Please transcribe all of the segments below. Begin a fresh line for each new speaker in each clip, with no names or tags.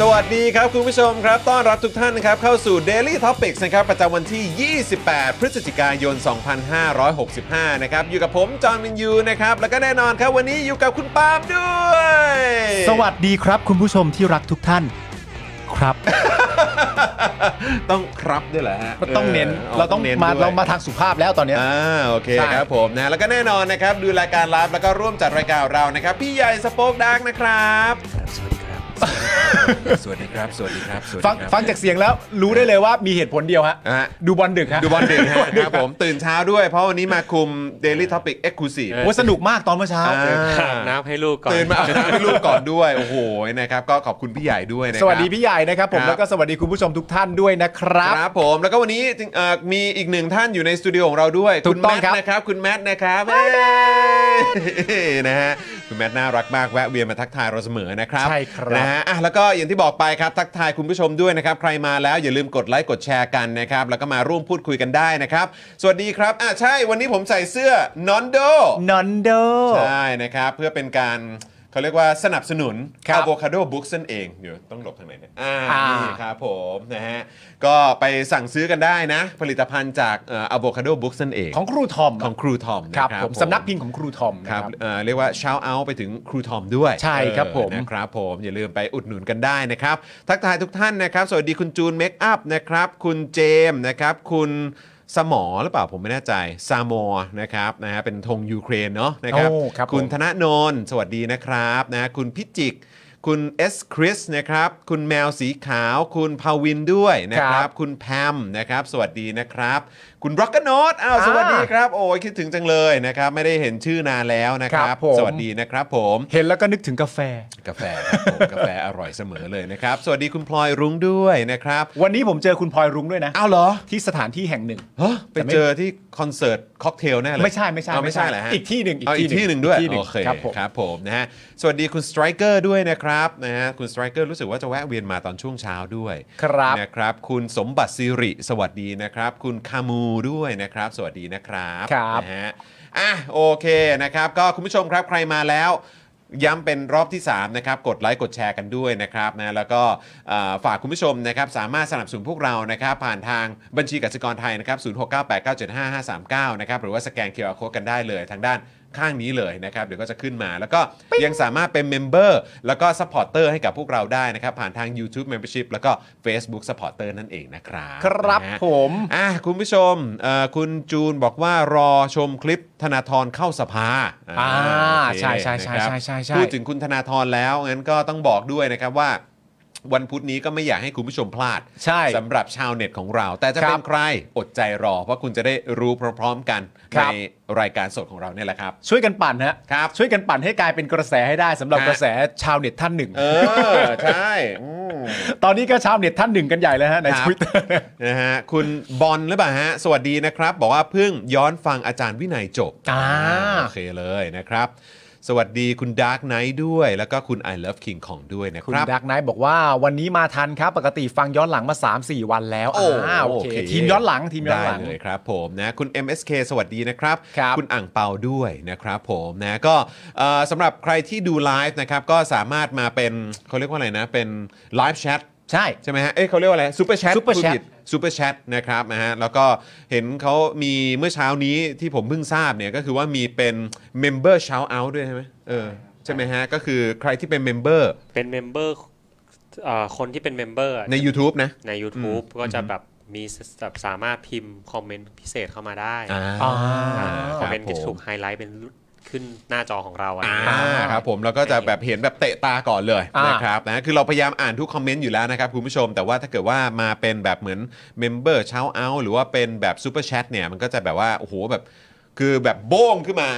สวัสดีครับ คุณผู้ชมครับ ต้อนรับทุกท่านนะครับ เข้าสู่ Daily Topics นะครับ ประจำวันที่ 28 พฤศจิกายน 2565 นะครับ อยู่กับผม จอห์นวินยูนะครับ แล้วก็แน่นอนครับ วันนี้อยู่กับคุณปาล์มด้วย
สวัสดีครับคุณผู้ชมที่รักทุกท่านครับ
ต้องครับด้วยเหรอฮะ
ต้องเน้น
อ
เราต้อง
น้น
มา
ด้วย
เรามาทางสุภาพแล้วตอนเนี้ย
อ่าโอเค
ใช่
ครับผมนะแล้วก็แน่นอนนะครับ ดูรายการไลฟ์แล้วก็ร่วมจัดรายการเรานะครับ พี่ใหญ่สป็อกดักนะครับ
สวัสดีครับ สวัสดีครับ สวัสดีครับ สวัสดีครับ
ฟังฟังจากเสียงแล้วรู้ได้เลยว่ามีเหตุผลเดียวฮะ
ฮะ
ดูบอลดึกฮะ
ดูบอลดึกฮะครับผมตื่นเช้าด้วยเพราะวันนี้มาคุม Daily Topic Exclusive
ว่าสนุกมากตอนเมื่อเช้า
อ่า
น้ำให้ลูกก่อน
ตื่นมาอาบน้ำให้ลูกก่อนด้วย โอ้โหนะครับ ก็ขอบคุณพี่ใหญ่ด้วยนะครับ
สวัสดีพี่ใหญ่นะครับ
ค
ผม
รับ
แล้วก็สวัสดีคุณผู้ชมทุกท่านด้วยนะครับ
ครับผมแล้วก็วันนี้จริงเอ่อมีอีกหนึ่งท่านอยู่ในสตูดิโอของเราด้วย
ถูกต้อง
ณ
ครับ
แมทนะครับ คุณแมทนะครับเอ้ยนะฮะคุณแมทน่ารักมากแวะเวียนมาทักทายเราเสมอนะครับ
ใช่ครับ
นะฮะอ่ะแล้วก็อย่างที่บอกไปครับ ทักทายคุณผู้ชมด้วยนะครับ ใครมาแล้วอย่าลืมกดไลค์กดแชร์กันนะครับ แล้วก็มาร่วมพูดคุยกันได้นะครับ สวัสดีครับอ่ะใช่วันนี้ผมใส่เสื้อนอนโด
นอนโด
ใช่นะครับ เพื่อเป็นการเขาเรียกว่าสนับสนุน
ครับ
อะโวคาโดบุ๊กนั่นเอง เดี๋ยวต้องหลบทางไหนเนี่ยอ่า
อ่านี่
นี่ครับผมนะฮะก็ไปสั่งซื้อกันได้นะ ผลิตภัณฑ์จากอะโวคาโดบุ๊กนั่นเอง
ของครูทอม
ของครูทอมนะครับ ครับ
ผม
ผม
สำนักพิมพ์ของครูทอม
ค
นะ
รับ
ครับ
เอ่อเรียกว่า shout out ไปถึงครูทอมด้วย
ใช่ครับ
เออ
ผม
นะครับผมอย่าลืมไปอุดหนุนกันได้นะครับ ทักทายทุกท่านนะครับ สวัสดีคุณจูนเมคอัพนะครับ คุณเจมส์นะครับ คุณสมอหรือเปล่าผมไม่แน่ใจซามอร์นะครับนะฮะเป็นธงยูเครนเนาะนะครับ
โอ้ครับผม
คุณธนโนนสวัสดีนะครับนะคุณพิจิก คุณเอสคริสนะครับ คุณแมวสีขาว คุณพาวินด้วยนะค
ครั
รับ
บ
คุณแพมนะครับ สวัสดีนะครับ คุณร็อกก n นอตอ้าวสวัสดีครับ โอ้ยคิดถึงจังเลยนะครับ ไม่ได้เห็นชื่อนานแล้วนะค
ค
รั
รับ บผม
สวัสดีนะครับผม
เห็นแล้วก็นึกถึงกาแฟ
กาแฟครับผม กาแฟอร่อยเสมอเลยนะครับ สวัสดีคุณพลอยรุ้งด้วยนะครับ
วันนี้ผมเจอคุณพลอยรุ้งด้วยนะ
อ้าวเหรอ
ที่สถานที่แห่งหนึ่ง
ฮะไปเจอที่คอนเสิร์ตค็อกเทลแน่เลย
ไม่ใช่ไม่ใช่
อ้าวไม่ใช่เหรอฮะ
อีกที่หนึ่งอีก
าว
ที่
อีกที่ห
หนึ่
นึ่ง
ง
ด้วย
อีกที่หนึ่ง
โอเค
ครับผม
ครับผมนะฮะสวัสดีคุณสไตรเกอร์ด้วยนะครับนะฮะคุณสไตรเกอร์รู้สึกว่าจะแวะเวียนมาตอนช่วงเช้าด้วย
ครับ
นะครับคุณสมบัติสิริสวัสดีนะครับ คุณคามูด้วยนะครับ สวัสดีนะครับ
ครับ
นะฮะอ่ะโอเคนะครับ ก็คุณผู้ชมครับใครมาแล้ว ย้ำเป็นรอบที่3นะครับกดไลค์กดแชร์กันด้วยนะครับนะแล้วก็เอ่อฝากคุณผู้ชมนะครับสามารถสนับสนุนพวกเรานะครับผ่านทางบัญชีกสิกรไทยนะครับ0698975539นะครับหรือว่าสแกนเคอร์โคกันได้เลยทางด้านข้างนี้เลยนะครับเดี๋ยวก็จะขึ้นมาแล้วก็ยังสามารถเป็นเมมเบอร์แล้วก็ซัพพอร์เตอร์ให้กับพวกเราได้นะครับผ่านทาง YouTube Membership แล้วก็ Facebook Supporter นั่นเองนะครับ
ครับ
นะฮะ
ผม
อ่ะคุณผู้ชมเอ่อคุณจูนบอกว่ารอชมคลิปธนาธรเข้าสภา
อ่า
โอเค
ใช่ใช่ใช่
นะครับ
ใช่ใช่ใช่
พูดถึงคุณธนาธรแล้วงั้นก็ต้องบอกด้วยนะครับว่า วันพุธนี้ก็ไม่อยากให้คุณผู้ชมพลาด
ใช่
สำหรับชาวเน็ตของเรา แต่จะเป็
ครั
น
บ
ใครอดใจรอ เพราะคุณจะได้รู้พร้อมๆกัน
ค
ใน
รับ
รายการสดของเราเนี่ยแหละครับ
ช่วยกันปั่นฮะ
ครับ
ช่วยกันปั่นให้กลายเป็นกระแสให้ได้สำหรับ
ฮะ
กระแสชาวเน็ตท่านหนึ่ง
เออ ใช่อืม
ตอนนี้ก็ชาวเน็ตท่านหนึ่งกันใหญ่เลยฮะใน
ครั
ท
บ
วิตเตอร์
นะฮะคุณบอลหรือเปล่าฮะ สวัสดีนะครับ บอกว่าเพิ่งย้อนฟังอาจารย์วินัยจบ
อ่า
โอเคเลยนะครับ สวัสดีคุณ Dark Knight ด้วย แล้วก็คุณ I Love King ของด้วยนะค
คุณ
รับ
ดักไนท์บอกว่าวันนี้มาทันครับ ปกติฟังย้อนหลังมา 3-4 วันแล้ว
โอ้
าโอเค ทีมย้อนหลังทีมย้อนหลัง
ได้เลยครับผมนะคุณ MSK สวัสดีนะครับ
ครับ
ณอ่างเปาด้วยนะครับผมนะก็เอ่อสำหรับใครที่ดูไลฟ์นะครับก็สามารถมาเป็นเขาเรียกว่าอะไรนะเป็นไลฟ์แชท
ใช่
ใช่ไหมฮะ เอ้ยเขาเรียกว่าอะไรซูเปอร์แชท
Super Chat
ซูเปอร์แชทนะครับนะฮะ แล้วก็เห็นเขามีเมื่อเช้านี้ที่ผมเพิ่งทราบเนี่ย ก็คือว่ามีเป็นเมมเบอร์ชาวเอาด้วยใช่ไหมเออ ใช่ไหมฮะ ก็คือใครที่เป็นเมมเบอร์
เป็นเมมเบอร์อ่าคนที่เป็นเมมเบอร์
ใน YouTube นะ
ใน YouTube ก็จะแบบมีแบบสามารถพิมพ์คอมเมนต์พิเศษเข้ามาได้
อ่า
อ่าคอมเมนต์ที่
รับผ
ถูกไฮไลท์เป็นขึ้นหน้าจอของเราอะ
อ่า
ครับ
ครับผมแล้วก็จะแบบเห็นแบบเตะตาก่อนเลย
อ่าน
นะครับนะคือเราพยายามอ่านทุกคอมเมนต์อยู่แล้วนะครับคุณผู้ชม แต่ว่าถ้าเกิดว่ามาเป็นแบบเหมือนเมมเบอร์เช้าเอาหรือว่าเป็นแบบซูเปอร์แชทเนี่ยมันก็จะแบบว่าโอ้โหแบบคือแบบโบ้งขึ้นมา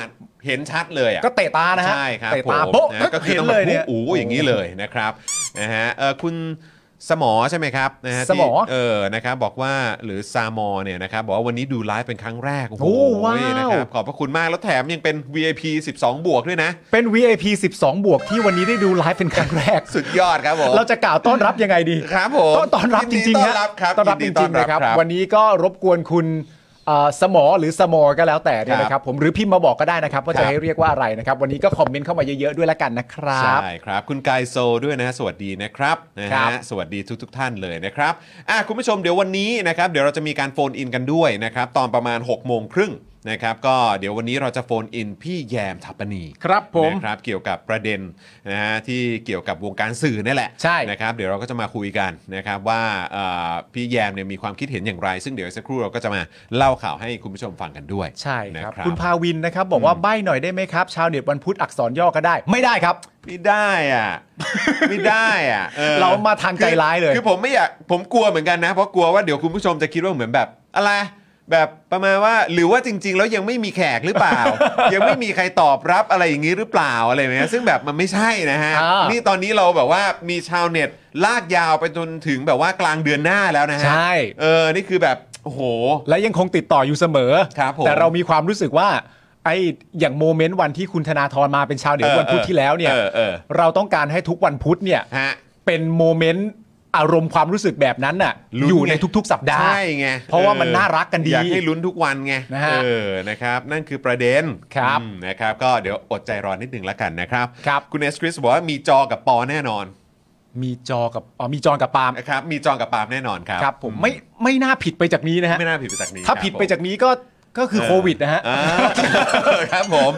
เห็นชัดเลยอ่ะ
ก็เตะตานะฮะ
ใช่ครับ
เตะ
ผม
ตาโป๊ะ
นะก็คือ
เห็น
ต้อง
เล
แบ
ย
บ
เนี่ย
โอ้โหอย่างนี้เลยนะครับนะฮะเออคุณสมอใช่ไหมครับนะฮะ
สมอ
ที่เออนะครับบอกว่าหรือซามอเนี่ยนะครับบอกว่าวันนี้ดูไลฟ์เป็นครั้งแรกโอ้โห
โอ้ว้าว
นะครับขอบพระคุณมากแล้วแถมยังเป็น VIP 12 บวกด้วยนะ
เป็น VIP 12 บวกที่วันนี้ได้ดูไลฟ์เป็นครั้งแรก
สุดยอดครับผม
เราจะกล่าวต้อนรับยังไงดี
ครับผม
ต้อนต้อนรับจริงๆ
ยินดีต้อนรับครับ
ต้อนรับ
ยิน
จ
ดีต้
ริ
อน
ง
รับ
ๆนะครับ
ครับ
วันนี้ก็รบกวนคุณเอ่อสมอหรือสมอก็แล้วแต่เนี่ยนะค
ครั
รั
บบ
ผมหรือพิมพ์มาบอกก็ได้นะครับ ว่า
ครั
จะ
บ
ให้เรียกว่าอะไรนะครับ วันนี้ก็คอมเมนต์เข้ามาเยอะๆด้วยละกันนะครับ
ใช่ครับ คุณกายโซด้วยนะฮะสวัสดีนะครับนะ
ครั
ฮะ
บ
สวัสดีทุกทท่านเลยนะครับอ่ะคุณผู้ชมเดี๋ยววันนี้นะครับเดี๋ยวเราจะมีการโฟนอินกันด้วยนะครับตอนประมาณ6กโมงครึ่งนะครับก็เดี๋ยววันนี้เราจะโฟนอินพี่แยมทัปปนี
ครับผม
นะครับเกี่ยวกับประเด็นนะฮะที่เกี่ยวกับวงการสื่อนี่แหละ
ใช่
นะครับเดี๋ยวเราก็จะมาคุยกันนะครับว่าเอ่อพี่แยมเนี่ยมีความคิดเห็นอย่างไร ซึ่งเดี๋ยวสักครู่เราก็จะมาเล่าข่าวให้คุณผู้ชมฟังกันด้วย
ใช่ครับ
นะ
คุณพาวินนะครับ บอกว่าใบ้หน่อยได้ไหมครับ ชาวเน็ตวันพุธอักษรย่อก็ได้ ไม่ได้ครับ
ไม่ได้อ่ะ ไม่ได้อ่ะออ
เรามาทางใจร้ายเลย
คือคือผมไม่อยากผมกลัวเหมือนกันนะ เพราะกลัวว่าเดี๋ยวคุณผู้ชมจะคิดว่าเหมือนแบบ อะไร แบบประมาณว่าหรือว่าจริง ๆ แล้วยังไม่มีแขกหรือเปล่า ยังไม่มีใครตอบรับอะไรอย่างนี้หรือเปล่าอะไรแบบเนี้ยซึ่งแบบมันไม่ใช่นะฮะ
อ่านี่
นี่ตอนนี้เราแบบว่ามีชาวเน็ตลากยาวไปจนถึงแบบว่ากลางเดือนหน้าแล้วนะฮะ
ใช่
เออนี่คือแบบโอ้โห
และยังคงติดต่ออยู่เสมอ
ครับผม
แต่เรามีความรู้สึกว่าไอ้อย่างโมเมนต์วันที่คุณธนาธรมาเป็นชาวเน็ต
เออ
วันพุธที่แล้วเนี่ย
เออเออ
เราต้องการให้ทุกวันพุธเนี่ย
ฮะ
เป็นโมเมนต์อารมณ์ความรู้สึกแบบนั้นน่ะ
ลุ้นไง
อยู่ในทุก ๆ สัปดาห์
ใช่ไง
เพราะว่ามัน
ออ
น่ารักกันดี
อยากให้ลุ้นทุกวันไง
นะฮะ
เออนะครับ นั่นคือประเด็น
ครับ
อืมนะครับ ก็เดี๋ยวอดใจรอนิดนึงแล้วกันนะครับ
ครับ
คุณเอสคริสบอกว่ามีจอกับปอแน่นอน
มีจอกับอ๋อมีจอกับปาล์ม
นะครับมีจอกับปาล์มแน่นอนครับ
ครับผมไม่ไม่น่าผิดไปจากนี้นะฮะ
ไม่น่าผิดไปจากนี้
ถ้าผิดไปจากนี้ก็ก็คือโควิดนะฮะ
อ่า ครับผม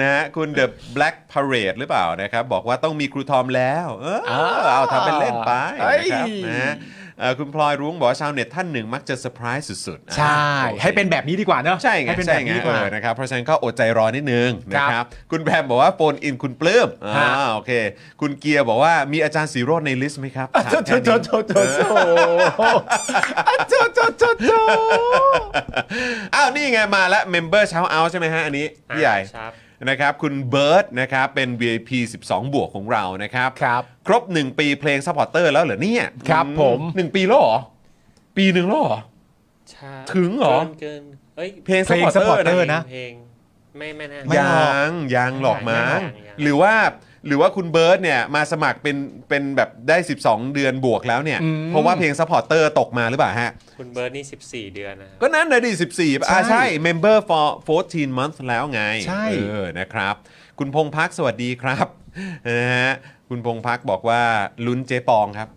นะฮะคุณ The Black Parade หรือเปล่านะครับ บอกว่าต้องมีครูทอมแล้ว เออ
อ้าว
เอาทำเป็นเล่นไป
เอ้ย
นะครับนะฮะเอ่อคุณพลอยรุ้งบอกว่าชาวเน็ตท่านหนึ่งมักจะเซอร์ไพรส์สุดๆอ่ะ
ใช่
โอค
ให้เป็นแบบนี้ดีกว่าเนอะ
ใช่ไง
ให้เป็น
ใช่
แบบ
ไง
นี้ดี
เอก
ว่า
อนะครับเพราะฉะนั้นก็อดใจรอนิดนึงนะค
ครั
รับบ คุณแพมบอกว่าโฟนอินคุณปลื้ม
ฮะ
อ่าโอเค คุณเกียร์บอกว่ามีอาจารย์สีโรดในลิสต์ไหมครับถาม
โจ
แค่
โจ
นี้
โจโจโจโจอ่ะโจโจโจโจ
อ้าวนี่ไงมาแล้วเมมเบอร์เช้าเอาใช่ไหมฮะอันนี้พี่ใหญ่
อ่าครับ
นะครับคุณเบิร์ดนะครับเป็น VIP 12 บวกของเรานะครับ
ครับ
ครบ 1 ปีเพลงซัพพอร์เตอร์แล้วเหรอเนี่ย
ครับผม
1ปีแล้วเหรอปีหนึ่งแล้วเหรอ
ใช่
ถึงเหรอ
เกินเอ้ย
เพลง
เพ
ซัพพ
ลง
อร์เตอ
สปอร์
ร์
เตอ
นะ
ร์นะ
เพลงไม่ไม่แน่
ไม่ หร
ยั
อก
งยังหรอกมั้ง
ยังยัง
หรือว่าหรือว่าคุณเบิร์ตเนี่ยมาสมัครเป็นเป็นแบบได้ 12 เดือนบวกแล้วเนี่ย
อืม
เพราะว่าเพลงซัพพอร์เตอร์ตกมาหรือเปล่าฮะ
คุณเบิร์ดนี่ 14 เดือนนะฮะ
ก็นั่นนะดิ 14ป่ะอ่า
ใช่
ใช่ member for 14 month s แล้วไง
ใช่
เออนะครับ คุณพงพักสวัสดีครับ นะฮะคุณพงพักบอกว่าลุ้นเจ๊ปองครับ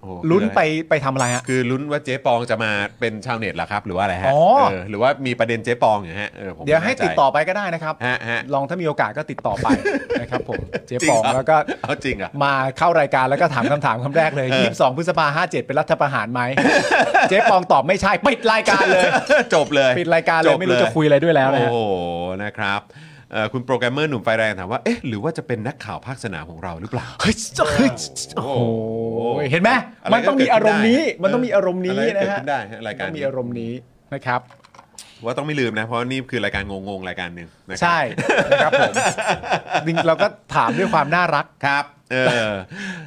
โอ้โห
ลุ้นไปไปทำอะไรฮะ
คือลุ้นว่าเจ๊ปองจะมาเป็นชาวเน็ตเหรอครับ หรือว่าอะไรฮะ
อ๋อ
เออหรือว่ามีประเด็นเจ๊ปองอยู่ฮะออผมไม่
เดี๋ยวให้
แน่จ
ติดต่อไปก็ได้นะครับ
ฮะฮะ
ลองถ้ามีโอกาสก็ติดต่อไป นะครับผม เจ๊
จริ
ป
เห
อ
รง
แล้วก็
เอาจริงเหรอ่ะ
มาเข้ารายการแล้วก็ ถามคำถามคำแรกเลย
เออ
22 พฤษภา57 เป็นรัฐประหารไหม เจ๊ปองตอบไม่ใช่ ปิดรายการเลย
จบเลย
ปิดรายการเลย
บ
ไม่รู้จะคุยอะไรด้วยแล้วนะ
โอ้
ฮะ
โหนะครับเอ่อคุณโปรแกรมเมอร์หนุ่มไฟแรงถามว่า เอ๊ะ หรือว่าจะเป็นนักข่าวภาคสนามของเราหรือเปล่า
เฮ้ยเฮ้ยโอ้โหเห็นไหม
อะไร
มันต้องมีอารมณ์นี้ มันต้องมีอารมณ์นี้
อะไรก็เกิด
นะฮะ
ขึ้นได้ฮะรายการนี้
ต้องมีอารมณ์นี้นะครับ
ว่าต้องไม่ลืมนะ เพราะนี่คือรายการงงๆ รายการหนึ่งนะครับ
ใช่นะครับผม จริงเราก็ถามด้วยความน่ารัก
ครับเออ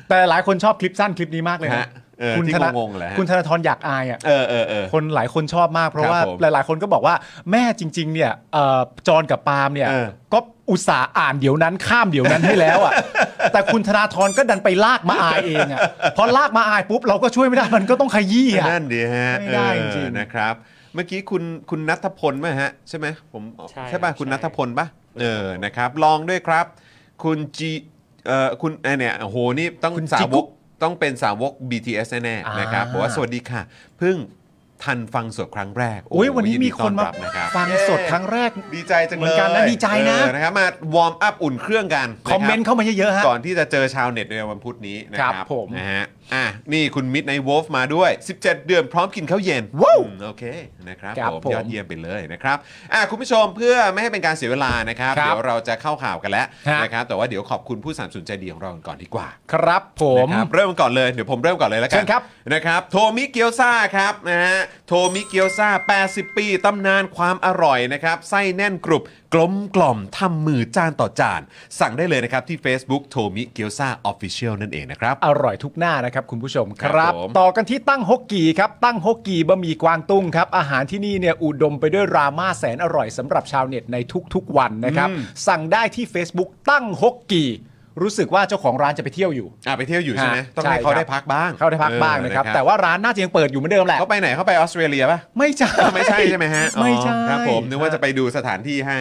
แต่หลายคนชอบคลิปสั้นคลิปนี้มากเลย
ฮะ
นะ
เออที่งงๆเหรอฮะ
คุณธนาธรอยากอายอ่ะ
เออเออเออ
คนหลายคนชอบมากเพราะว่า
ครับผม
หลาย ๆ คนก็บอกว่าแม่จริง ๆ เนี่ยเอ่อจอนกับปาล์มเนี่ย
เออ
ก็อุตส่าห์อ่านเดี๋ยวนั้นข้ามเดี๋ยวนั้นให้แล้วอ่ะ แต่คุณธนาธรก็ดันไปลากมาอายเองอ่ะ พอลากมาอายปุ๊บเราก็ช่วยไม่ได้มันก็ต้องขยี้อ่ะ
นั่นดีฮะ
ไม่ได้
เออ
จริงๆ
นะครับ เมื่อกี้คุณคุณนัทพลไหมฮะ ใช่ไหมผม
ใช่
ป่ะ
ครับ
คุณ
ใช่
นัทพลป่ะเออนะครับ ลองด้วยครับ คุณจีเอ่อคุณไอเนี่ยโอ้โหนี่ต้อง
คุณ
สา
จิ
ว
กุ๊
ก
ก
ต้องเป็นสาวก BTS แน่
อ่า
ๆ
น
นะครับบอกว่าสวัสดีค่ะ เพิ่งทันฟังสดครั้งแรกโ
อุ้ยวันนี้
ยิดี
มีคนมา
ต้อรับนะครับ
ฟังสดครั้งแรก
ดีใจจังเลย
เหมือนกันนะดีใจนะ
เออนะครับมาวอร์มอัพอุ่นเครื่องกัน
คอมเมนต์เข้ามาเยอะๆฮะ
ก่อนที่จะเจอชาวเน็ตในวันพุธนี้นะครั
ครับ บผม
นะฮะอ่ะนี่คุณมิดในวอลมาด้วย 17 เดือนพร้อมกินข้าวเย็น
ว้าว
อืมโอเคนะครับ
ครับ
ผม
ผม
ยอดเยี่ยมไปเลยนะครับอ่ะคุณผู้ชมเพื่อไม่ให้เป็นการเสียเวลานะครับ
ครับ
เดี๋ยวเราจะเข้าข่าวกันแล้ว
ฮะ
นะครับแต่ว่าเดี๋ยวขอบคุณผู้สามสนุนใจดีของเราก่อนดีกว่า
ครับผม
นะครับเริ่มก่อนเลยเดี๋ยวผมเริ่มก่อนเลยแล้วกั
เชิญครับ
นะครับโทมิเกียวซาครับนะฮะโทมิเกียวซา80 ปีตำนานความอร่อยนะครับไส้แน่นกรุบกลมกล่อมทำมือจานต่อจาน สั่งได้เลยนะครับที่ Facebook โทมิเกียวซาออฟฟิเชียลนั่นเองนะครับ
อร่อยทุกหน้านะครับคุณผู้ชมค
ครั
รั
บบ ผม
ต่อกันที่ตั้งฮกกีครับตั้งฮกกีบะหมี่กวางตุ้งครับอาหารที่นี่เนี่ยอุดมไปด้วยรามาแสนอร่อยสำหรับชาวเน็ตในทุกๆวันนะครับสั่งได้ที่ Facebook ตั้งฮกกีรู้สึกว่าเจ้าของร้านจะไปเที่ยวอยู่
ะไปเที่ยวอยู่ใช่ไหม
ฮะ
ต้องให้เขา
ใช่ครับ
ได้พักบ้าง
เขาได้พักบ้างนะครับ
เออ
แต่ว่าร้านน่าจะยังเปิดอยู่เหมือนเดิมแหละ
เขาไปไหนเขาไปออสเตรเลียปะ
ไม่ใช่
ไม่ใช่ใช่ไหมฮะอ๋อ
ไม่ใช่
ครับผมนึกว่าจะไปดูสถานที่ ให้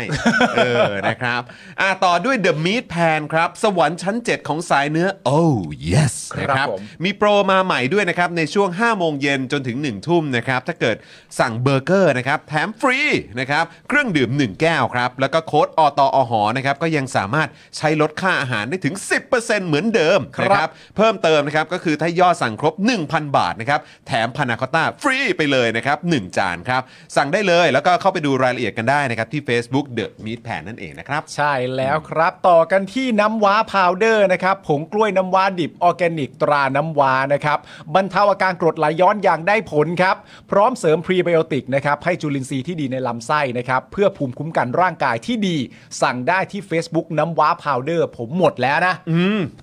เออนะครับอ่ะต่อด้วย The Meat Pan ครับ สวรรค์ชั้น 7 ของสายเนื้อ oh yes นะค
ครั
รับบ
ผม
มีโปรมาใหม่ด้วยนะครับ ในช่วง 5 โมงเย็นจนถึง 1 ทุ่มนะครับ ถ้าเกิดสั่งเบอร์เกอร์นะครับ แถมฟรีนะครับ เครื่องดื่ม 1 แก้วครับ แล้วก็โค้ดอตอหอนะครับ ก็ยังสามารถใช้ลดค่าอาหารได้ถึง 10%เหมือนเดิมนะค
ครั
รับ
บ
เพิ่มเติมนะครับก็คือถ้ายอดสั่งครบ 1,000 บาทนะครับแถมพานาคอตต้าฟรีไปเลยนะครับ1จานครับ สั่งได้เลยแล้วก็เข้าไปดูรายละเอียดกันได้นะครับ ที่ Facebook The Meat Pan นั่นเองนะครับ
ใช่แล้วครับ ต่อกันที่น้ำว้าพาวเดอร์นะครับผงกล้วยน้ำว้าดิบออร์แกนิกตราน้ำว้านะครับบรรเทาอาการกรดไหลย้อนอย่างได้ผลครับ พร้อมเสริมพรีไบโอติกนะครับให้จุลินทรีย์ที่ดีในลำไส้นะครับ เพื่อภูมิคุ้มกันร่างกายที่ดี สั่งได้ที่ Facebook น้ำว้าพาวเดอร์ ผมหมดแล้วนะ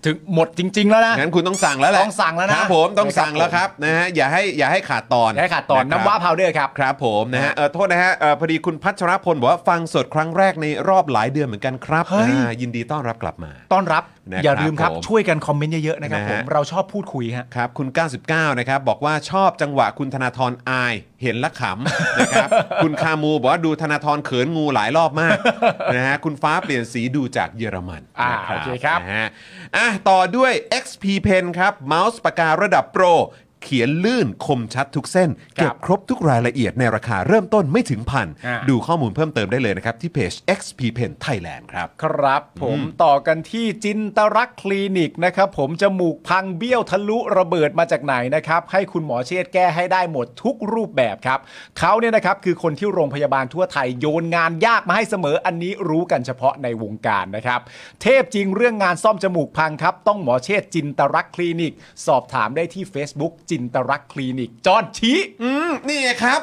ถึงหมดจริง ๆ แล้วนะ
งั้นคุณต้องสั่งแล้วแหละ
ต้องสั่งแล้วนะครับ
ผมต้องสั่งแล้วครับนะฮะอย่าให้อย่าให้ขาดตอน
อย่าให้ขาดตอนะครับน้ำว้าพาวเดอร์ครับ
ครับผมนะฮะเออโทษนะฮะเออพอดีคุณพัชรพลบอกว่าฟังสดครั้งแรกในรอบหลายเดือนเหมือนกันครับ
เฮ้ย
อ่ายินดีต้อนรับกลับมา
ต้อนรับ
นะครับ
อย่าลืมครับ
ผม
ช่วยกันคอมเมนต์เยอะๆนะครับ
นะ
ผ
ฮะ
มเราชอบพูดคุยฮะ
ครับคุณ 99 นะครับ บอกว่าชอบจังหวะคุณธนาธรอาย เห็นและขำ นะครับ คุณคามูบอกว่าดูธนาธรเขินงูหลายรอบมาก นะฮะคุณฟ้าเปลี่ยนสีดูจากเยอรมัน
อ่า
นะ
โอเคครับ
นะฮะอ่ะต่อด้วย XP Pen ครับเมาส์ปากการะดับโปร เขียนลื่นคมชัดทุกเส้น เก็บครบทุกรายละเอียดในราคาเริ่มต้นไม่ถึงพันดูข้อมูลเพิ่มเติมได้เลยนะครับ ที่เพจ XP Pen Thailand ครับ
ครับผมต่อกันที่จินตรักษณ์คลินิกนะครับผมจมูกพังเบี้ยวทะลุระเบิดมาจากไหนนะครับ ให้คุณหมอเชษฐ์แก้ให้ได้หมดทุกรูปแบบครับเขาเนี่ยนะครับคือคนที่โรงพยาบาลทั่วไทยโยนงานยากมาให้เสมออันนี้รู้กันเฉพาะในวงการนะครับ เทพจริงเรื่องงานซ่อมจมูกพังครับ ต้องหมอเชษฐ์จินตรักษณ์คลินิก สอบถามได้ที่ Facebook จินตรักษณ์คลินิกจอดชี้
อืมนี่ไงครับ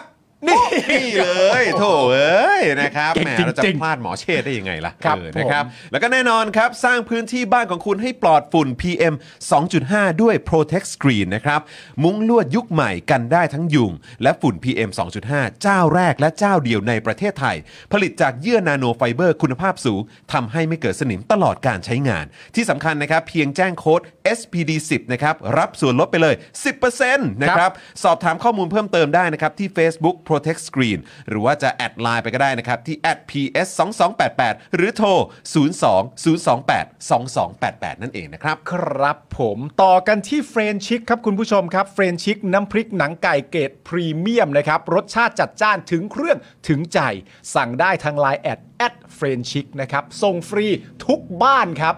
นี่เลยโถเอ้ยนะครับ
เก่ง
แหม
จริงๆ
เราจะพลาดหมอเชษฐ์ได้ยังไงล่ะ
ครับ
เออนะครับ แล้วก็แน่นอนครับ สร้างพื้นที่บ้านของคุณให้ปลอดฝุ่น PM 2.5 ด้วย Protect Screen นะครับ มุ้งลวดยุคใหม่กันได้ทั้งยุง และฝุ่น PM 2.5 เจ้าแรกและเจ้าเดียวในประเทศไทย ผลิตจากเยื่อนาโนไฟเบอร์คุณภาพสูงทำให้ไม่เกิดสนิมตลอดการใช้งาน ที่สำคัญนะครับ เพียงแจ้งโค้ด SPD10 นะครับรับส่วนลดไปเลย 10%นะค
ครั
รับ
บ
สอบถามข้อมูลเพิ่มเติมได้นะครับที่ Facebook Protect Screen หรือว่าจะแอดไลน์ไปก็ได้นะครับ ที่ @ps 2 2 8 8หรือโทร 0 2 0 2 8 2 2 8 8 นั่นเองนะครับ
ครับผมต่อกันที่เฟรนชิกครับคุณผู้ชมครับเฟรนชิกน้ำพริกหนังไก่เกรดพรีเมียมนะครับรสชาติจัดจ้านถึงเครื่องถึงใจ สั่งได้ทางไลน์แอดแอดเฟรนชิกนะครับส่งฟรีทุกบ้านครับ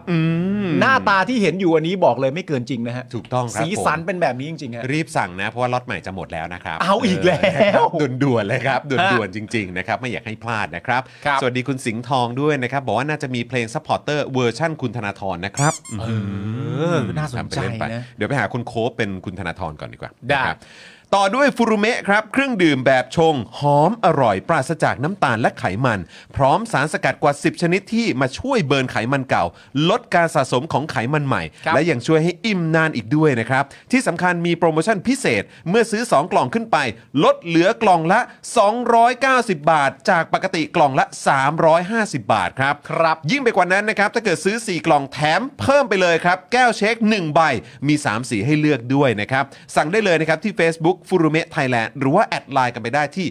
หน้าตาที่เห็นอยู่อันนี้บอกเลยไม่เกินจริงนะฮะ
ถูกต้องครับ
สีสัน
ผม
เป็นแบบนี้จริงๆฮะ
รีบสั่งนะ เพราะว่าล็อตใหม่จะหมดแล้วนะครับ
เอาอีกแล้ว
วด่วนๆเลยครับด่วนๆจริง ๆ นะครับ ไม่อยากให้พลาดนะครับ
ครับ
สวัสดีคุณสิงห์ทองด้วยนะครับ บอกว่าน่าจะมีเพลงซัพพอร์เตอร์เวอร์ชั่นคุณธนาธรนะครับ
เออน่าสนใจ
ทำไปเล่ไป
นะ
เดี๋ยวไปหาคุณโคบเป็นคุณธนาธรก่อนดีกว่า
ได้
นะครับต่อด้วยฟูรุเมะครับ เครื่องดื่มแบบชง หอมอร่อย ปราศจากน้ำตาลและไขมัน พร้อมสารสกัดกว่า 10 ชนิดที่มาช่วยเบิร์นไขมันเก่า ลดการสะสมของไขมันใหม่
ครับ
และยังช่วยให้อิ่มนานอีกด้วยนะครับ ที่สำคัญมีโปรโมชั่นพิเศษเมื่อซื้อ 2 กล่องขึ้นไป ลดเหลือกล่องละ 290 บาท จากปกติกล่องละ 350 บาทครับ
ครับ
ยิ่งไปกว่านั้นนะครับ ถ้าเกิดซื้อ 4 กล่องแถมเพิ่มไปเลยครับ แก้วเช็ค 1 ใบ มี 3 สีให้เลือกด้วยนะครับ สั่งได้เลยนะครับที่ Facebook f u r u m e Thailand หรือว่า แอดไลน์กันไปได้ที่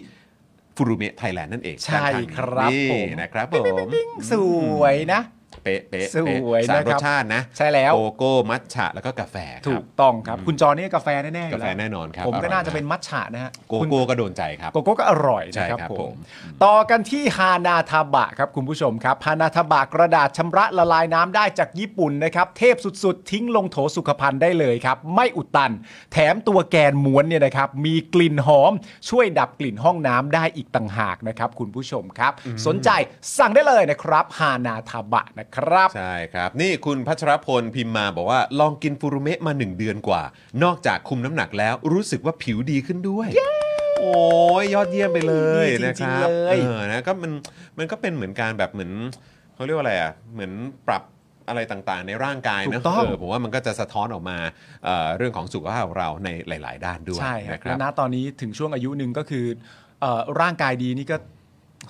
f u r u m e Thailand นั่นเอง
ใช่ครับ
นี่
ผม
นะครับผ
ปิ๊ง
ม
ปิ๊งปิ๊งปิ๊งสวยนะ
เป๊ะเป๊ะ
สวย
เป๊ะสาม
นะ
ร
ครั
ส
บ
ชาตินะ
ใช่แล้ว
โกโก้มัทฉะแล้วก็กาแฟครับ
ถูกต้องครับ คุณจอนี่กาแฟแน่ๆอยู่
กา
ล้ว
แฟแน่นอนครับ
ผมก็
อร่อย
น่าจะ
มาก
เป็นมัทฉะนะฮะ
โก
คุณ
โก้ก็โดนใจครับ
โกโก้ก็อร่อย
ใช่
นะครับ
ครับ
ผม
ผม
ต่อกันที่ฮานาทาบะครับคุณผู้ชมครับฮานาทาบะกระดาษชำระละลายน้ำได้จากญี่ปุ่นนะครับ เทพสุดๆ ทิ้งลงโถสุขภัณฑ์ได้เลยครับ ไม่อุดตัน แถมตัวแกนม้วนเนี่ยนะครับ มีกลิ่นหอม ช่วยดับกลิ่นห้องน้ำได้อีกต่างหากนะครับ คุณผู้ชมครับ สนใจสั่งได้เลยนะครับฮานาทาบะนะครับ
ใช่ครับ นี่คุณพัชรพลพิมพ์มาบอกว่าลองกินฟูรุเมะมา 1 เดือนกว่า นอกจากคุมน้ำหนักแล้วรู้สึกว่าผิวดีขึ้นด้วย โอ้ยยอดเยี่ยมไปเลย
ดีจริงๆ
นะครับ
เลย
เออนะก็มันมันก็เป็นเหมือนการแบบเหมือนเขาเรียกว่าอะไรอ่ะเหมือนปรับอะไรต่างๆ ในร่างกาย
ถู
นะ
กต้อง
เออผมว่ามันก็จะสะท้อนออกมาเอ่อเรื่องของสุขภาพของเราในหลาย ๆ ด้านด้วย
ใช่ครับ
นะค
แล้
รั
ว
บ
นะตอนนี้ถึงช่วงอายุหนึ่งก็คือเอ่อร่างกายดีนี่ก็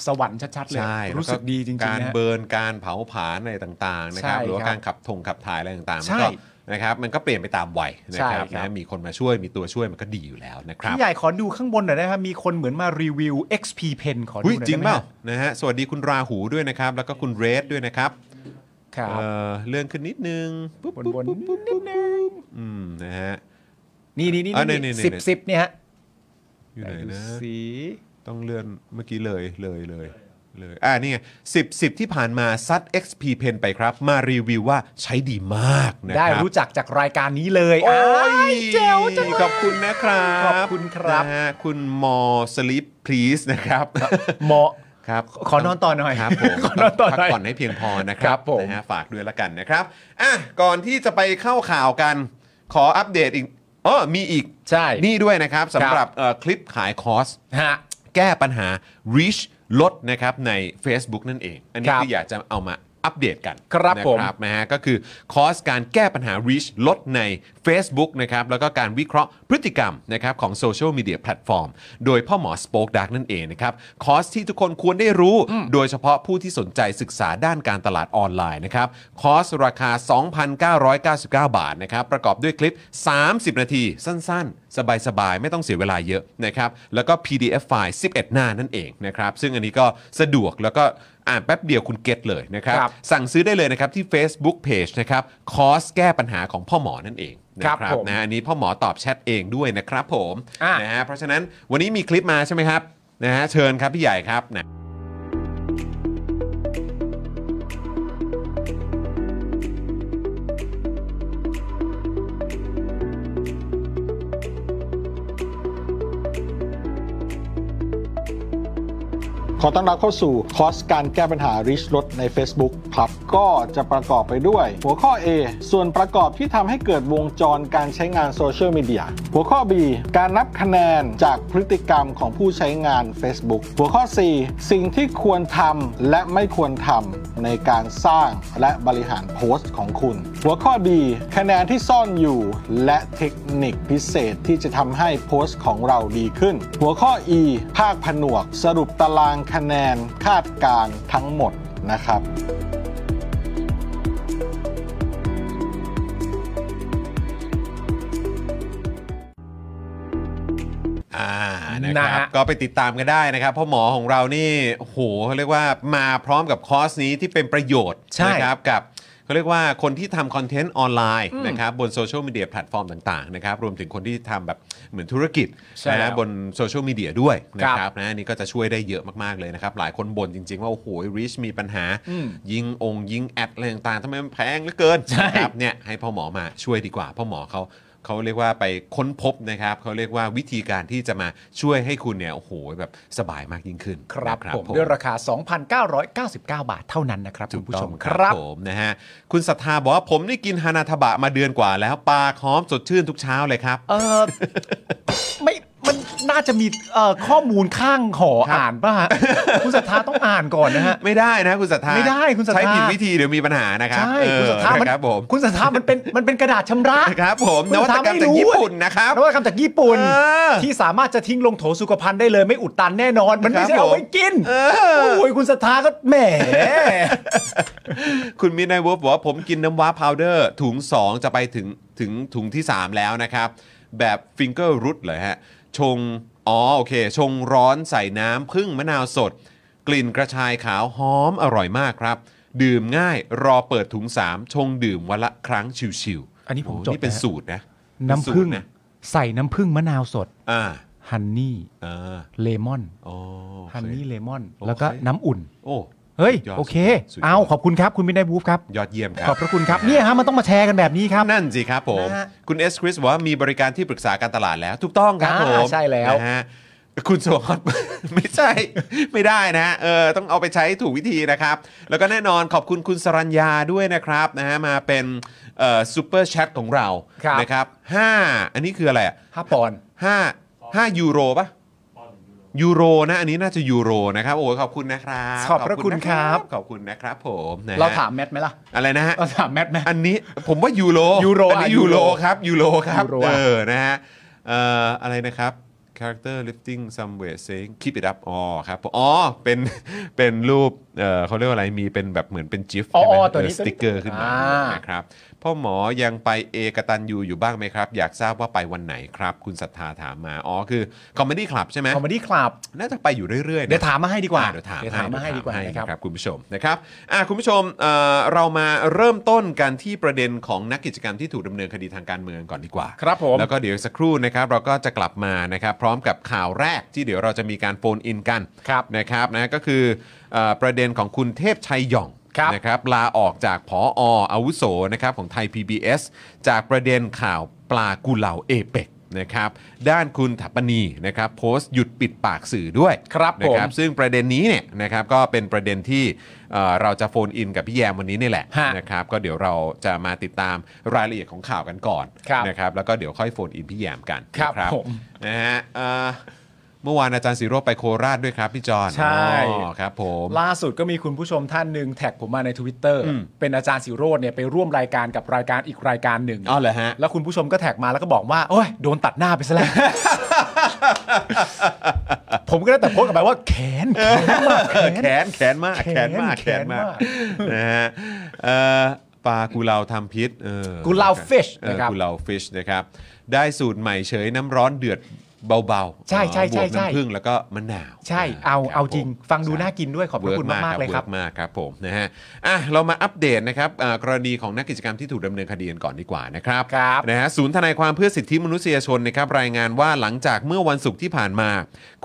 สวรรค์ชัดๆเลย
ใช่
รู้สึกดีจริงๆ
แล้วการ
นะฮะ
เบิร์นการเผาผลาญอะไรต่างๆนะครับ
ใช่
หรือว่า
ครับ
การขับทงขับถ่ายอะไรต่างๆมั
ใช่
นก็นะครับมันก็เปลี่ยนไปตามวัยนะครับ
ใช่ครับ
นะมีคนมาช่วยมีตัวช่วยมันก็ดีอยู่แล้วนะครับ
พี่ใหญ่ขอดูข้างบนหน่อยนะครับ มีคนเหมือนมารีวิว XP Pen ขอดูห
หุ้ย
น่อย
จริง
ได้ไหม
เปล่านะฮะสวัสดีคุณราหูด้วยนะครับ แล้วก็คุณเรดด้วยนะครับ
ครั
เอ่
บ
อเรื่องขึ้นนิดนึงปุ๊บบ
น
ปุ๊บบ
น
ปุ๊บปุ๊บปุ๊บอืมนะฮะ
นี่นี่นี่
อ่ะนี่นี่
สิบ
นี่
สิบเนี่ยฮะ
อยู่ไหน
ดู
นะ
สิ
ต้องเลื่อนเมื่อกี้เลยเลยเลยเลยอ่านี่ไงสิบสิบที่ผ่านมาซัด XP Pen ไปครับ มารีวิวว่าใช้ดีมากนะ
ได้
ครับ
รู้จักจากรายการนี้เลย
โอ้ย
ยเจ๋วจังเลย
ขอบคุณนะครับ
ขอบคุณครับ
นะฮะคุณมอสลิปพลีสนะครับ
เหมาะ
ครับ
ขอนอนต่อหน่อย
ครับผม
ขอนอนต่อหน่อ
พั
ย
กผ่อนให้เพียงพอนะค
ค
รั
รั
บบ
ผม
นะฮะฝากด้วยละกันนะครับอ่ะก่อนที่จะไปเข้าข่าวกัน ขออัปเดตอีกอ๋อมีอีก
ใช่
นี่ด้วยนะครับสำหรับเอ่อคลิปขายคอร์ส
ฮะ
แก้ปัญหา reach ลดนะครับใน Facebook นั่นเอง อันนี้
ครับ
คืออยากจะเอามาอัปเดตกัน
ครับ
นะ
ผม
นะฮะก็คือคอร์สการแก้ปัญหา reach ลดใน Facebook นะครับแล้วก็การวิเคราะห์พฤติกรรมนะครับของโซเชียลมีเดียแพลตฟอร์มโดยพ่อหมอ Spoke Dark นั่นเองนะครับคอร์สที่ทุกคนควรได้รู้ โดยเฉพาะผู้ที่สนใจศึกษาด้านการตลาดออนไลน์นะครับคอร์สราคา 2,999 บาทนะครับประกอบด้วยคลิป 30 นาทีสั้น ๆ สบายๆ ไม่ต้องเสียเวลาเยอะนะครับ แล้วก็ PDF ไฟล์ 11 หน้านั่นเองนะครับ ซึ่งอันนี้ก็สะดวกแล้วก็อ่านแป๊บเดียวคุณเก็ตเลยนะครับ
ครับ
สั่งซื้อได้เลยนะครับที่ Facebook Page นะครับคอร์สแก้ปัญหาของพ่อหมอนั่นเองนะครับ
ผม
นะอันนี้พ่อหมอตอบแชทเองด้วยนะครับผม
อ่ะ
นะฮะเพราะฉะนั้นวันนี้มีคลิปมาใช่ไหมครับนะฮะเชิญครับพี่ใหญ่ครับนะ
ขอต้อนรับเข้าสู่คอร์สการแก้ปัญหาริชลดใน Facebook ครับ ก็จะประกอบไปด้วย หัวข้อ A ส่วนประกอบที่ทำให้เกิดวงจรการใช้งานโซเชียลมีเดียหัวข้อ B การนับคะแนนจากพฤติกรรมของผู้ใช้งาน Facebook หัวข้อ C สิ่งที่ควรทำและไม่ควรทำในการสร้างและบริหารโพสต์ของคุณ หัวข้อ D คะแนนที่ซ่อนอยู่ และเทคนิคพิเศษที่จะทำให้โพสต์ของเราดีขึ้น หัวข้อ E ภาคผนวก สรุปตารางคะแนนคาดการณ์ทั้งหมดนะครับ
อ่านะ
นะครับ
ก็ไปติดตามกันได้นะครับเพราะหมอของเรานี่โอ้โหเขาเรียกว่ามาพร้อมกับคอร์สนี้ที่เป็นประโยชน์
ใช่
นะครับกับเขาเรียกว่าคนที่ทำคอนเทนต์ออนไลน์นะครับบนโซเชียลมีเดียแพลตฟอร์มต่างๆนะครับรวมถึงคนที่ทำแบบเหมือนธุรกิจ
ใช่
นะฮะ
แล้ว
บนโซเชียลมีเดียด้วยนะค
ครั
รับบ นะอันนี่ก็จะช่วยได้เยอะมากๆเลยนะครับหลายคนบ่นจริง ๆ ว่า โอ้โหริชมีปัญหา
อืม
ยิงองค์ยิงแอดอะไรต่างๆทำไมมันแพงเหลือเกิน
ใช่
นะครับ เนี่ยให้พ่อหมอมาช่วยดีกว่า พ่อหมอเขาเขาเรียกว่าไปค้นพบนะครับเขาเรียกว่าวิธีการที่จะมาช่วยให้คุณเนี่ยโอ้โหแบบสบายมากยิ่งขึ้น
ครับ
นะ
ผมด้วยราคา 2,999 บาทเท่านั้นนะครับ
ถู
คุ
ก
ณผู้
ต้
ช
อง
ม
ค
ค
รั
รั
บบ ผมนะฮะคุณศรัทธาบอกว่าผมนี่กินฮานาทบะมาเดือนกว่าแล้วปากหอมสดชื่นทุกเช้าเลยครับ
เออ ไม่มันน่าจะมีเอ่อข้อมูลข้างหอ
ครับ
อ่านป่ะฮะคุณศรัทธาต้องอ่านก่อนนะฮะ
ไม่ได้นะคุณศรัทธา
ไม่ได้คุณศรัทธา
ใช้ผิดวิธีเดี๋ยวมีปัญหานะครับ
ใช่
เออ
คุณศรัทธามัน
นะครับผม
คุณศรัทธามันเป็นมันเป็นกระดาษชำระ
ครับผมนวัตกรรมจากญี่ปุ่นนะครับ
นวัตกรรมจากญี่ปุ่น
เออ
ที่สามารถจะทิ้งลงโถสุขภัณฑ์ได้เลยไม่อุดตันแน่นอน มันไม่ใช่
ครับผม
เอาไว้กิน
เออ
โอ้ยคุณศรัทธาก็แหม
คุณมินไนเวิร์บบอกว่าผมกินน้ำว้าพาวเดอร์ ถุง 2 จะไปถึงถึงถุงที่ 3 แล้วนะครับ แบบฟิงเกอร์รุตเลยฮะ ชง อ๋อ โอเค ชงร้อนใส่น้ำพึ่งมะนาวสด กลิ่นกระชายขาวหอมอร่อยมากครับ ดื่มง่ายรอเปิดถุง 3 ชงดื่มวันละครั้งชิวๆ
อันนี้ผม
โโห
จด
นี่เป็น
นะ
สูตรนะ
น้ำผึ้ง
เป็สูตรนะ
ใส่น้ำผึ้งมะนาวสด
อ่า
ฮันนี่
อ่า
เลมอน
อ๋อโอเค
ฮันนี่เลมอน
โอเค
แล้วก็น้ำอุ่น
โอ้
เฮ้ย
สุดยอด
โอเค
สุดยอด
เอาขอบคุณครับ คุณมินไดบูฟครับ
ยอดเยี่ยมครับ
ขอบพระคุณครับ เนี่ยฮะมันต้องมาแชร์กันแบบนี้ครับ
นั่นสิครับผม
นะฮะ
คุณเอสคริสบอกว่ามีบริการที่ปรึกษาการตลาดแล้ว ถูกต้องครับผ
อ่ามใช่แล้ว
นะฮะคุณสวัสดิ์ ไม่ใช่ ไม่ได้นะฮะเออต้องเอาไปใช้ถูกวิธีนะครับ แล้วก็แน่นอนขอบคุณคุณสรัญญาด้วยนะครับนะฮะมาเป็นซูเปอร์แชทของเรา
ครับ
นะครับห้าอันนี้คืออะไรอะ
ห้าปอนด์
ห้าห้ายูโรปะยูโรนะ อันนี้น่าจะยูโรนะครับ โอ้ยขอบคุณนะครับ
ขอบพระคุณครับ
ขอบคุณนะครับ ผมนะฮะ
เราถามแมทไหมล่ะ
อะไรนะฮะ
เราถามแมทไหม
อันนี้ผมว่ายูโร
ยูโร
อันนี้
อ่ะ
ยูโร
ยูโร
ครับยูโรครับ
ยูโร
เอ
อ่ะ
อนะฮะเอ่ออะไรนะครับ character lifting somewhere saying keep it up อ๋อครับผมอ๋อเป็นเป็นรูปเออเขาเรียกว่าอะไรมีเป็นแบบเหมือนเป็นจิฟ
อ๋อ
ใช่ไหม
อ๋อตัวนี้
เสติกเกอร์ขึ้นมา
อ่าน
นะครับพ่อหมอยังไปเอกตันยูอยู่บ้างไหมครับ อยากทราบว่าไปวันไหนครับ คุณศรัทธาถามมา อ๋อคือคอมเมดี้คลับใช่ไหม
คอมเมดี้คลับ
น่าจะไปอยู่เรื่อยๆนะ
เดี๋ยวถามมาให้ดีกว่า
อ่เดี๋ยวถาม
มาให้ดีกว่า
เย
นะ
ถ
ครับ
มคุณผู้ชมนะครับอ่ะคุณผู้ชมเอ่อเรามาเริ่มต้นกันที่ประเด็นของนักกิจกรรมที่ถูกดำเนินคดีทางการเมืองก่อนดีกว่า
ครับผม
แล้วก็เดี๋ยวสักครู่นะครับเราก็จะกลับมานะครับพร้อมกับข่าวแรกที่เดี๋ยวเราจะมีการโฟนอินกัน
ครับ
นะครับนะก็คือเอ่อประเด็นของคุณเทพชัยหย่อง
ครับ
นะครับลาออกจากผออาวุโสนะครับของไทย PBS จากประเด็นข่าวปลากุเหลาเอเปกนะครับด้านคุณถัปปนีนะครับโพสต์หยุดปิดปากสื่อด้วย
ครับ
นะ
ผม
ครับซึ่งประเด็นนี้เนี่ยนะครับก็เป็นประเด็นที่เอ่อเราจะโฟนอินกับพี่แยมวันนี้นี่แหละ
ฮะ
นะครับก็เดี๋ยวเราจะมาติดตามรายละเอียดของข่าวกันก่อน
ครับ
นะครับแล้วก็เดี๋ยวค่อยโฟนอินพี่แยมกัน
ครับ
นะ
ผม
นะฮะเอ่อเมื่อวานอาจารย์ศิโรจน์ไปโคราชด้วยครับพี่จอน
ใช่
อ๋อครับผม
ล่าสุดก็มีคุณผู้ชมท่านหนึ่งแท็กผมมาใน Twitter
อืม
เป็นอาจารย์สิโรจน์เนี่ยไปร่วมรายการกับรายการอีกรายการหนึ่ง
อ๋อเหรอฮะ
แล้วคุณผู้ชมก็แท็กมาแล้วก็บอกว่า โอ้ย โดนตัดหน้าไป ซะแล้ว ผมก็ได้แต่โพสต์กลับไปว่าแขนแขนมากแขน
แขนแขนมากแขนมากแข
แข
น
น
มาก
แขนมาก
นะฮะเอ่อปลากุเลาทำพิษเออ
กุเลา fish
เออ
นะครับ
กุเลาฟิชนะครับ ได้สูตรใหม่เฉยน้ำร้อนเดือดเบาๆ
ใช่ใช่ใช่
บวก
ใช่
น้ำผึ้งแล้วก็มะนาว
ใช่ เอา
คบ
เอาจริง
ผม
ฟังดูน่ากินด้วย ขอบพระคุณ
วิ
มากๆเลยครับ
วิร์กมากครับผมนะฮะอ่ะเรามาอัปเดตนะครับอ่ากรณีของนักกิจกรรมที่ถูกดำเนินคดีกันก่อนดีกว่านะครับ
ครับ
นะฮะศูนย์ทนายความเพื่อสิทธิมนุษยชนนะครับรายงานว่าหลังจากเมื่อวันศุกร์ที่ผ่านมา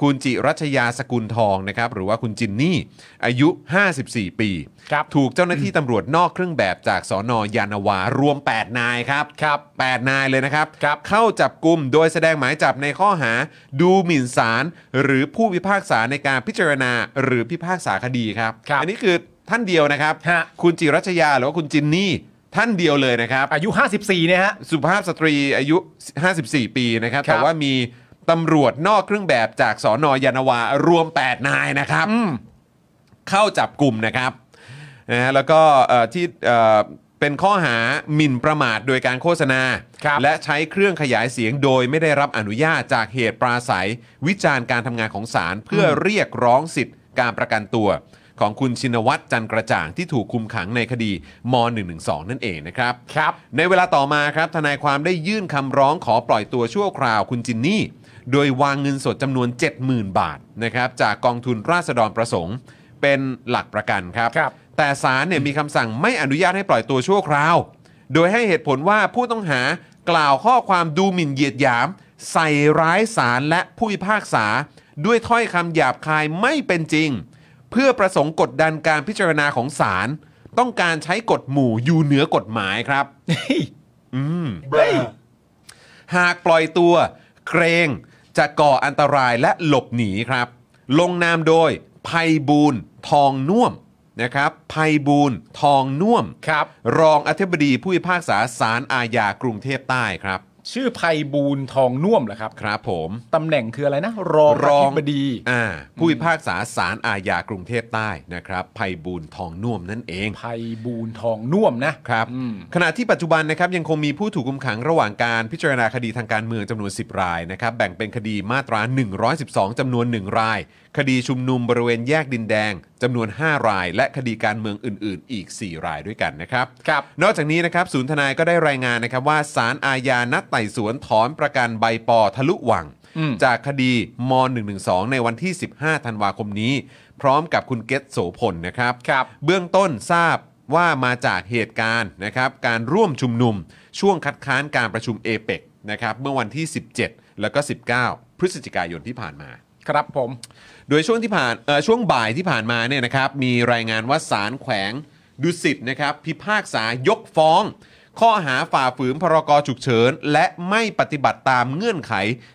คุณจิรัชยาสกุลทองนะครับหรือว่าคุณจินนี่ อายุ 54 ปี
ครับ
ถูกเจ้าหน้าที่ตำรวจนอกเครื่องแบบจากสอนอยานาวารวม 8 นายครับ
ครับ
8นายเลยนะครับ
ครับ
เข้าจับกลุ่มโดยแสดงหมายจับในข้อหา ดูหมิ่นศาลหรือผู้พิพากษาในการพิจารณาหรือพิพากษาคดีครับ
ครับ
อันี้คือท่านเดียวนะครับ
ฮะ
คุณจิรัชยาหรือว่าคุณจินนี่ ท่านเดียวเลยนะครับ
อายุ 54 เนี่ยฮะ
สุภาพสตรีอายุ 54 ปีนะครับ
ครับ
แต่ว่ามีตำรวจนอกเครื่องแบบจากสอนอยานาวารวม 8 นายนะครับ เข้าจับกลุ่มนะครับนะฮะแล้วก็เอ่อที่เอ่อเป็นข้อหาหมิ่นประมาทโดยการโฆษณา
ครับ
และใช้เครื่องขยายเสียงโดยไม่ได้รับอนุญาตจากเหตุปราศัย วิจารณ์การทำงานของศาลเพื่อเรียกร้องสิทธิ์การประกันตัว ของคุณชินวัตรจันทร์กระจ่างที่ถูกคุมขังในคดีม .112 นั่นเองนะครับ
ครับ
ในเวลาต่อมาครับทนายความได้ยื่นคำร้องขอปล่อยตัวชั่วคราวคุณจินนี่ โดยวางเงินสดจำนวน 70,000 บาทนะครับจากกองทุนราษฎรประสงค์ เป็นหลักประกันครับ
ครับ
แต่ศาลเนี่ยมีคำสั่งไม่อนุญาตให้ปล่อยตัวชั่วคราว โดยให้เหตุผลว่าผู้ต้องหากล่าวข้อความดูหมิ่นเหยียดหยาม ใส่ร้ายศาลและผู้พิพากษา ด้วยถ้อยคำหยาบคายไม่เป็นจริง เพื่อประสงค์กดดันการพิจารณาของศาลต้องการใช้กฎหมู่อยู่เหนือกฎหมายครับ หากปล่อยตัวเกรงจะก่ออันตรายและหลบหนีครับ ลงนามโดยภัยบูลย์ทองน่วมนะครับภัยบูลย์ทองน่วม
ครับ
รองอธิบดีผู้พิพากษาศาลอาญากรุงเทพใต้ครับ
ชื่อไพบูลย์ทองน่วมเหรอครับ
ครับผม
ตำแหน่งคืออะไรนะ รองอธิบดี
อ่าผู้พิพากษาศาลอาญากรุงเทพใต้นะครับภัยบูลย์ทองน่วมนั่นเอง
ไพบูลย์ทองน่วมนะ
ครับ
อืม
ขณะที่ปัจจุบันนะครับยังคงมีผู้ถูกคุมขังระหว่างการพิจารณาคดีทางการเมืองจำนวน 10 รายนะครับแบ่งเป็นคดีมาตรา 112จำนวน 1 ราย คดีชุมนุมบริเวณแยกดินแดง จำนวน 5 ราย และคดีการเมืองอื่น ๆ อีก 4 รายด้วยกันนะครับ
ครับ
นอกจากนี้นะครับศูนย์ทนายก็ได้รายงานนะครับว่าสารอาญานัดไต่สวนถอนประกันใบปอทะลุหวัง จากคดีม .112 ในวันที่ 15 ธันวาคมนี้ พร้อมกับคุณเกตโสพลนะครับ
ครับ
เบื้องต้นทราบว่ามาจากเหตุการณ์นะครับการร่วมชุมนุม ช่วงคัดค้านการประชุมเอเปกนะครับเมื่อวันที่ 17 แล้วก็ 19 พฤศจิกายนที่ผ่านมา
ครับผม
โดยช่วงที่ผ่านเอ่อช่วงบ่ายที่ผ่านมาเนี่ยนะครับมีรายงานว่าสารแขวงดุสิตนะครับพิพากษายกฟ้อง ข้อหาฝ่าฝืนพรกฉุกเฉิน และไม่ปฏิบัติตามเงื่อนไข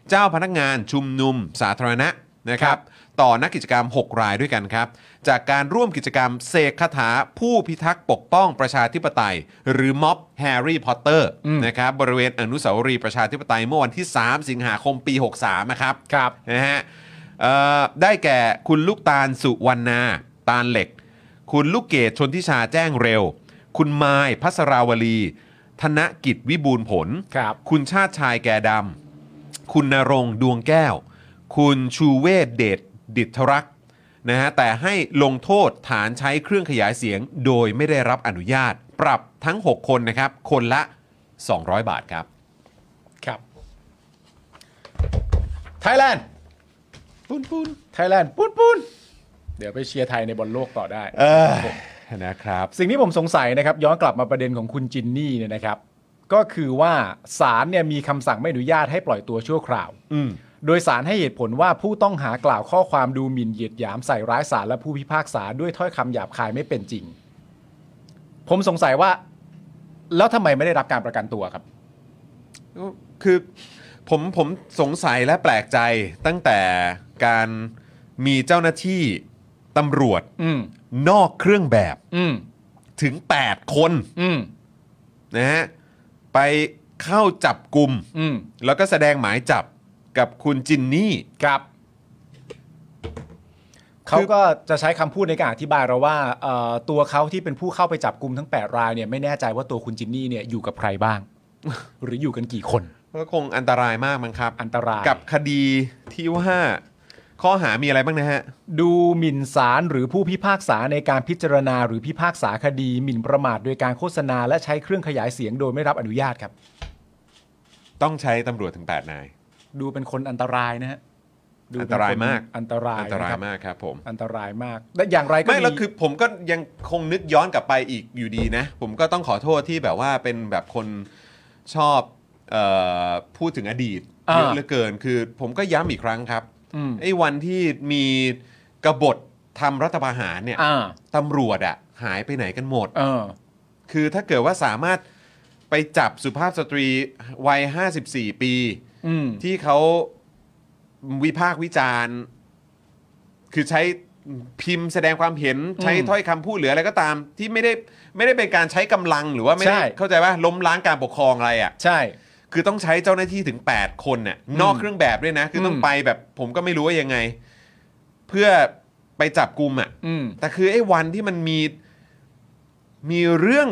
เจ้าพนักงานชุมนุมสาธารณะนะครับต่อนักกิจกรรม 6 รายด้วยกันครับ จากการร่วมกิจกรรมเสกคาถาผู้พิทักษ์ปกป้องประชาธิปไตย หรือม็อบแฮร์รี่พอตเตอร์นะครับบริเวณอนุสาวรีย์ประชาธิปไตยเมื่อวันที่ 3 สิงหาคมปี 63นะครับ
ครับ
นะฮะเอ่อได้แก่คุณลูกตาลสุวรรณา ตาลเหล็ก คุณลูกเกดชนทิชาแจ้งเร็ว คุณไมายพัสราวลี ธนกิจวิบูลย์ผล
ครับ
คุณชาติชายแก่ดำ คุณนรงค์ดวงแก้ว คุณชูเวศเดชดิทรักษ์นะฮะแต่ให้ลงโทษฐานใช้เครื่องขยายเสียงโดยไม่ได้รับอนุญาต ปรับทั้ง 6 คนนะครับ คนละ 200 บาทครับ
ครับไทยแลนด์ปุ้นปุ้นไทยแลนด์ปุ้นปุ้นเดี๋ยวไปเชียร์ไทยในบอลโลกต่อได้
นะครับ
สิ่งที่ผมสงสัยนะครับ ย้อนกลับมาประเด็นของคุณจินนี่เนี่ยนะครับ ก็คือว่าศาลเนี่ยมีคำสั่งไม่อนุญาตให้ปล่อยตัวชั่วคราว
อืม
โดยสารให้เหตุผลว่าผู้ต้องหากล่าวข้อความดูหมิ่นเหยียดหยามใส่ร้ายสารและผู้พิพากษาด้วยถ้อยคำหยาบคายไม่เป็นจริง ผมสงสัยว่า แล้วทำไมไม่ได้รับการประกันตัวครับ
คือผมผมสงสัยและแปลกใจตั้งแต่การมีเจ้าหน้าที่ตำรวจ
อืม
นอกเครื่องแบบ
อืม
ถึง 8 คน
อืม
นะฮะไปเข้าจับกลุ่ม
อืม
แล้วก็แสดงหมายจับกับคุณจินนี่
ครับ เขาก็จะใช้คำพูดในการอธิบายเราว่าเอ่อตัวเขาที่เป็นผู้เข้าไปจับกลุ่มทั้ง 8 รายเนี่ยไม่แน่ใจว่าตัวคุณจินนี่เนี่ยอยู่กับใคร บ้าง หรืออยู่กันกี่คน
ก็คงอันตรายมากมั้งครับ
อันตราย
กับคดีที่ว่าข้อหามีอะไรบ้างนะฮะ
ดูหมิ่นศาลหรือผู้พิพากษาในการพิจารณาหรือพิพากษาคดี หมิ่นประมาทโดยการโฆษณาและใช้เครื่องขยายเสียงโดยไม่รับอนุญาตครับ
ต้องใช้ตำรวจถึง 8 นาย
ดูเป็นคนอันตรายนะฮะดู
อัน
เป็
ต
ค
รายมาก
อันตราย
อันตราย
ะคบ
มากครับผม
อันตรายมาก และอย่างไรก็
ไม่แล้วคือผมก็ยังคงนึกย้อนกลับไปอีกอยู่ดีนะ ผมก็ต้องขอโทษที่แบบว่าเป็นแบบคนชอบเออพูดถึงอดีตเยอะเหลือเกิน คือผมก็ย้ำอีกครั้งครับ
อืม
ไอ้วันที่มีกบฏทำรัฐประหารเนี่ย
อ่า
ตำรวจอะหายไปไหนกันหมด
เออ
คือถ้าเกิดว่าสามารถไปจับสุภาพสตรีวัย 54 ปี
อืม
ที่เขาวิพากษ์วิจารณ์ คือใช้พิมพ์แสดงความเห็นใช้ถ้อยคำพูดหรืออะไรก็ตาม ที่ไม่ได้ไม่ได้เป็นการใช้กำลังหรือว่าไม่ได้
ใช่
เข้าใจว่าล้มล้างการปกครองอะไรอะ่ะ
ใช่
คือต้องใช้เจ้าหน้าที่ถึง 8 คนน่ะนอกเครื่องแบบด้วยนะ คือต้อง
อืม
ไปแบบผมก็ไม่รู้ว่ายังไง เพื่อไปจับกลุ่มอ่ะ
อืม
แต่คือไอ้วันที่มันมีมีเรื่อง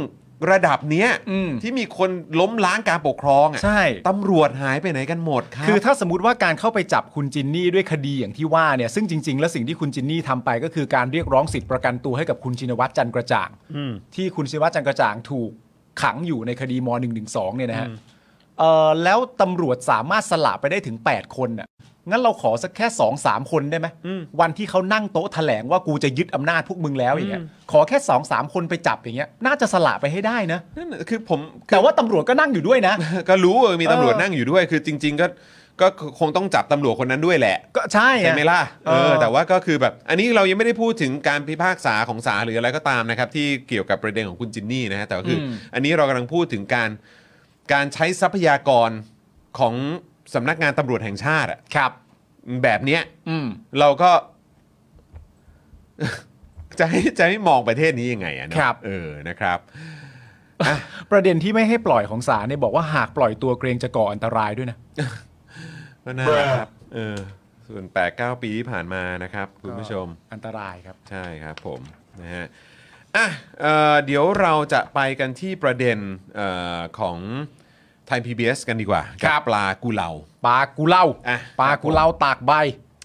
ระดับเนี้ย
อืม
ที่มีคนล้มล้างการปกครองอ่ะ
ใช่
ตำรวจหายไปไหนกันหมดครับ
คือถ้าสมมติว่าการเข้าไปจับคุณจินนี่ด้วยคดีอย่างที่ว่าเนี่ยซึ่งจริง ๆ แล้วสิ่งที่คุณจินนี่ทำไปก็คือการเรียกร้องสิทธิประกันตัวให้กับคุณชินวัตรจันทร์กระจ่างที่คุณชินวัตรจันทร์กระจ่างถูกขังอยู่ในคดีม .112 เนี่ยนะฮะเอ่อแล้วตำรวจสามารถสละไปได้ถึง 8 คนน่ะงั้นเราขอสักแค่ 2 3 คนได้ไหมวันที่เขานั่งโต๊ะแถลงว่ากูจะยึดอำนาจพวกมึงแล้วอย่างเงี้ยขอแค่2 3คนไปจับอย่างเงี้ยน่าจะสละไปให้ได้นะ
นั่นน่ะคือผม
แต่ว่าตำรวจก็นั่งอยู่ด้วยนะ
ก็รู้ว่ามีตำรวจ
เออ
นั่งอยู่ด้วย คือจริง ๆ ก็ก็คงต้องจับตำรวจคนนั้นด้วยแหละ
ก็ใช่อะ
ใช่ไหมล่ะเอ
เอ
อ
อ
แต่ว่าก็คือแบบ อันนี้เรายังไม่ได้พูดถึงการพิพากษาของศาลหรืออะไรก็ตามนะครับ ที่เกี่ยวกับประเด็นของคุณจินนี่นะฮะแต่ก็คือออันนี้เรากำลังพูดถึงการการใช้ทรัพยากรของสำนักงานตำรวจแห่งชาติอะ
ครับ
แบบเนี้ย
อืม
เราก็ จะให้จะให้มองประเทศนี้ยังไงอะเนอะ
ครับ
เออนะครับ
ประเด็นที่ไม่ให้ปล่อยของศาลเนี่ยบอกว่าหากปล่อยตัวเกรงจะก่ออันตรายด้วยนะ
ก็น่ารักครับ เออ ส่วน 8 9 ปีที่ผ่านมานะครับ คุณผู้ชม
อันตรายครับ
ใช่ครับผม นะฮะ อ่ะเอ่อเดี๋ยวเราจะไปกันที่ประเด็นเออของไทย PBS กันดีกว่า
ครั
กั
บ
บปลากุเลา
ปลากุเลา
อ่ะ
ปลากุเลาตากใบ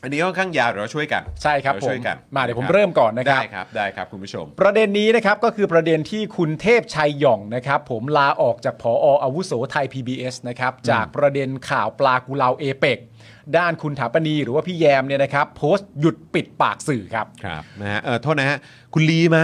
อันนี้ค่อนข้างยาวเดี๋ยวเราช่วยกัน
ใช่ครับ
เา
ผม
ช่วยกัน
มาเดี๋ยวผม
ะคบ
เริ่มก่อนนะครับ
ได้ครับได้ครับคุณผู้ชม
ประเด็นนี้นะครับก็คือประเด็นที่คุณเทพชัยหย่องนะครับ ผมลาออกจากผออาวุโสไทย PBS นะครับจากประเด็นข่าวปลากุเลาเอเปกด้านคุณถาปนีหรือว่าพี่แยมเนี่ยนะครับ โพสต์หยุดปิดปากสื่อครับ
ครับนะฮะเออโทษนะฮะ คุณลีมา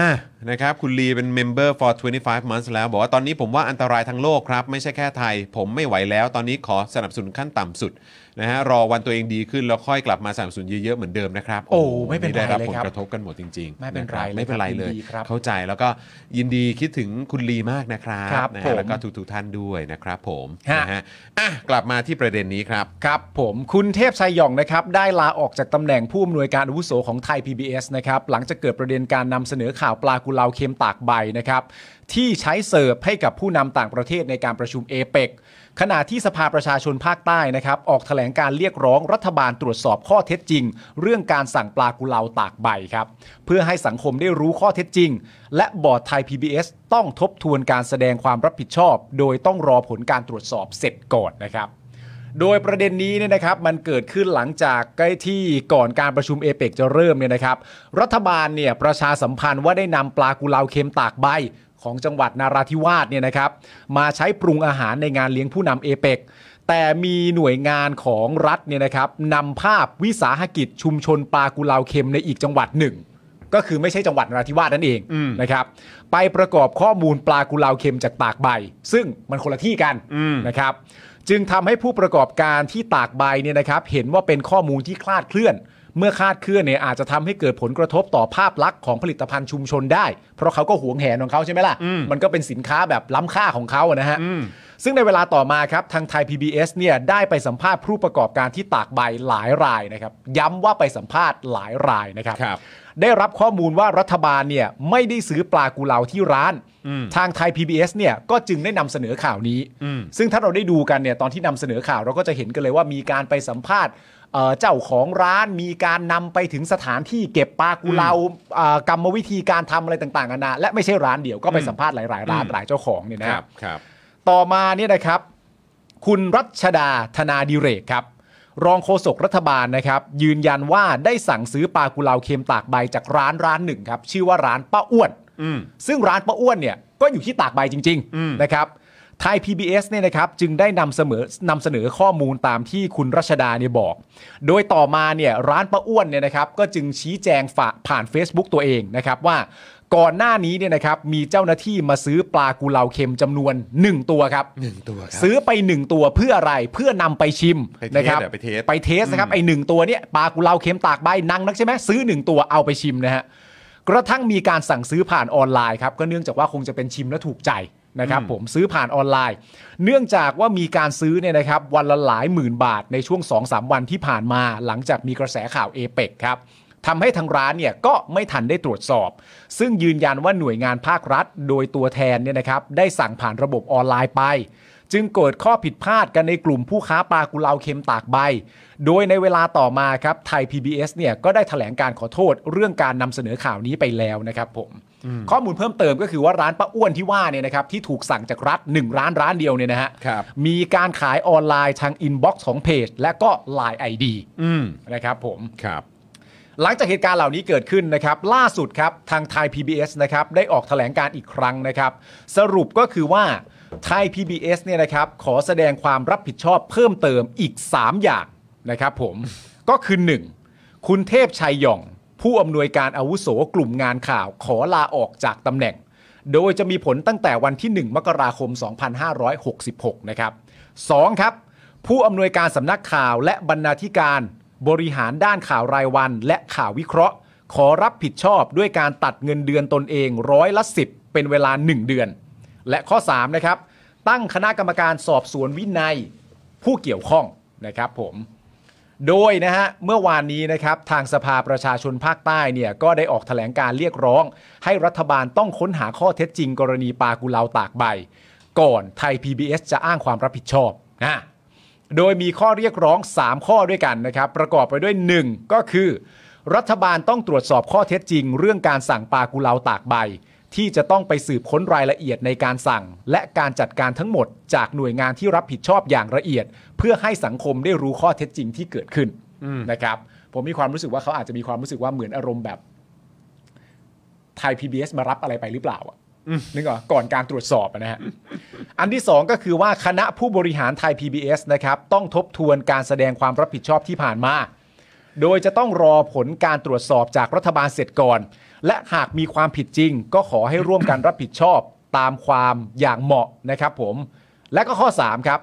นะครับ คุณลีเป็น member for 25 months แล้ว บอกว่าตอนนี้ผมว่าอันตรายทั้งโลกครับ ไม่ใช่แค่ไทย ผมไม่ไหวแล้ว ตอนนี้ขอสนับสนุนขั้นต่ำสุด นะฮะ รอวันตัวเองดีขึ้น แล้วค่อยกลับมาสนับสนุนเยอะๆ เหมือนเดิมนะครับ
โอ้ไม่เป็นไร
ได้รับ
เลย
ผล
ครับ
กระทบกันหมดจริงๆ
ไม่เป็นไระ
คบไม่เป็นไรเลย
ยินดีครับ
เข้าใจแล้วก็ยินดีคิดถึงคุณลีมากนะครับ
ครับ
นะ
ผ
ฮะ
ม
แล้วก็ทุกๆท่านด้วยนะครับผม
ฮะ
นะฮะอ่ะกลับมาที่ประเด็นนี้ครับ
ครับผมคุณเทพชัยหย่องนะครับได้ลาออกจากตำแหน่งผู้อำนวยการอาวุโสของไทย PBS นะครับหลังจากเกิดประเด็นการนำเสนอข่าวปลากุเลาเค็มตากใบนะครับที่ใช้เสิร์ฟให้กับผู้นำต่างประเทศในการประชุมเอเปกขณะที่สภาประชาชนภาคใต้นะครับออกแถลงการเรียกร้องรัฐบาลตรวจสอบข้อเท็จจริง เรื่องการสั่งปลากุเลาตากใบครับเพื่อให้สังคมได้รู้ข้อเท็จจริง และบอร์ดไทย PBS ต้องทบทวนการแสดงความรับผิดชอบ โดยต้องรอผลการตรวจสอบเสร็จก่อนนะครับ โดยประเด็นนี้เนี่ยนะครับมันเกิดขึ้นหลังจากใกล้ที่ก่อนการประชุมเอเปกจะเริ่มเนี่ยนะครับ รัฐบาลเนี่ยประชาสัมพันธ์ว่าได้นำปลากุเลาเค็มตากใบของจังหวัดนาราธิวาสเนี่ยนะครับ มาใช้ปรุงอาหารในงานเลี้ยงผู้นำเอเปกแต่มีหน่วยงานของรัฐเนี่ยนะครับนำภาพวิสาหกิจชุมชนปลากุเลาเค็มในอีกจังหวัดหนึ่ง ก็คือไม่ใช่จังหวัดนราธิวาสนั่นเองนะครับ ไปประกอบข้อมูลปลากุเลาเค็มจากตากใบ ซึ่งมันคนละที่กันนะครับ จึงทำให้ผู้ประกอบการที่ตากใบเนี่ยนะครับ เห็นว่าเป็นข้อมูลที่คลาดเคลื่อน เมื่อคลาดเคลื่อนเนี่ยอาจจะทำให้เกิดผลกระทบต่อภาพลักษณ์ของผลิตภัณฑ์ชุมชนได้ เพราะเขาก็หวงแหนของเขาใช่ไหมล่ะ มันก็เป็นสินค้าแบบล้ำค่าของเขาอะนะฮะ ซึ่งในเวลาต่อมาครับทางไทย PBS เนี่ยได้ไปสัมภาษณ์ผู้ประกอบการที่ตากใบหลายรายนะครับ ย้ำว่าไปสัมภาษณ์หลายรายนะครับ
ครับ
ได้รับข้อมูลว่ารัฐบาลเนี่ยไม่ได้ซื้อปลากุเลาที่ร้าน ทางไทย PBS เนี่ยก็จึงได้นำเสนอข่าวนี้ ซึ่งถ้าเราได้ดูกันเนี่ยตอนที่นำเสนอข่าวเราก็จะเห็นกันเลยว่ามีการไปสัมภาษณ์เอ่อเจ้าของร้านมีการนำไปถึงสถานที่เก็บปลากุเลาเอ่อกรรมวิธีการทำอะไรต่างๆกันานะและไม่ใช่ร้านเดียวก็ไปสัมภาษณ์หลายๆร้านหลายเจ้าของเนี่ยนะ
ครับ
ต่อมาเนี่ยนะครับ คุณรัชดาธนาดิเรกครับ รองโฆษกรัฐบาลนะครับ ยืนยันว่าได้สั่งซื้อปลากุเลาเค็มตากใบจากร้านร้านหนึ่งครับ ชื่อว่าร้านป้าอ้วน ซึ่งร้านป้าอ้วนเนี่ยก็อยู่ที่ตากใบจริง ๆ นะครับ ไทย PBS เนี่ยนะครับจึงได้นำเสมอนำเสนอข้อมูลตามที่คุณรัชดาเนี่ยบอก โดยต่อมาเนี่ยร้านป้าอ้วนเนี่ยนะครับก็จึงชี้แจงฝากผ่าน Facebook ตัวเองนะครับว่า ก่อนหน้านี้เนี่ยนะครับมีเจ้าหน้าที่มาซื้อปลากุเลาเค็มจำนวน 1 ตัวครับ 1 ตัวครับ ซื้อไป 1 ตัวเพื่ออะไรเพื่อนำไปชิม
ไปเทส
นะครับ
อะไปเทส
ไปเทสนะครับไอหนึ่งตัวเนี่ยปลากุเลาเค็มตากใบนังนักใช่ไหมซื้อ 1 ตัวเอาไปชิมนะฮะ กระทั่งมีการสั่งซื้อผ่านออนไลน์ครับก็เนื่องจากว่าคงจะเป็นชิมและถูกใจนะครับผมซื้อผ่านออนไลน์ เนื่องจากว่ามีการซื้อเนี่ยนะครับวันละหลายหมื่นบาทในช่วง 2-3 วันที่ผ่านมาหลังจากมีกระแสข่าวเอเปกครับทำให้ทางร้านเนี่ยก็ไม่ทันได้ตรวจสอบ ซึ่งยืนยันว่าหน่วยงานภาครัฐ โดยตัวแทนเนี่ยนะครับได้สั่งผ่านระบบออนไลน์ไป จึงเกิดข้อผิดพลาดกันในกลุ่มผู้ค้าปลากุเลาเค็มตากใบ โดยในเวลาต่อมาครับไทย PBS เนี่ยก็ได้ถแถลงการขอโทษเรื่องการนำเสนอข่าวนี้ไปแล้วนะครับผม ข้อมูลเพิ่มเติมก็คือว่าร้านป้าอ้วนที่ว่าเนี่ยนะครับที่ถูกสั่งจากรัฐ 1 ร้านร้านเดียวเนี่ยนะฮะ
ครับ
มีการขายออนไลน์ทางอินบ็อกซ์ของเพจ และก็ Line ID
อืม
นะครับผม
ครับ
หลังจากเหตุการณ์เหล่านี้เกิดขึ้นนะครับ ล่าสุดครับ ทางไทย PBS นะครับได้ออกแถลงการณ์อีกครั้งนะครับ สรุปก็คือว่าไทย PBS เนี่ยนะครับขอแสดงความรับผิดชอบเพิ่มเติมอีก 3 อย่างนะครับผม ก็คือ 1. คุณเทพชัยหย่อง ผู้อำนวยการอาวุโสกลุ่มงานข่าวขอลาออกจากตำแหน่ง โดยจะมีผลตั้งแต่วันที่ 1 มกราคม 2566 นะครับ 2. ครับ ผู้อำนวยการสำนักข่าวและบรรณาธิการ บริหารด้านข่าวรายวันและข่าววิเคราะห์ ขอรับผิดชอบด้วยการตัดเงินเดือนตนเองร้อยละ10 เป็นเวลา 1 เดือน และข้อ 3 นะครับ ตั้งคณะกรรมการสอบสวนวินัย ผู้เกี่ยวข้องนะครับผม โดยนะฮะเมื่อวานนี้นะครับทางสภาประชาชนภาคใต้เนี่ยก็ได้ออกแถลงการเรียกร้อง ให้รัฐบาลต้องค้นหาข้อเท็จจริงกรณีปลากุเลาตากใบ ก่อนไทย PBS จะอ้างความรับผิดชอบนะโดยมีข้อเรียกร้อง 3 ข้อด้วยกันนะครับ ประกอบไปด้วย 1 ก็คือ รัฐบาลต้องตรวจสอบข้อเท็จจริง เรื่องการสั่งปลากุเลาตากใบ ที่จะต้องไปสืบค้นรายละเอียดในการสั่ง และการจัดการทั้งหมด จากหน่วยงานที่รับผิดชอบอย่างละเอียด เพื่อให้สังคมได้รู้ข้อเท็จจริงที่เกิดขึ้นนะครับ ผมมีความรู้สึกว่าเขาอาจจะมีความรู้สึกว่าเหมือนอารมณ์แบบไทย PBS มารับอะไรไปหรือเปล่าอะนึกออกก่อนการตรวจสอบอะนะฮะ อันที่ 2 ก็คือว่าคณะผู้บริหารไทย PBS นะครับ ต้องทบทวนการแสดงความรับผิดชอบที่ผ่านมา โดยจะต้องรอผลการตรวจสอบจากรัฐบาลเสร็จก่อน และหากมีความผิดจริง ก็ขอให้ร่วมกันรับผิดชอบตามความอย่างเหมาะนะครับผม และก็ข้อ 3 ครับ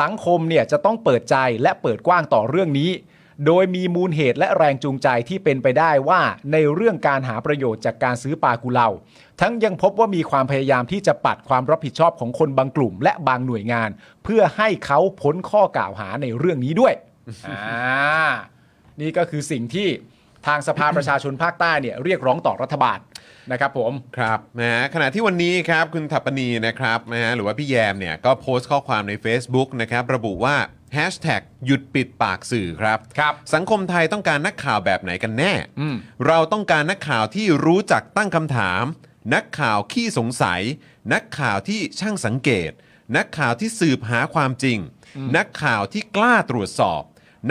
สังคมเนี่ยจะต้องเปิดใจและเปิดกว้างต่อเรื่องนี้ โดยมีมูลเหตุและแรงจูงใจที่เป็นไปได้ว่าในเรื่องการหาประโยชน์จากการซื้อปลากุเลา ทั้งยังพบว่ามีความพยายามที่จะปัดความรับผิดชอบของคนบางกลุ่ม และบางหน่วยงาน เพื่อให้เขาพ้นข้อกล่าวหาในเรื่องนี้ด้วย อ่านี่ก็คือสิ่งที่ทางสภาประชาชนภาคใต้เนี่ยเรียกร้องต่อรัฐบาลนะครับผม
ครับนะฮะขณะที่วันนี้ครับคุณถัปปณีนะครับนะฮะหรือว่าพี่แยมเนี่ยก็โพสต์ข้อความใน Facebook นะครับระบุว่า Hashtag หยุดปิดปากสื่อครับ
ครับ
สังคมไทยต้องการนักข่าวแบบไหนกันแน่
อืม
เราต้องการนักข่าวที่รู้จักตั้งคำถาม นักข่าวขี้สงสัย นักข่าวที่ช่างสังเกต นักข่าวที่สืบหาความจริง นักข่าวที่กล้าตรวจสอบ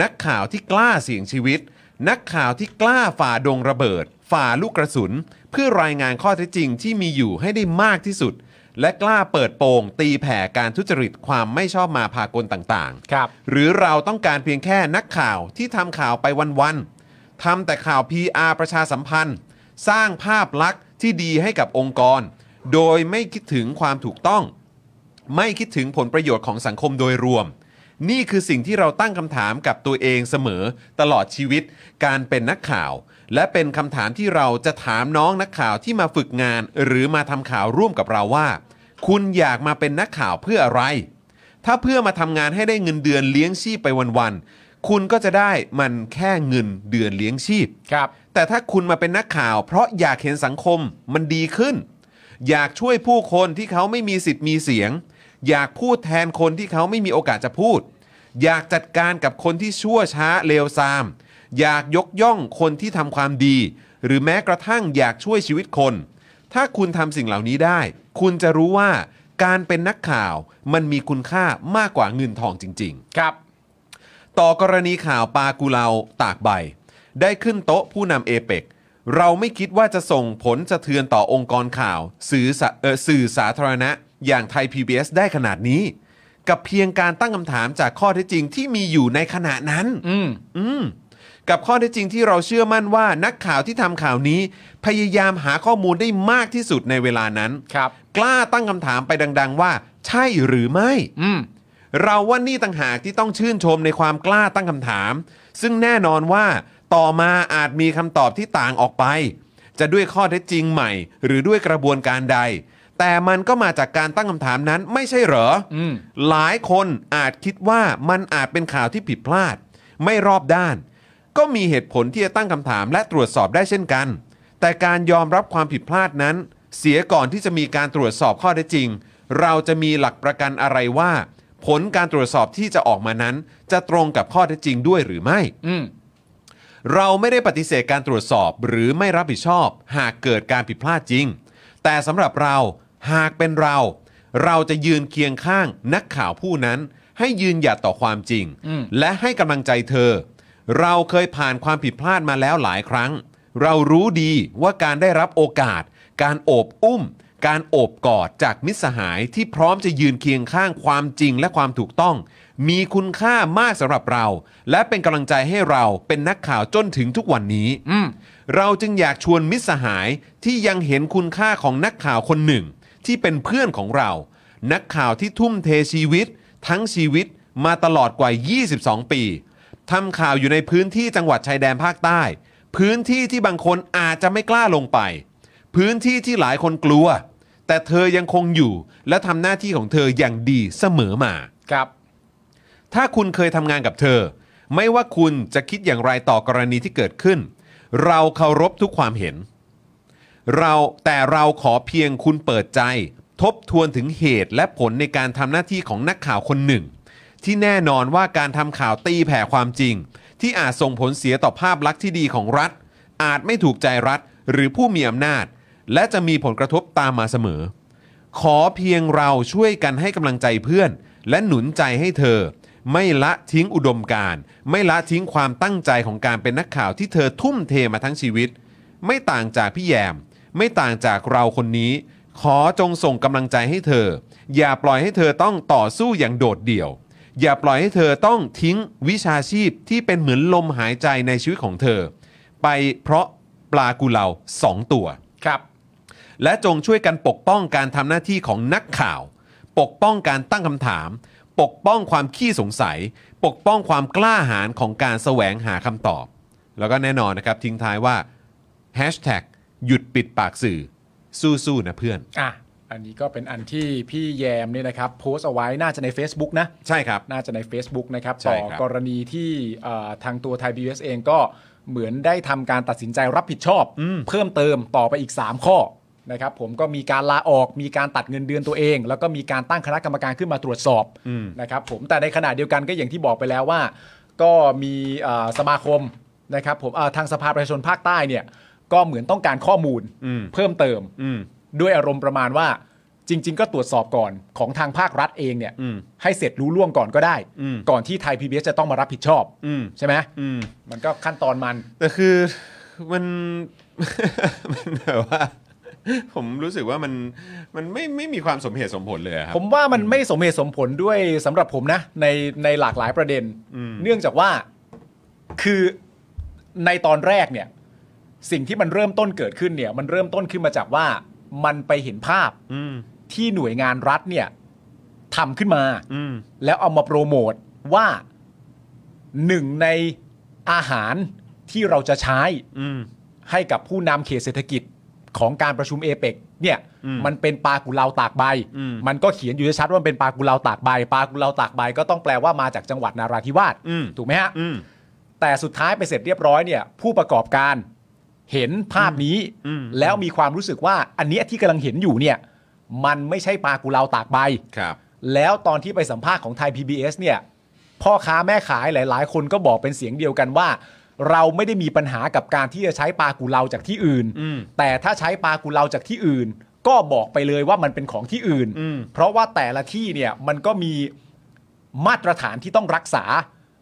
นักข่าวที่กล้าเสี่ยงชีวิต นักข่าวที่กล้าฝ่าดงระเบิด ฝ่าลูกกระสุน เพื่อรายงานข้อเท็จจริงที่มีอยู่ให้ได้มากที่สุด และกล้าเปิดโปง ตีแผ่การทุจริตความไม่ชอบมาพากลต่างๆ
ครับ
หรือเราต้องการเพียงแค่นักข่าวที่ทำข่าวไปวันๆ ทำแต่ข่าว PR ประชาสัมพันธ์ สร้างภาพลักษณ์ที่ดีให้กับองค์กร โดยไม่คิดถึงความถูกต้อง ไม่คิดถึงผลประโยชน์ของสังคมโดยรวม นี่คือสิ่งที่เราตั้งคำถามกับตัวเองเสมอตลอดชีวิต การเป็นนักข่าว และเป็นคำถามที่เราจะถามน้องนักข่าวที่มาฝึกงาน หรือมาทำข่าวร่วมกับเราว่า คุณอยากมาเป็นนักข่าวเพื่ออะไร ถ้าเพื่อมาทำงานให้ได้เงินเดือนเลี้ยงชีพไปวันๆ คุณก็จะได้มันแค่เงินเดือนเลี้ยงชีพ
ครับ
แต่ถ้าคุณมาเป็นนักข่าว เพราะอยากเห็นสังคมมันดีขึ้น อยากช่วยผู้คนที่เขาไม่มีสิทธิ์มีเสียง อยากพูดแทนคนที่เขาไม่มีโอกาสจะพูด อยากจัดการกับคนที่ชั่วช้าเลวทราม อยากยกย่องคนที่ทำความดี หรือแม้กระทั่งอยากช่วยชีวิตคน ถ้าคุณทำสิ่งเหล่านี้ได้ คุณจะรู้ว่าการเป็นนักข่าวมันมีคุณค่ามากกว่าเงินทองจริง ๆ
ครับ
ต่อกรณีข่าวปลากุเลาตากใบ ได้ขึ้นโต๊ะผู้นำเอเปกเราไม่คิดว่าจะส่งผลสะเทือนต่อองค์กรข่าวสื่อสาเอ่อสื่อสาธารณะ อย่างไทย PBS ได้ขนาดนี้ กับเพียงการตั้งคำถามจากข้อเท็จจริงที่มีอยู่ในขณะนั้น
อืม
อืมกับข้อเท็จจริงที่เราเชื่อมั่นว่านักข่าวที่ทำข่าวนี้ พยายามหาข้อมูลได้มากที่สุดในเวลานั้น
ครับ
กล้าตั้งคำถามไปดัง ๆ ว่า ใช่หรือไม่
อืม
เราว่านี่ต่างหากที่ต้องชื่นชมในความกล้าตั้งคำถาม ซึ่งแน่นอนว่าต่อมาอาจมีคำตอบที่ต่างออกไป จะด้วยข้อเท็จจริงใหม่ หรือด้วยกระบวนการใด แต่มันก็มาจากการตั้งคำถามนั้นไม่ใช่เหรออ
ม
หลายคนอาจคิดว่ามันอาจเป็นข่าวที่ผิดพลาด ไม่รอบด้าน ก็มีเหตุผลที่จะตั้งคำถามและตรวจสอบได้เช่นกัน แต่การยอมรับความผิดพลาดนั้น เสียก่อนที่จะมีการตรวจสอบข้อเท็จจริง เราจะมีหลักประกันอะไรว่า ผลการตรวจสอบที่จะออกมานั้น จะตรงกับข้อเท็จจริงด้วยหรือไม่
อืม
เราไม่ได้ปฏิเสธการตรวจสอบหรือไม่รับผิดชอบ หากเกิดการผิดพลาดจริง แต่สำหรับเราหากเป็นเรา เราจะยืนเคียงข้างนักข่าวผู้นั้น ให้ยืนหยัดต่อความจริง
อืม
และให้กำลังใจเธอ เราเคยผ่านความผิดพลาดมาแล้วหลายครั้ง เรารู้ดีว่าการได้รับโอกาส การโอบอุ้ม การโอบกอดจากมิตรสหายที่พร้อมจะยืนเคียงข้างความจริงและความถูกต้อง มีคุณค่ามากสำหรับเรา และเป็นกำลังใจให้เราเป็นนักข่าวจนถึงทุกวันนี้
อืม
เราจึงอยากชวนมิตรสหายที่ยังเห็นคุณค่าของนักข่าวคนหนึ่ง ที่เป็นเพื่อนของเรา นักข่าวที่ทุ่มเทชีวิต ทั้งชีวิตมาตลอดกว่า 22 ปีทำข่าวอยู่ในพื้นที่จังหวัดชายแดนภาคใต้ พื้นที่ที่บางคนอาจจะไม่กล้าลงไป พื้นที่ที่หลายคนกลัว แต่เธอยังคงอยู่ และทำหน้าที่ของเธออย่างดีเสมอมา
ครับ
ถ้าคุณเคยทำงานกับเธอ ไม่ว่าคุณจะคิดอย่างไรต่อกรณีที่เกิดขึ้น เราเคารพทุกความเห็น เราแต่เราขอเพียงคุณเปิดใจ ทบทวนถึงเหตุและผลในการทำหน้าที่ของนักข่าวคนหนึ่ง ที่แน่นอนว่าการทำข่าวตีแผ่ความจริง ที่อาจส่งผลเสียต่อภาพลักษณ์ที่ดีของรัฐ อาจไม่ถูกใจรัฐหรือผู้มีอำนาจ และจะมีผลกระทบตามมาเสมอ ขอเพียงเราช่วยกันให้กำลังใจเพื่อน และหนุนใจให้เธอ ไม่ละทิ้งอุดมการณ์ ไม่ละทิ้งความตั้งใจของการเป็นนักข่าวที่เธอทุ่มเทมาทั้งชีวิต ไม่ต่างจากพี่แยม ไม่ต่างจากเราคนนี้ ขอจงส่งกำลังใจให้เธอ อย่าปล่อยให้เธอต้องต่อสู้อย่างโดดเดี่ยว อย่าปล่อยให้เธอต้องทิ้งวิชาชีพที่เป็นเหมือนลมหายใจในชีวิตของเธอ ไปเพราะปลากุเลาสองตัว
ครับ
และจงช่วยกันปกป้องการทำหน้าที่ของนักข่าว ปกป้องการตั้งคำถาม ปกป้องความขี้สงสัย ปกป้องความกล้าหาญของการแสวงหาคำตอบ แล้วก็แน่นอนนะครับทิ้งท้ายว่า hashtag หยุดปิดปากสื่อ สู้ๆนะเพื่อน
อ่ะ อันนี้ก็เป็นอันที่พี่แยมเนี่ยนะครับ โพสต์เอาไว้น่าจะใน Facebook นะ
ใช่ครับ
น่าจะใน Facebook นะครับ
ใช่
ต่
ค
อ
รับ
กรณีที่เอ่อทางตัวไทย BS เองก็เหมือนได้ทำการตัดสินใจรับผิดชอบ เพิ่มเติมต่อไปอีก 3 ข้อนะครับผมก็มีการลาออกมีการตัดเงินเดือนตัวเอง แล้วก็มีการตั้งคณะกรรมการขึ้นมาตรวจสอบนะครับผมแต่ในขณะเดียวกันก็อย่างที่บอกไปแล้วว่า ก็มีเอ่อสมาคมนะครับผมเอ่อทางสภาประชาชนภาคใต้เนี่ยก็เหมือนต้องการข้อมูลเพิ่มเติม
อืม
ด้วยอารมณ์ประมาณว่าจริง ๆ ก็ตรวจสอบก่อนของทางภาครัฐเองเนี่ย
อืม
ให้เสร็จรู้ล่วงก่อนก็ได้
อืม
ก่อนที่ไทยพีบีจะต้องมารับผิดชอบ
อืม
ใช่ไหม
อืม
มันก็ขั้นตอนมัน
แต่คือมัน มันแบบว่า ผมรู้สึกว่ามันมันไม่ไม่มีความสมเหตุสมผลเลยอะครับ
ผมว่ามันไม่สมเหตุสมผลด้วยสำหรับผมนะในในหลากหลายประเด็น เนื่องจากว่าคือในตอนแรกเนี่ย สิ่งที่มันเริ่มต้นเกิดขึ้นเนี่ย มันเริ่มต้นขึ้นมาจากว่ามันไปเห็นภาพ
อืม
ที่หน่วยงานรัฐเนี่ยทำขึ้นมา
อืม
แล้วเอามาโปรโมทว่าหนึ่งในอาหารที่เราจะใช้
อืม
ให้กับผู้นำเขตเศรษฐกิจของการประชุมเอเปกเนี่ย
อืม
มันเป็นปลากุเลาตากใบ
อืม
มันก็เขียนอยู่ชัดว่ามันเป็นปลากุเลาตากใบปลากุเลาตากใบก็ต้องแปลว่ามาจากจังหวัดนาราธิวาส
อืม
ถูกไหมฮะ
อืม
แต่สุดท้ายไปเสร็จเรียบร้อยเนี่ย ผู้ประกอบการเห็นภาพนี้
อืม
แล้วมีความรู้สึกว่าอันเนี้ยที่กำลังเห็นอยู่เนี่ยมันไม่ใช่ปลากุเลาตากใบ
ครับ
แล้วตอนที่ไปสัมภาษณ์ของไทย PBS เนี่ยพ่อค้าแม่ขายหลาย ๆ คนก็บอกเป็นเสียงเดียวกันว่า เราไม่ได้มีปัญหากับการที่จะใช้ปลากุเลาจากที่อื่น
อืม
แต่ถ้าใช้ปลากุเลาจากที่อื่น ก็บอกไปเลยว่ามันเป็นของที่อื่น
อืม
เพราะว่าแต่ละที่เนี่ยมันก็มีมาตรฐานที่ต้องรักษา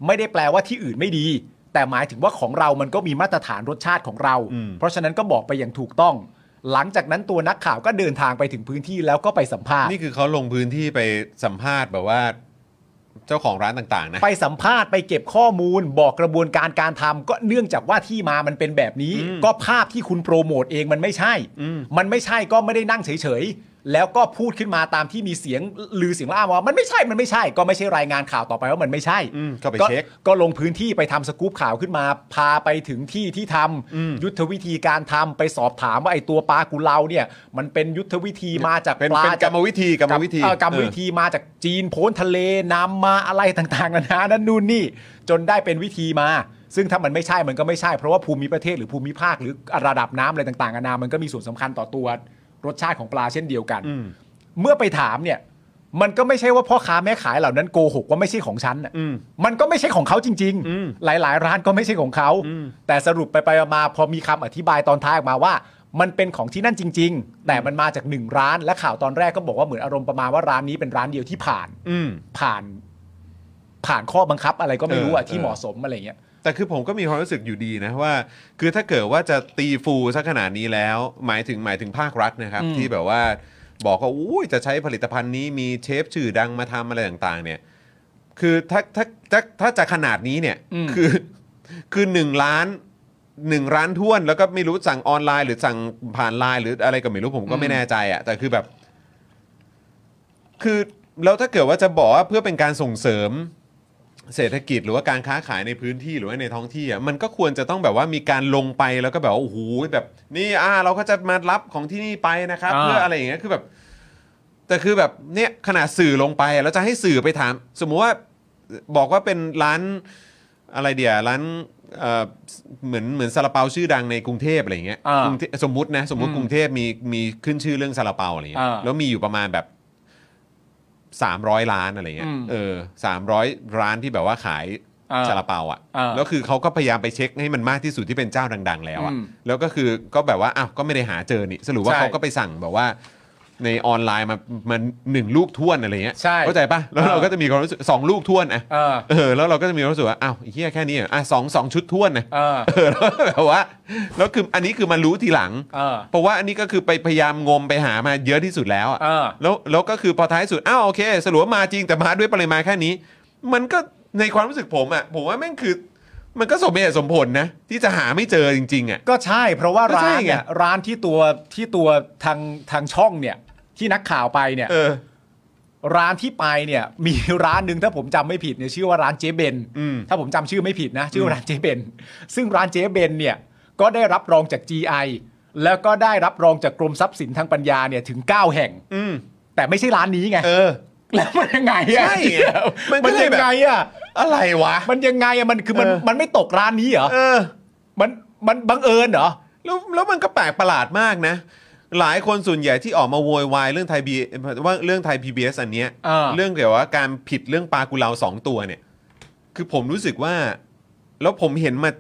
ไม่ได้แปลว่าที่อื่นไม่ดี แต่หมายถึงว่าของเรามันก็มีมาตรฐานรสชาติของเรา เพราะฉะนั้นก็บอกไปอย่างถูกต้อง หลังจากนั้นตัวนักข่าวก็เดินทางไปถึงพื้นที่แล้วก็ไปสัมภาษณ์
นี่คือเขาลงพื้นที่ไปสัมภาษณ์แบบว่า เจ้าของร้านต่างๆ นะ
ไปสัมภาษณ์ไปเก็บข้อมูล บอกกระบวนการการทำก็เนื่องจากว่าที่มามันเป็นแบบนี้ ก็ภาพที่คุณโปรโมทเองมันไม่ใช่ มันไม่ใช่ก็ไม่ได้นั่งเฉยๆ แล้วก็พูดขึ้นมาตามที่มีเสียงลือเสียงล่าว่ามันไม่ใช่มันไม่ใช่ ก็ไม่ใช่รายงานข่าวต่อไปว่ามันไม่ใช่
อืมก็ไปเช็ค
ก็ลงพื้นที่ไปทำสกู๊ปข่าวขึ้นมา พาไปถึงที่ที่ทำยุทธวิธีการทำไปสอบถามว่าไอ้ตัวปลากุเลาเนี่ย มันเป็นยุทธวิธีมาจาก
เป็น
ปลา
เป็นกร
จาก
รมวิธีกรรมวิธี
เอ่อกรรมวิ
เอ
ธีมาจากจีนโพ้นทะเลนำมาอะไรต่างๆนานานั่นนู่นนี่ จนได้เป็นวิธีมา ซึ่งถ้ามันไม่ใช่มันก็ไม่ใช่ เพราะว่าภูมิประเทศหรือภูมิภาคหรือระดับน้ำอะไรต่างๆนานามันก็มีส่วนสำคัญต่อตัวรสชาติของปลาเช่นเดียวกัน
อืม
เมื่อไปถามเนี่ย มันก็ไม่ใช่ว่าพ่อค้าแม่ขายเหล่านั้นโกหกว่าไม่ใช่ของฉันน่ะมันก็ไม่ใช่ของเขาจริง ๆ หลายๆ ร้านก็ไม่ใช่ของเขา แต่สรุปไปไปมาๆพอมีคำอธิบายตอนท้ายออกมาว่า มันเป็นของที่นั่นจริง ๆ แต่มันมาจากหนึ่งร้านและข่าวตอนแรกก็บอกว่าเหมือนอารมณ์ประมาณว่าร้านนี้เป็นร้านเดียวที่ผ่าน
อืม
ผ่าน ผ่านข้อบังคับอะไรก็ไม่รู้อะ
เออ
ที่เหมาะสมอะไรเงี้ย
แต่คือผมก็มีความรู้สึกอยู่ดีนะว่า คือถ้าเกิดว่าจะตีฟูซะขนาดนี้แล้ว หมายถึงหมายถึงภาครัฐนะครับ ที่แบบว่าบอกว่าอุ้ยจะใช้ผลิตภัณฑ์นี้มีเชฟชื่อดังมาทำอะไรต่างๆ เนี่ย คือถ้าถ้าถ้าถ้าจะขนาดนี้เนี่ย
อืม
คือคือหนึ่งล้านหนึ่งร้านท้วน แล้วก็ไม่รู้สั่งออนไลน์หรือสั่งผ่านไลน์หรืออะไรก็ไม่รู้ผมก็ไม่แน่ใจอะ่ะแต่คือแบบ คือแล้วถ้าเกิดว่าจะบอกว่าเพื่อเป็นการส่งเสริม เศรษฐกิจหรือว่าการค้าขายในพื้นที่หรือว่าในท้องที่อ่ะมันก็ควรจะต้องแบบว่ามีการลงไปแล้วก็แบบว่าโอ้โหแบบนี่อ่าเราก็จะมารับของที่นี่ไปนะครับ
อ่า
เพื่ออะไรอย่างเงี้ยคือแบบ แต่คือแบบเนี่ยขนาดสื่อลงไปแล้วจะให้สื่อไปถาม สมมุติว่าบอกว่าเป็นร้านอะไรเดียร้านเอ่อเหมือนเหมือนซาลาเปาชื่อดังในกรุงเทพอะไรอย่างเงี้ย
อ่าก
รุงเทพสมมตินะ สมมติกรุงเทพมีมีขึ้นชื่อเรื่องซาลาเปาอะไรอย่างเงี้ย
อ่า
แล้วมีอยู่ประมาณแบบ 300 ล้านอะไรเงี้ย
อืม
เออสามร้อยร้านที่แบบว่าขาย
อ่า
ซาลาเปาอ่ะ
อ่า
แล้วคือเขาก็พยายามไปเช็คให้มันมากที่สุดที่เป็นเจ้าดัง ๆ แล้วอ่ะ
อืม
แล้วก็คือก็แบบว่าอ้าวก็ไม่ได้หาเจอนี่ สรุปว่า
ใช่
เขาก็ไปสั่งแบบว่า ในออนไลน์มามันหนึ่งลูกท้วนอะไรเงี้ย
ใช่
เข้าใจปะแล้วเราก็จะมีความรู้สึกสองลูกท้วนอ่ะ
เออ
เออแล้วเราก็จะมีความรู้สึกว่าอ้าวไอ้เฮียแค่นี้เหรออ่ะสองสองชุดท้วนนะ
เออ
เออแล้วแบบว่าแล้วคืออันนี้คือมันรู้ทีหลัง
เออ
เพราะว่าอันนี้ก็คือไปพยายามงมไปหามาเยอะที่สุดแล้วอะ
เออ
แล้วแล้วก็คือพอท้ายสุดอ้าวโอเค สรุปว่ามาจริงแต่มาด้วยปริมาณแค่นี้ มันก็ในความรู้สึกผมอ่ะผมว่าแม่งคือมันก็สมเหตุสมผลนะ ที่จะหาไม่เจอจริง ๆอ่ะ
ก็ใช่เพราะว่า
ก็ใช่
ร้าน
ไง
เนี่ยร้านที่ตัวที่ตัวทางทางช่องเนี่ย ที่นักข่าวไปเนี่ย
เออ
ร้านที่ไปเนี่ย มีร้านหนึ่งถ้าผมจำไม่ผิดเนี่ยชื่อว่าร้านเจ๊เบน
อืม
ถ้าผมจำชื่อไม่ผิดนะ ชื่อว่าร้านเจ๊เบนซึ่งร้านเจ๊เบนเนี่ยก็ได้รับรองจาก GI แล้วก็ได้รับรองจากกรมทรัพย์สินทางปัญญาเนี่ยถึง 9 แห่ง
อืม
แต่ไม่ใช่ร้านนี้ไง
เออ
แล้วมันยังไงอะ
ใช่ไงมันก็
มัน
เลย
ยัง
แบบ
ไงอะ
อะไรวะ
มันยังไงอะมันคือมัน
เออ
มันไม่ตกร้านนี้เหรอ
เออ
มันมันบังเอิญเหรอ
แล้วแล้วมันก็แปลกประหลาดมากนะ หลายคนส่วนใหญ่ที่ออกมาโวยวายเรื่องไทยบีว่าเรื่องไทยพีบีเอสอันเนี้ย
อ่า
เรื่องเกี่ยวกับการผิดเรื่องปลากุเลาสองตัวเนี่ย คือผมรู้สึกว่า แล้วผมเห็นมา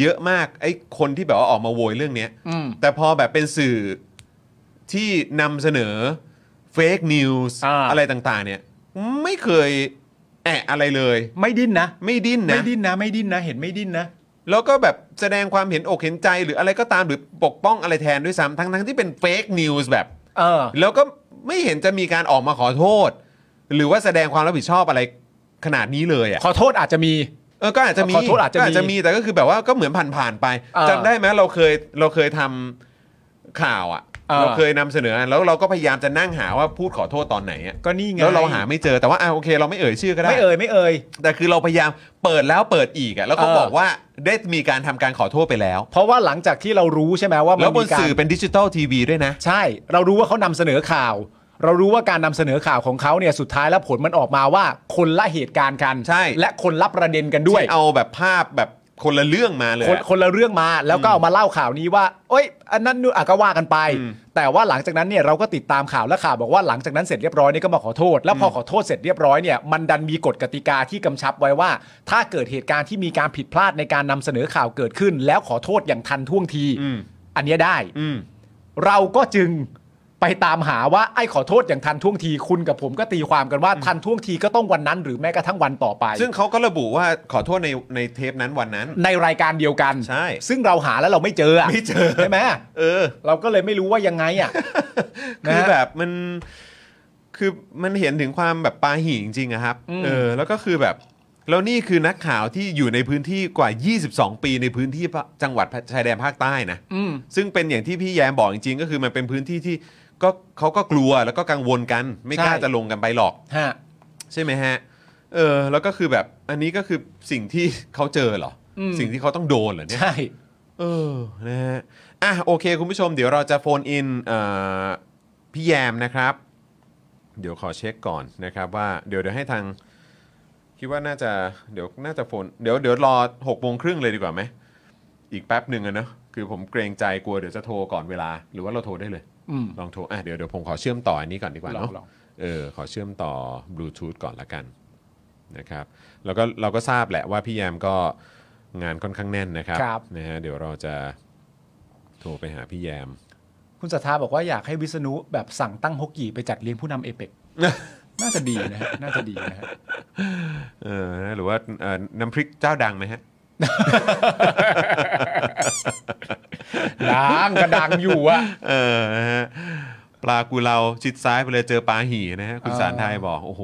เยอะมาก ไอ้คนที่แบบว่าออกมาโวยเรื่องเนี้ย
อืม
แต่พอแบบเป็นสื่อที่นำเสนอเฟกนิวส์
อ่า
อะไรต่างๆ เนี่ย ไม่เคยแอะอะไรเลย
ไม่ดิ้นนะ
ไม่ดิ้นนะ
ไม่ดิ้นนะไม่ดิ้นนะเห็นไม่ดิ้นนะ
แล้วก็แบบแสดงความเห็นอกเห็นใจหรืออะไรก็ตามหรือปกป้องอะไรแทนด้วยซ้ำทั้งทั้งๆที่เป็นเฟกนิวส์แบบ
เออ
แล้วก็ไม่เห็นจะมีการออกมาขอโทษ หรือว่าแสดงความรับผิดชอบอะไรขนาดนี้เลยอ่ะ
ขอโทษอาจจะมี
เออก็อาจจะมี
ขอโทษอาจจะมี
ก็อาจจะมีแต่ก็คือแบบว่าก็เหมือนผ่านผ่านๆไป
เออ
จำได้ไหมเราเคยเราเคยทำข่าวอ่ะ
เออ
เราเคยนำเสนอแล้วเราก็พยายามจะนั่งหาว่าพูดขอโทษตอนไหนอ่ะ
ก็นี่ไง
แล้วเราหาไม่เจอแต่ว่าอ่ะโอเค เราไม่เอ่ยชื่อก็ได้
ไม่เอ่ยไม่เอ่ย
แต่คือเราพยายามเปิดแล้วเปิดอีกอ่ะแล้วเขา
เออ
บอกว่าได้มีการทำการขอโทษไปแล้ว
เพราะว่าหลังจากที่เรารู้ใช่ไหมว่ามั
แล้วบน
มีการ
สื่อเป็นดิจิตอลทีวีด้วยนะ
ใช่ เรารู้ว่าเขานำเสนอข่าว เรารู้ว่าการนำเสนอข่าวของเขาเนี่ยสุดท้ายแล้วผลมันออกมาว่าคนละเหตุการณ์กัน
ใช่
และคนละประเด็นกันด้วย
ที่เอาแบบภาพแบบคนละเรื่องมาเลย
คน
อะ
คนละเรื่องมาแล้วก็เอามาเล่าข่าวนี้ว่าเอ้ย อันนั้นนู่นอ่ะก็ว่ากันไป แต่ว่าหลังจากนั้นเนี่ยเราก็ติดตามข่าวและข่าวบอกว่าหลังจากนั้นเสร็จเรียบร้อยเนี่ยก็มาขอโทษ แล้วพอขอโทษเสร็จเรียบร้อยเนี่ยมันดันมีกฎกติกาที่กำชับไว้ว่า ถ้าเกิดเหตุการณ์ที่มีการผิดพลาดในการนำเสนอข่าวเกิดขึ้น แล้วขอโทษอย่างทันท่วงที
อืม
อันเนี้ยได้
อืม
เราก็จึงไปตามหาว่าไอ้ขอโทษอย่างทันท่วงทีคุณกับผมก็ตีความกันว่าทันท่วงทีก็ต้องวันนั้นหรือแม้กระทั่งวันต่อไป
ซึ่งเขาก็ระบุว่าขอโทษในในเทปนั้นวันนั้น
ในรายการเดียวกัน
ใช่
ซึ่งเราหาแล้วเราไม่เจออะ
ไม่เจอ
ใช่ไหม
เออ
เราก็เลยไม่รู้ว่ายังไงอ่ะ นะฮะ
คือแบบมันคือมันเห็นถึงความแบบปาหี่จริงๆอะครับ
อืม
เออ แล้วก็คือแบบ แล้วนี่คือนักข่าวที่อยู่ในพื้นที่กว่า 22 ปีในพื้นที่จังหวัดชายแดนภาคใต้นะ
อืม
ซึ่งเป็นอย่างที่พี่แยมบอกจริงๆ ก็คือมันเป็นพื้นที่ที่ก็เขาก็กลัวแล้วก็กังวลกัน ไม่กล้า
ใช่
จะลงกันไปหรอก
ฮะ
ใช่ไหมฮะ เออ แล้วก็คือแบบ อันนี้ก็คือสิ่งที่ เขาเจอเหรอ
อืม
สิ่งที่เขาต้องโดนเหรอเนี่ย
ใช่
เออ นะฮะ อ่ะ โอเค คุณผู้ชม เดี๋ยวเราจะโฟนอินเอ่อพี่แยมนะครับ เดี๋ยวขอเช็คก่อนนะครับว่า เดี๋ยวเดี๋ยวให้ทาง คิดว่าน่าจะ เดี๋ยวน่าจะโฟน เดี๋ยวเดี๋ยวรอหกโมงครึ่งเลยดีกว่าไหม อีกแป๊บหนึ่งอะเนอะคือผมเกรงใจกลัวเดี๋ยวจะโทรก่อนเวลา หรือว่าเราโทรได้เลย
อืม
ลองโทร อ่ะ เดี๋ยวเดี๋ยวผมขอเชื่อมต่ออันนี้ก่อนดีกว่าเนาะ
ลอง
เออ ขอเชื่อมต่อบลูทูธก่อนละกันนะครับ แล้วก็เราก็ทราบแหละว่าพี่แยมก็งานค่อนข้างแน่นนะครับ
ครับ
นะฮะ เดี๋ยวเราจะโทรไปหาพี่แยม
คุณสัทธาบอกว่าอยากให้วิษณุแบบสั่งตั้งฮกกี่ไปจัดเลี้ยงผู้นำเอ เปกน่าจะดีนะฮะน่าจะดีนะฮะ
เออ หรือว่าเอ่อน้ำพริกเจ้าดังไหมฮะ
ดังกระดังอยู่อะ
เออนะฮะปลากูเราชิดซ้ายไปเลยเจอปลาหี่นะฮะ คุณสารไทยบอก โอ้โห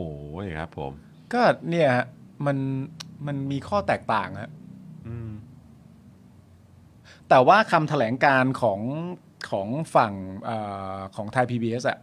ครับผม
ก็เนี่ยฮะมันมันมีข้อแตกต่างฮะแต่ว่าคำแถลงการของของฝั่งเออของไทย PBS อ่ะ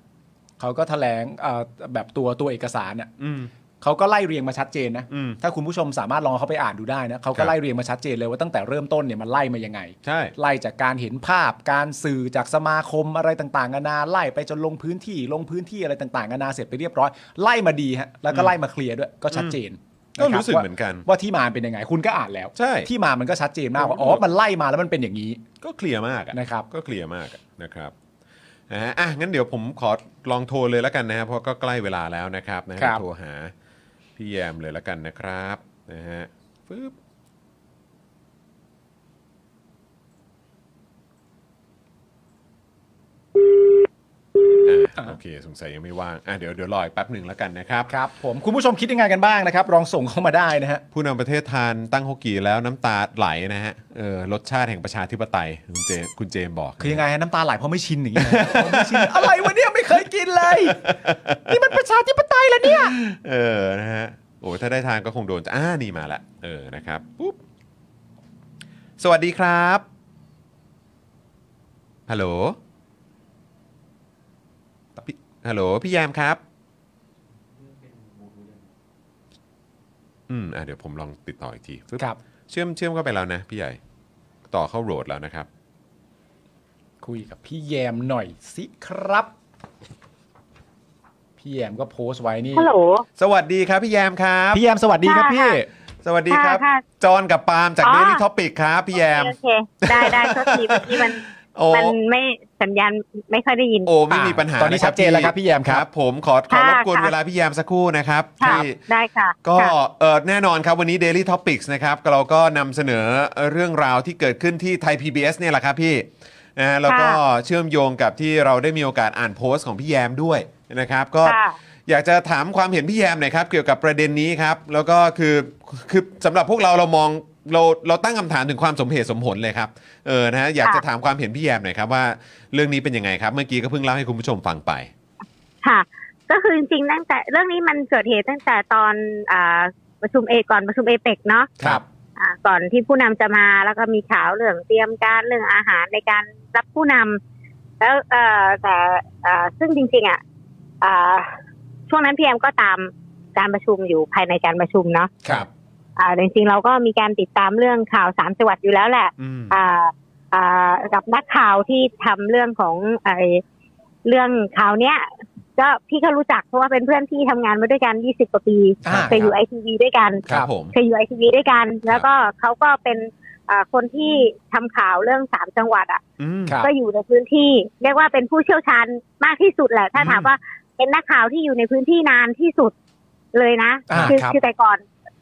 เขาก็แถลงเอ่อแบบตัวตัวเอกสารเนี่ย
อืม
เขาก็ไล่เรียงมาชัดเจนนะ
อืม
ถ้าคุณผู้ชมสามารถลองเข้าไปอ่านดูได้นะเขา
ครั
ก็
บ
ไล่เรียงมาชัดเจนเลยว่าตั้งแต่เริ่มต้นเนี่ยมันไล่มายังไง
ใช่
ไล่จากการเห็นภาพการสื่อจากสมาคมอะไรต่างๆนานาไล่ไปจนลงพื้นที่ลงพื้นที่อะไรต่างๆนานาเสร็จไปเรียบร้อย ไล่มาดีฮะแล้วก็ไล่มาเคลียร์ด้วยก็ชัดเจน
ก็
ะคบ
รู้สึก
ว่า
เหมือนกัน
ว่าที่มาเป็นยังไง คุณก็อ่านแล้ว
ใช่
ที่มามันก็ชัดเจนมากว่าอ๋อ
ผมก็
มันไล่มาแล้วมันเป็นอย่างนี้
ก็เคลียร์มากอ
นะครับ
ก็เคลียร์มากอะนะครับนะฮะอ่ะงั้นเดี๋ยวผมขอลองโทรเลยแล้วกันนะฮะเพราะก็ใกล้เวลาแล้วนะครับนะฮะ
ครับ
โทรหาพี่แยมเลยแล้วกันนะครับนะฮะปึ๊บอ่ะโอเค เคสงสัยยังไม่ว่างอ่ะเดี๋ยวเดี๋ยวรออีกแป๊บหนึ่งแล้วกันนะครับ
ครับผมคุณผู้ชมคิดยังไงกันบ้างนะครับลองส่งเข้ามาได้นะฮะ
ผู้นำประเทศทานตั้งฮกกีแล้วน้ำตาไหลนะฮะเออรสชาติแห่งประชาธิปไตยคุณเจคุณเจมส์บอก
คือยังไงฮะน้ำตาไหลเพราะไม่ชินอย่างเงี้ย ไม่ชินอะไรวะเนี่ยไม่เคยกินเลย นี่มันประชาธิปไตยแล้วเนี่ย
เออ นะฮะ โอ้ยถ้าได้ทานก็คงโดนอ่านี่มาละ เออ นะครับ ปุ๊บ สวัสดีครับ ฮัลโหลพี่ฮัลโหล พี่แยมครับ อืม อ่ะ เดี๋ยวผมลองติดต่ออีกทีฟึ
ครับ
เชื่อมเชื่อมเข้าไปแล้วนะ พี่ใหญ่ ต่อเข้าโหลดแล้วนะครับ
คุยกับพี่แยมหน่อยสิครับ พี่แยมก็โพสต์ไว้นี่
ฮัลโหล
สวัสดีครับ พี่แยมครับ
พี่แยมสวัสดีครับพี่
ค่ะ
สวัสดีครับ
ค่ะค่ะ
จอนกับปาล์มจาก
อ๋อ
Daily Topic ครับ พี่แยม
โอเคโอเค ได้ได้โทษทีเมื่อกี้มัน
โอ้
มันไม่สัญญาณไม่ค่อยได้ยิน
โอ้ไม่มีปัญหา
ตอนนี้ชัดเจนแล้วครับพี่แยมครับ
ผมขอขอ
ค่ะ
รบกวน
ค่ะ
เวลาพี่แยมสักครู่นะครับ
ค่ะ
ที่
ได้ค่ะ
ก็
ค่ะ
เออแน่นอนครับวันนี้ Daily Topics นะครับเราก็นำเสนอเรื่องราวที่เกิดขึ้นที่ไทย PBS เนี่ยแหละครับพี่นะแล้วก็เชื่อมโยงกับที่เราได้มีโอกาสอ่านโพสต์ของพี่แยมด้วยนะครับก็
ค่ะ
อยากจะถามความเห็นพี่แยมหน่อยครับเกี่ยวกับประเด็นนี้ครับแล้วก็คือคือสำหรับพวกเราเรามองเราเราตั้งคำถามถึงความสมเหตุสมผลเลยครับเออนะฮะอยากจะถามความเห็นพี่แยมหน่อยครับว่าเรื่องนี้เป็นยังไงครับเมื่อกี้ก็เพิ่งเล่าให้คุณผู้ชมฟังไป
ค่ะ ก็คือจริงๆตั้งแต่เรื่องนี้มันเกิดเหตุตั้งแต่ตอนอ่าประชุมเอก่อนประชุมเอเปกเนาะ
ครับ
อ่าก่อนที่ผู้นำจะมาแล้วก็มีข่าวเรื่องเตรียมการเรื่องอาหารในการรับผู้นำแล้วเอ่อแต่อ่าซึ่งจริงๆอ่ะอ่าช่วงนั้นพีเอ็มก็ตามการประชุมอยู่ภายในการประชุมเนาะ
ครับ
อ่าแต่จริงๆเราก็มีการติดตามเรื่องข่าวสามจังหวัดอยู่แล้วแหละ
อืม
อ่าอ่ากับนักข่าวที่ทำเรื่องของไอเรื่องข่าวเนี้ยก็พี่ก็รู้จักเพราะว่าเป็นเพื่อนที่ทำงานมาด้วยกัน 20 กว่าปี
อ่า
เคยอยู่ไอทีวีด้วยกัน
ครับผม
เคยอยู่ไอทีวีด้วยกัน แล้วก็เขาก็เป็นอ่าคนที่ทำข่าวเรื่องสามจังหวัดอ่ะ
อืม
ครับ
ก็อยู่ในพื้นที่ เรียกว่าเป็นผู้เชี่ยวชาญมากที่สุดแหละ ถ้า
อืม
ถามว่าเป็นนักข่าวที่อยู่ในพื้นที่นานที่สุดเลยนะ
อ่า
คือ
ครับ
คือแต่ก่อน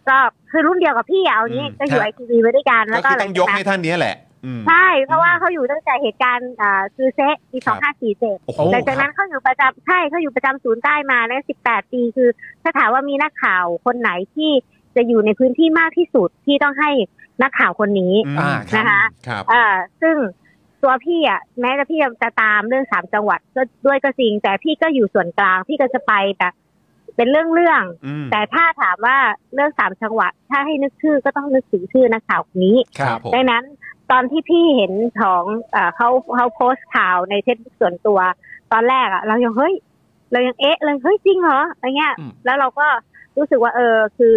ก็คือรุ่นเดียวกับพี่อะเอางี้ก็อยู่ไอทีวีไว้ด้วยกันแล้ว
ก็
ก็
คือ
หลั
ต้อ
ง
งย
จาก กนั้
ให้
น
ท่านเนี้ยแหละอืม
ใช่ เพราะว่าเขาอยู่ตั้งแต่เหตุการณ์อ่าคือเซะปี
ค
ส
รั
องห้าสี่เจ็ด
โอ้โห
หลังจากนั้นเขาอยู่ประจำใช่เขาอยู่ประจำศูนย์ใต้มาในสิบแปดปีคือ ถ้าถามว่ามีนักข่าวคนไหนที่จะอยู่ในพื้นที่มากที่สุดที่ต้องให้นักข่าวคนนี้
ม
อ่าครับ
นะคะ
ครับ
เออซึ่งตัวพี่อ่ะแม้จะพี่จะตามเรื่องสามจังหวัดก็ด้วยก็จริง แต่พี่ก็อยู่ส่วนกลางพี่ก็จะไปแบบเป็นเรื่องเรื่องๆ
อืม
แต่ถ้าถามว่าเรื่องสามจังหวัด ถ้าให้นึกชื่อก็ต้องนึกถึงชื่อนักข่าวคนนี้
ครับผม
ดังนั้นตอนที่พี่เห็นของเอ่อเขาเขาโพสต์ข่าวในเฟซบุ๊กส่วนตัว ตอนแรกอ่ะ เรายังเฮ้ย เรายังเอ๊ะเลยเฮ้ยจริงเหรออะไรเงี้ย
อืม
แล้วเราก็รู้สึกว่าเออคือ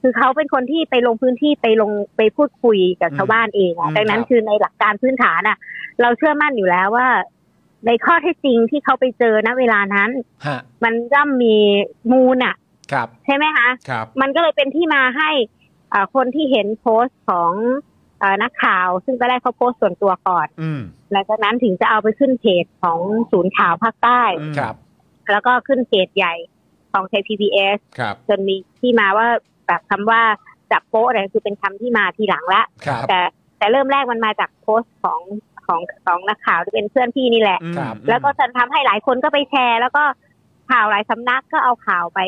คือเขาเป็นคนที่ไปลงพื้นที่ไปลงไปพูดคุยกับชาวบ้านเองอะดังนั้นคือในหลักการพื้นฐานอ่ะ เราเชื่อมั่นอยู่แล้วว่า ในข้อเท็จจริงที่เขาไปเจอณเวลานั้น
ฮะ
มันย่อมมีมูลอ่ะ
ครับ
ใช่ไหมคะ
ครับ
มันก็เลยเป็นที่มาให้อ่าคนที่เห็นโพสต์ของอ่านักข่าว ซึ่งตอนแรกเขาโพสต์ส่วนตัวก่อน
อืม
หลังจากนั้นถึงจะเอาไปขึ้นเพจของศูนย์ข่าวภาคใต้
อืม
ครับ
แล้วก็ขึ้นเพจใหญ่ของ KPBS
ครับ
จนมีที่มาว่าแบบคำว่าจับโป๊ะอะไรคือเป็นคำที่มาทีหลังละ
ครับ
แต่แต่เริ่มแรกมันมาจากโพสต์ของของของนักข่าวที่เป็นเพื่อนพี่นี่แหละ
อืม
ครับ
แล้วก็จนทำให้หลายคนก็ไปแชร์ แล้วก็ข่าวหลายสำนักก็เอาข่าวไป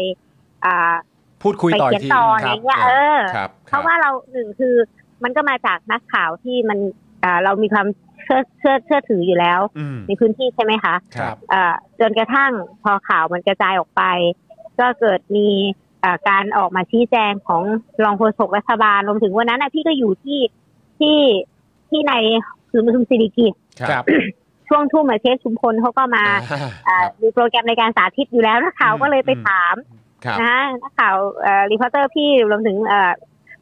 อ่า
พูดคุย
ไป
ต่อ
เขี
อีก
ยน
ที
ต่อ
ค
อะไร
รับ
เงี้ยเออ
ครับ
เพราะว่าเราหนึ่งคือมันก็มาจากนักข่าวที่มันอ่าเรามีความเชื่อเชื่อเชื่อถืออยู่แล้ว
อืม
ในพื้นที่ใช่ไหมคะ
ครับ
เอ่อจนกระทั่งพอข่าวมันกระจายออกไป ก็เกิดมีเอ่อการออกมาชี้แจงของรองโฆษกรัฐบาลรวมถึงวันนั้นนะพี่ก็อยู่ที่ที่ที่ในศูนย์ประชุมสิริกิต
ครับ
ช่วงทุ่มอะเชฟชุมพลเขาก็มาเอ่อมีโปรแกรมในการสาธิตอยู่แล้วนักข่าวก็เลยไปถาม
ครับ
นะนักข่าวรีพอร์เตอร์พี่รวมถึงเอ่อ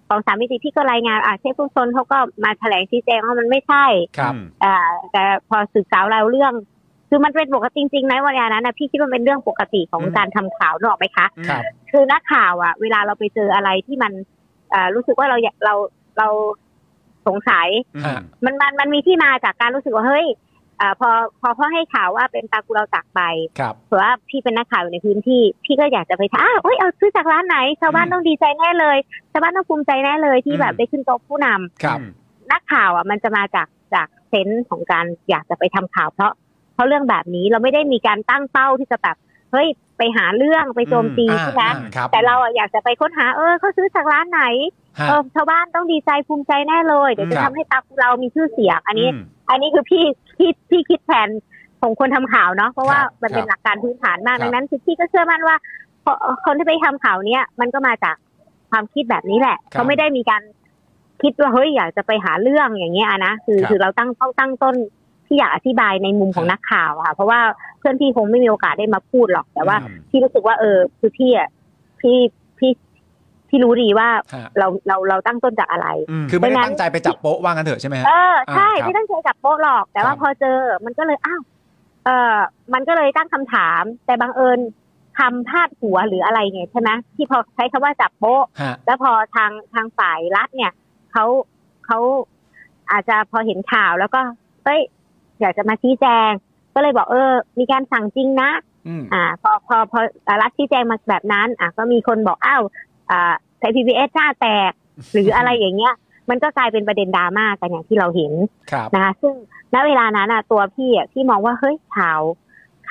ของสามมิติพี่ก็รายงานอ่ะเชฟชุมพลเขาก็มาแถลงชี้แจงว่ามันไม่ใช่
ครับ
เอ่อแต่พอศึกษาเราเรื่อง คือมันเป็นปกติจริงๆนะวันนั้นนะพี่คิดว่าเป็นเรื่องปกติของ
อืม
การทำข่าวนึกออกไหมคะ
ครับ
คือนักข่าวอะเวลาเราไปเจออะไรที่มันเอ่อรู้สึกว่าเราอยากเราเราสงสัย
อืม
ฮะ
มันมันมันมีที่มาจากการรู้สึกว่าเฮ้ยเอ่อพอพอพ่อให้ข่าวว่าเป็นตากูเราตักใบ
ครับ
เผื่อว่าพี่เป็นนักข่าวอยู่ในพื้นที่ พี่ก็อยากจะไปถามอ้าวเอ้ยเอาซื้อจากร้านไหนชาวบ้านต้องดีใจแน่เลยชาวบ้านต้องภูมิใจแน่เลยที่แบบได้ขึ้นโต๊ะผู้นำ
ครับ
นักข่าวอ่ะมันจะมาจากจากเซนส์ของการอยากจะไปทำข่าวเพราะ เพราะเรื่องแบบนี้เราไม่ได้มีการตั้งเป้าที่จะแบบเฮ้ยไปหาเรื่องไปโจมตี
อ่า
ใช่ไหม
อ่าครับ
แต่เราอะอยากจะไปค้นหาเออเขาซื้อจากร้านไหน
ฮะ
เออชาวบ้านต้องดีใจภูมิใจแน่เลยเดี๋ยวจะ
ครับ
ทำให้ตาเรามีชื่อเสียงอันนี้
อืม
อันนี้คือพี่พี่พี่คิดแผนของคนทำข่าวเนาะเพราะว่า
ครับ
มันเป็
ค
น
รับ
หลักการพื้นฐานมาก
ครับ
ดังนั้นคือพี่ก็เชื่อมั่นว่าเพราะคนที่ไปทำข่าวเนี้ยมันก็มาจากความคิดแบบนี้แหละ
ครับ
เขาไม่ได้มีการคิดว่าเฮ้ยอยากจะไปหาเรื่องอย่างเงี้ยอะนะคือ
ครับ
คือเราตั้งต้องตั้งต้นที่อยากอธิบายในมุมของนักข่าวอะค่ะเพราะว่าเพื่อนพี่คงไม่มีโอกาสได้มาพูดหรอกแต่ว่า
อืม
พี่รู้สึกว่าเออคือพี่อะพี่พี่พี่รู้ดีว่า
ฮะ
เราเราเราตั้งต้นจากอะไร
คือไม่ได้
เพราะงั้น
ตั้งใจไปจับโป๊ะว่างั้นเถอะใช่ไหมฮะ
เออใช่
อ่าครับ
ไม่ตั้งใจจับโป๊ะหรอก แต่
ครั
ว่า
บ
พอเจอมันก็เลยอ้าวเออมันก็เลยตั้งคำถาม แต่บังเอิญคำพาดหัวหรืออะไรเนี่ยใช่ไหมที่พอใช้คำว่าจับโป๊ะ
ฮะ
แล้วพอทางทางฝ่ายรัฐเนี่ยเขาเขาอาจจะพอเห็นข่าวแล้วก็เฮ้ยอยากจะมาชี้แจง ก็เลยบอกเออ มีการสั่งจริงนะ
อืม
อ่าพอพอพอรัฐชี้แจงมาแบบนั้น อ่ะก็มีคนบอกอ้าวอ่าใช้ PPS หน้าแตก หรืออะไรอย่างเงี้ย มันก็กลายเป็นประเด็นดราม่ากันอย่างที่เราเห็น
ครับ
นะคะซึ่งณเวลานั้นอ่ะตัวพี่อ่ะพี่มองว่าเฮ้ยข่าว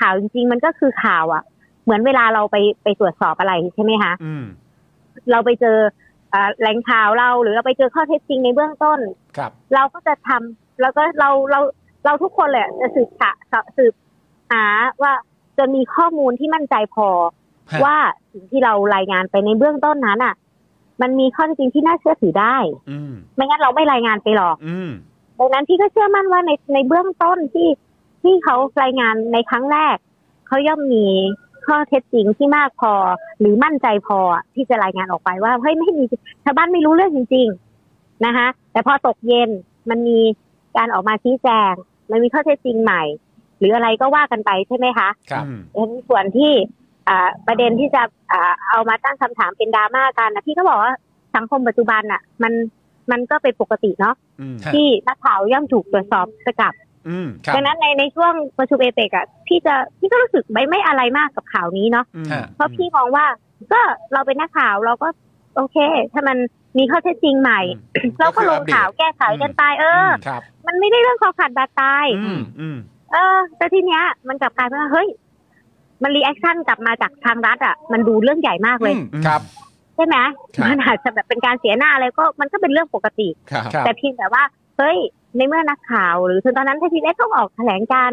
ข่าวจริง ๆ มันก็คือข่าวอ่ะ เหมือนเวลาเราไปไปตรวจสอบอะไรใช่ไหมคะ
อืม
เราไปเจออ่าแหล่งข่าวเราหรือเราไปเจอข้อเท็จจริงในเบื้องต้น
ครับ
เราก็จะทำแล้วก็เราเราเราทุกคนแหละจะสืบหาสืบหาว่าจะมีข้อมูลที่มั่นใจพอ
ฮะ
ว่าสิ่งที่เรารายงานไปในเบื้องต้นนั้นอ่ะ มันมีข้อเท็จจริงที่น่าเชื่อถือได้
อืม
ไม่งั้นเราไม่รายงานไปหรอก
อืม
ดังนั้นพี่ก็เชื่อมั่นว่าในในเบื้องต้นที่ที่เขารายงานในครั้งแรกเขาย่อมมีข้อเท็จจริงที่มากพอ หรือมั่นใจพอที่จะรายงานออกไปว่าเฮ้ยไม่มีชาวบ้านไม่รู้เรื่องจริง ๆนะคะ แต่พอตกเย็นมันมีการออกมาชี้แจง มันมีข้อเท็จจริงใหม่ หรืออะไรก็ว่ากันไปใช่ไหมคะ
ครับ
ในส่วนที่อ่าประเด็นที่จะอ่าเอามาตั้งคำถามเป็นดราม่ากันนะพี่ก็บอกว่าสังคมปัจจุบันอ่ะ มันมันก็เป็นปกติเนาะ
อืม
ฮะ
ที่นักข่าวย่อมถูกตรวจสอบสกัด
อืม
ครับ
ดังนั้นในในช่วงประชุมเอเปกอ่ะพี่จะพี่ก็รู้สึกไม่ไม่อะไรมากกับข่าวนี้เนาะ
อืม
ฮะ
เพราะพี่มองว่าก็เราเป็นนักข่าวเราก็โอเค ถ้ามันมีข้อเท็จจริงใหม่ เราก็ลงข่าวแก้ไขกันไปเอออ
ครับ
มันไม่ได้เรื่องคอขาดบาดตาย
อืม
อืม
เออแต่ทีเนี้ยมันกลับกลายเป็นว่าเฮ้ย มันรีแอคชั่นกลับมาจากทางรัฐอ่ะ มันดูเรื่องใหญ่มากเลย
อืมครับ
ใช่ไหม
ครับ
มันอาจจะแบบเป็นการเสียหน้าอะไรก็มันก็เป็นเรื่องปกติ
ครับ
ครับ
แต่เพียงแต่ว่า เฮ้ย ในเมื่อนักข่าว หรือถึงตอนนั้นถ้าทีเอสต้องออกแถลงการ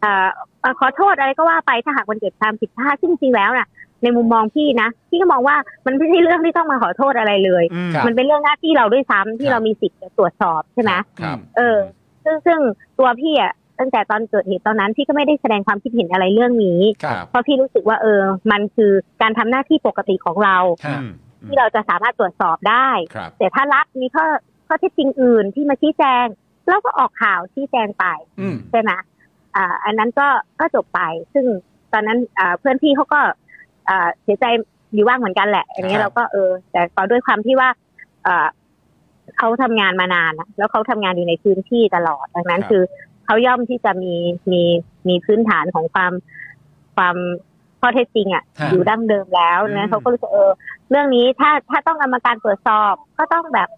เอ่อเอ่อขอโทษอะไรก็ว่าไปถ้าหากมันเกิดความผิดพลาดซึ่งจริงๆแล้วน่ะ ในมุมมองพี่นะพี่ก็มองว่ามันไม่ใช่เรื่องที่ต้องมาขอโทษอะไรเลย
อืม
ครับ
มันเป็นเรื่องหน้าที่เราด้วยซ้ำที่เรามีสิทธิ์จะตรวจสอบใช่ไหม
ครับ
เออ ซึ่งซึ่งตัวพี่อ่ะตั้งแต่ตอนเกิดเหตุตอนนั้นพี่ก็ไม่ได้แสดงความคิดเห็นอะไรเรื่องนี้
ครับ
เพราะพี่รู้สึกว่าเออ มันคือการทำหน้าที่ปกติของเรา
ฮะ
อืม
ที่เราจะสามารถตรวจสอบได้
ครับ
แต่ถ้ารัฐมีข้อข้อเท็จจริงอื่นที่มาชี้แจงเราก็ออกข่าวชี้แจงไป
อืม
ใช่ไหมอ่า อันนั้นก็ก็จบไป ซึ่งตอนนั้นอ่าเพื่อนพี่เขาก็อ่าเสียใจอยู่ว่างเหมือนกันแหละ อัน
ค
นี้
รับ
เราก็เออ แต่ก็ด้วยความที่ว่าอ่าเขาทำงานมานานอะแล้วเขาทำงานอยู่ในพื้นที่ตลอด ดังนั้น
ครับ
คือเขาย่อมที่จะมีมีมีพื้นฐานของความความข้อเท็จจริงอะ
ฮะ
อยู่ดั้งเดิมแล้วนะเขาก็รู้สึกเออ เรื่องนี้ถ้าถ้าต้องกรรมการตรวจสอบก็ต้องแบบ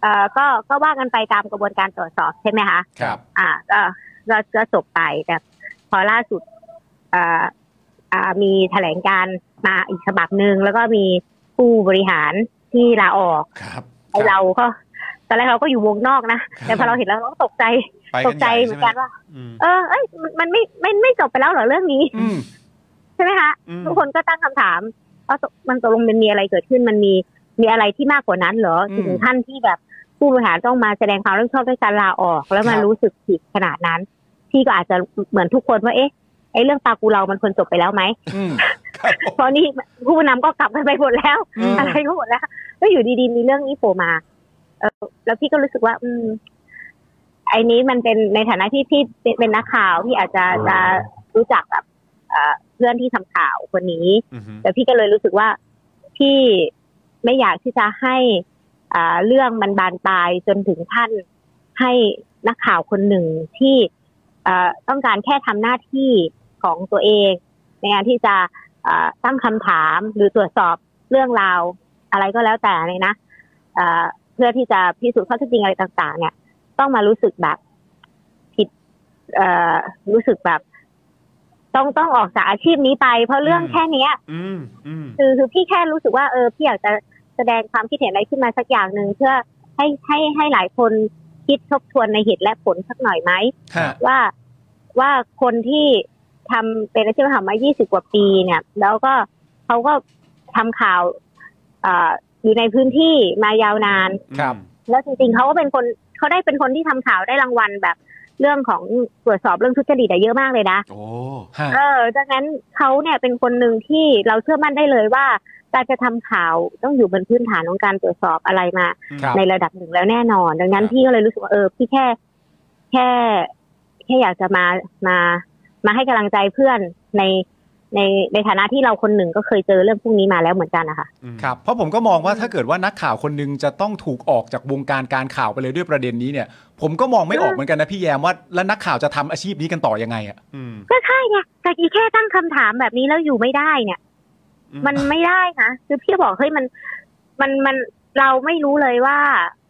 เอ่อก็ก็ว่ากันไปตามกระบวนการตรวจสอบใช่ไหมคะ
ครับ
อ่าก็ก็ก็จบไปแต่พอล่าสุดเอ่ออ่ามีแถลงการมาอีกฉบับหนึ่งแล้วก็มีผู้บริหารที่ลาออก
ครับ
ไอเราก็ตอนแรกเราก็อยู่วงนอกนะแต่พอเราเห็นแล้วเราก็ตกใจ
ไป
ต
กั
ก
นให
ใจ
ญ่
เหมื
ใช่ไหม
อนกันว่า
อืม
เออเอ้ยมันมันไม่ไม่ไม่จบไปแล้วเหรอเรื่องนี้
อืม
ใช่ไหมคะ
อืม
ทุกคนก็ตั้งคำถามว่าตกมันตกลงมันมีอะไรเกิดขึ้นมันมีมีอะไรที่มากกว่านั้นเหรอ
อืม
ถึงท่านที่แบบผู้บริหารต้องมาแสดงความรับผิดชอบด้วยการลาออก แล้วมา
ครับ
รู้สึกผิดขนาดนั้น พี่ก็อาจจะเหมือนทุกคนว่าเอ๊ะไอ้เรื่องตากูเรามันควรจบไปแล้วไหม
อืม
เพราะนี่ผู้นำก็กลับไปไปหมดแล้ว
อืม
อะไรก็หมดแล้วแล้วอยู่ดีๆมีเรื่องนี้โผล่มา เออแล้วพี่ก็รู้สึกว่า อืม ไอ้นี้มันเป็นในฐานะที่พี่เป็นเป็นนักข่าวพี่อาจจะจะรู้จักแบบเอ่อเพื่อนที่ทำข่าวคนนี้
อืม
แต่พี่ก็เลยรู้สึกว่าพี่ไม่อยากที่จะให้อ่าเรื่องมันบานปลายจนถึงขั้นให้นักข่าวคนหนึ่งที่เอ่อต้องการแค่ทำหน้าที่ของตัวเอง ในการที่จะเอ่อตั้งคำถามหรือตรวจสอบเรื่องราวอะไรก็แล้วแต่เนี่ยนะเอ่อเพื่อที่จะพิสูจน์ข้อเท็จจริงอะไรต่าง ๆ เนี่ย ต้องมารู้สึกแบบผิด เอ่อรู้สึกแบบ ต้องต้องออกจากอาชีพนี้ไป เพราะเรื่อง
อืม
แค่เนี้ย
อืมอืม
คือคือพี่แค่รู้สึกว่าเออพี่อยากจะแสดงความคิดเห็นอะไรขึ้นมาสักอย่างหนึ่งเพื่อให้ให้ให้หลายคนคิดทบทวนในเหตุและผลสักหน่อยไหม
ฮะ
ว่าว่าคนที่ทำเป็นอาชีพทำมา 20 กว่าปีเนี่ย แล้วก็เขาก็ทำข่าวเอออยู่ในพื้นที่มายาวนาน
ครับ
แล้วจริงๆเขาก็เป็นคนเขาได้เป็นคนที่ทำข่าวได้รางวัลแบบเรื่องของตรวจสอบเรื่องทุจริตอะเยอะมากเลยนะ
โอ้
ฮะ
เออดังนั้นเขาเนี่ยเป็นคนหนึ่งที่เราเชื่อมั่นได้เลยว่า การจะทำข่าวต้องอยู่บนพื้นฐานของการตรวจสอบอะไรมา
ครับ
ในระดับหนึ่งแล้วแน่นอน ดังนั้นพี่ก็เลยรู้สึกว่าเออพี่แค่ แค่ แค่อยากจะมามา มาให้กำลังใจเพื่อนในในในฐานะที่เราคนหนึ่งก็เคยเจอเรื่องพวกนี้มาแล้วเหมือนกันนะคะ
อืม
ครับ เพราะผมก็มองว่าถ้าเกิดว่านักข่าวคนหนึงจะต้องถูกออกจากวงการการข่าวไปเลยด้วยประเด็นนี้เนี่ย ผมก็มองไม่ออกเหมือนกันนะพี่แยมว่าแล้วนักข่าวจะทำอาชีพนี้กันต่อยังไงอ่ะ
อืม
ก็ใช่ไงแต่อีแค่ตั้งคำถามแบบนี้แล้วอยู่ไม่ได้เนี่ย
อื
มันไม่ได้นะคือพี่ก็บอกเฮ้ยมันมันมันเราไม่รู้เลยว่า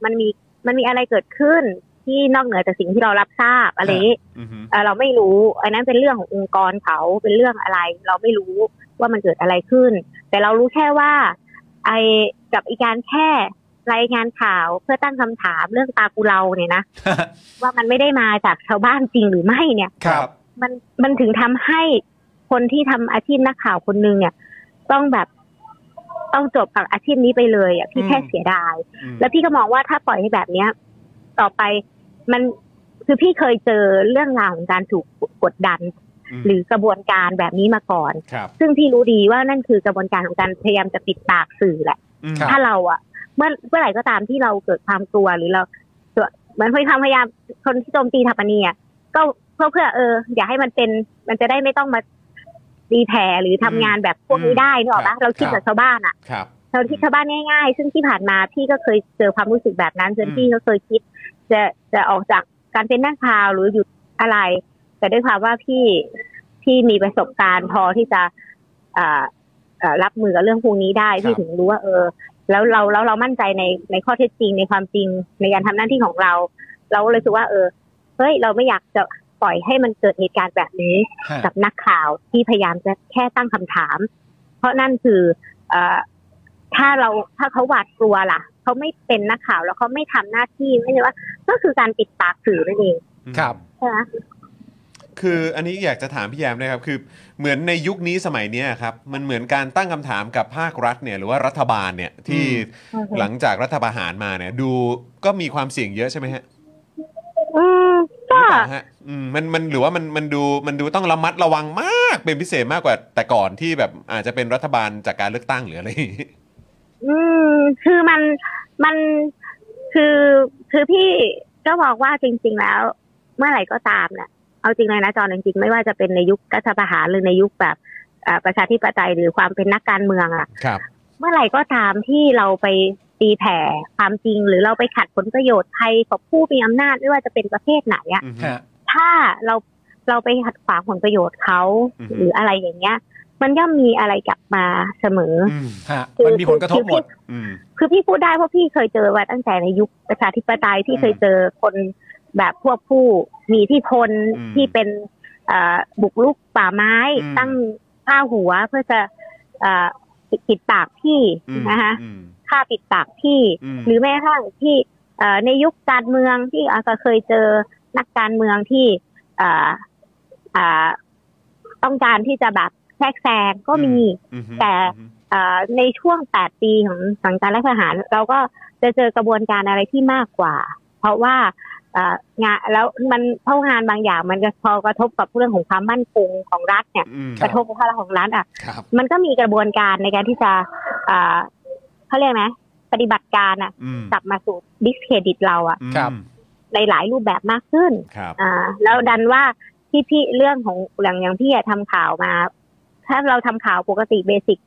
มันมีมันมีอะไรเกิดขึ้นที่นอกเหนือจากสิ่งที่เรารับทราบอะไรอย่างนี้
อืม
เอ่อเราไม่รู้ อันนั้นเป็นเรื่องขององค์กรเขาเป็นเรื่องอะไร เราไม่รู้ว่ามันเกิดอะไรขึ้น แต่เรารู้แค่ว่า ไอกับอีการแค่รายงานข่าวเพื่อตั้งคำถามเรื่องตากูเราเนี่ยนะ ว่ามันไม่ได้มาจากชาวบ้านจริงหรือไม่เนี่ย
ครับ
มันมันถึงทำให้คนที่ทำอาชีพนักข่าวคนหนึงเนี่ย ต้องแบบต้องจบกับอาชีพนี้ไปเลยอ่ะพี่แค่
อืม
เสียดาย แล้วพี่ก็มองว่าถ้าปล่อยให้แบบเนี้ย ต่อไปมันคือพี่เคยเจอเรื่องราวของการถูกกดดัน
อืม
หรือกระบวนการแบบนี้มาก่อน
ครับ
ซึ่งพี่รู้ดีว่านั่นคือกระบวนการของการพยายามจะปิดปากสื่อแหละ
อืม
ครับ
ถ้าเราอะเมื่อเมื่อไหร่ก็ตามที่เราเกิดความกลัวหรือเราเหมือนพยายามพยายามคนที่โจมตีทัปนีอะก็เพื่อเพื่อเออ อย่าให้มันเป็นมันจะได้ไม่ต้องมาดีแผลหรือทำงานแบบพวกนี้ได้นึกออกปะเราคิดแบบชาวบ้านอะ
ครับ
เราที่ชาวบ้านง่ายๆ ซึ่งที่ผ่านมาพี่ก็เคยเจอความรู้สึกแบบนั้นจนพี่ก็เคยคิด จะจะออกจากการเป็นนักข่าวหรือหยุดอะไร แต่ด้วยความว่าพี่พี่มีประสบการณ์พอที่จะเอ่อเอ่อรับมือกับเรื่องพวกนี้ได้พี่ถึงรู้ว่า เออ แล้วเราแล้วเรามั่นใจในในข้อเท็จจริงในความจริงในการทำหน้าที่ของเรา เราเลยรู้สึกว่า เออเฮ้ยเราไม่อยากจะปล่อยให้มันเกิดเหตุการณ์แบบนี้
ฮะ
กับนักข่าวที่พยายามจะแค่ตั้งคำถาม เพราะนั่นคือเออถ้าเราถ้าเขาหวาดกลัวล่ะ เขาไม่เป็นนักข่าวแล้วเขาไม่ทำหน้าที่ไม่ใช่ว่า ก็คือการปิดปากสื่อนั่นเอง
ครับ
ใช่ไหม
คืออันนี้อยากจะถามพี่แยมนะครับคือเหมือนในยุคนี้สมัยเนี้ยครับมันเหมือนการตั้งคำถามกับภาครัฐเนี่ยหรือว่ารัฐบาลเนี่ยที่หลังจากรัฐประหารมาเนี่ยดูก็มีความเสี่ยงเยอะใช่ไหมฮะ
อืม
หรื
ก็
อเปล่าฮะอืมมันมันหรือว่ามันมันดูมันดูต้องระมัดระวังมากเป็นพิเศษมากกว่าแต่ก่อนที่แบบอาจจะเป็นรัฐบาลจากการเลือกตั้งหรืออะไรอย่างงี้
อืมคือมันมันคือคือพี่ก็บอกว่าจริง ๆ แล้ว เมื่อไหร่ก็ตามเนี่ยเอาจริงเลยนะจอนจริงๆ ไม่ว่าจะเป็นในยุครัฐประหารหรือในยุคแบบเอ่อประชาธิปไตยหรือความเป็นนักการเมืองอะ
ครับ
เมื่อไหร่ก็ตามที่เราไปตีแผ่ความจริง หรือเราไปขัดผลประโยชน์ใครกับผู้มีอำนาจไม่ว่าจะเป็นประเภทไหนอะ
อืม
ฮะ
ถ้าเราเราไปขัดขวางผลประโยชน์เขา
อือฮึ
หรืออะไรอย่างเงี้ย มันย่อมมีอะไรกลับมาเสมอ
อืม
ฮะ
อ
มันมีผลกระทบหมด
คือ
อืม
คือพี่พูดได้เพราะพี่เคยเจอมาตั้งแต่ในยุคประชาธิปไตยที่
อืม
เคยเจอคนแบบพวกผู้มีอิที่พล
อืม
ที่เป็นเอ่อบุกลุกป่าไม้
อืม
ตั้งข้าหัวเพื่อจะเอ่อปิดปากพี่
อืม
นะคะ
อืม
ค่าปิดปากพี่
อืม
หรือแม้กระทั่งที่เอ่อในยุคการเมืองที่อาก็เคยเจอนักการเมืองที่เอ่อเอ่อต้องการที่จะแบบแทรกแซงก็มี
อืม
แต่ เอ่อในช่วง 8 ปีของสังการรัฐประหาร เราก็จะเจอกระบวนการอะไรที่มากกว่า เพราะว่าเอ่องานแล้วมันเพราะงานบางอย่าง มันจะพอกระทบกับเรื่องของความมั่นคงของรัฐเนี่ย
อืม
กระทบกับภาระของรัฐอ่ะ
ครับ
มันก็มีกระบวนการในการที่จะเอ่อเขาเรียกไหมปฏิบัติการอ่ะ
อืม
กลับมาสู่ดิสเครดิตเราอะ
ครับ
ในหลายรูปแบบมากขึ้น
ครับ
อ่า แล้วดันว่าที่พี่เรื่องของอย่างอย่างพี่อะทำข่าวมา ถ้าเราทำข่าวปกติเบสิก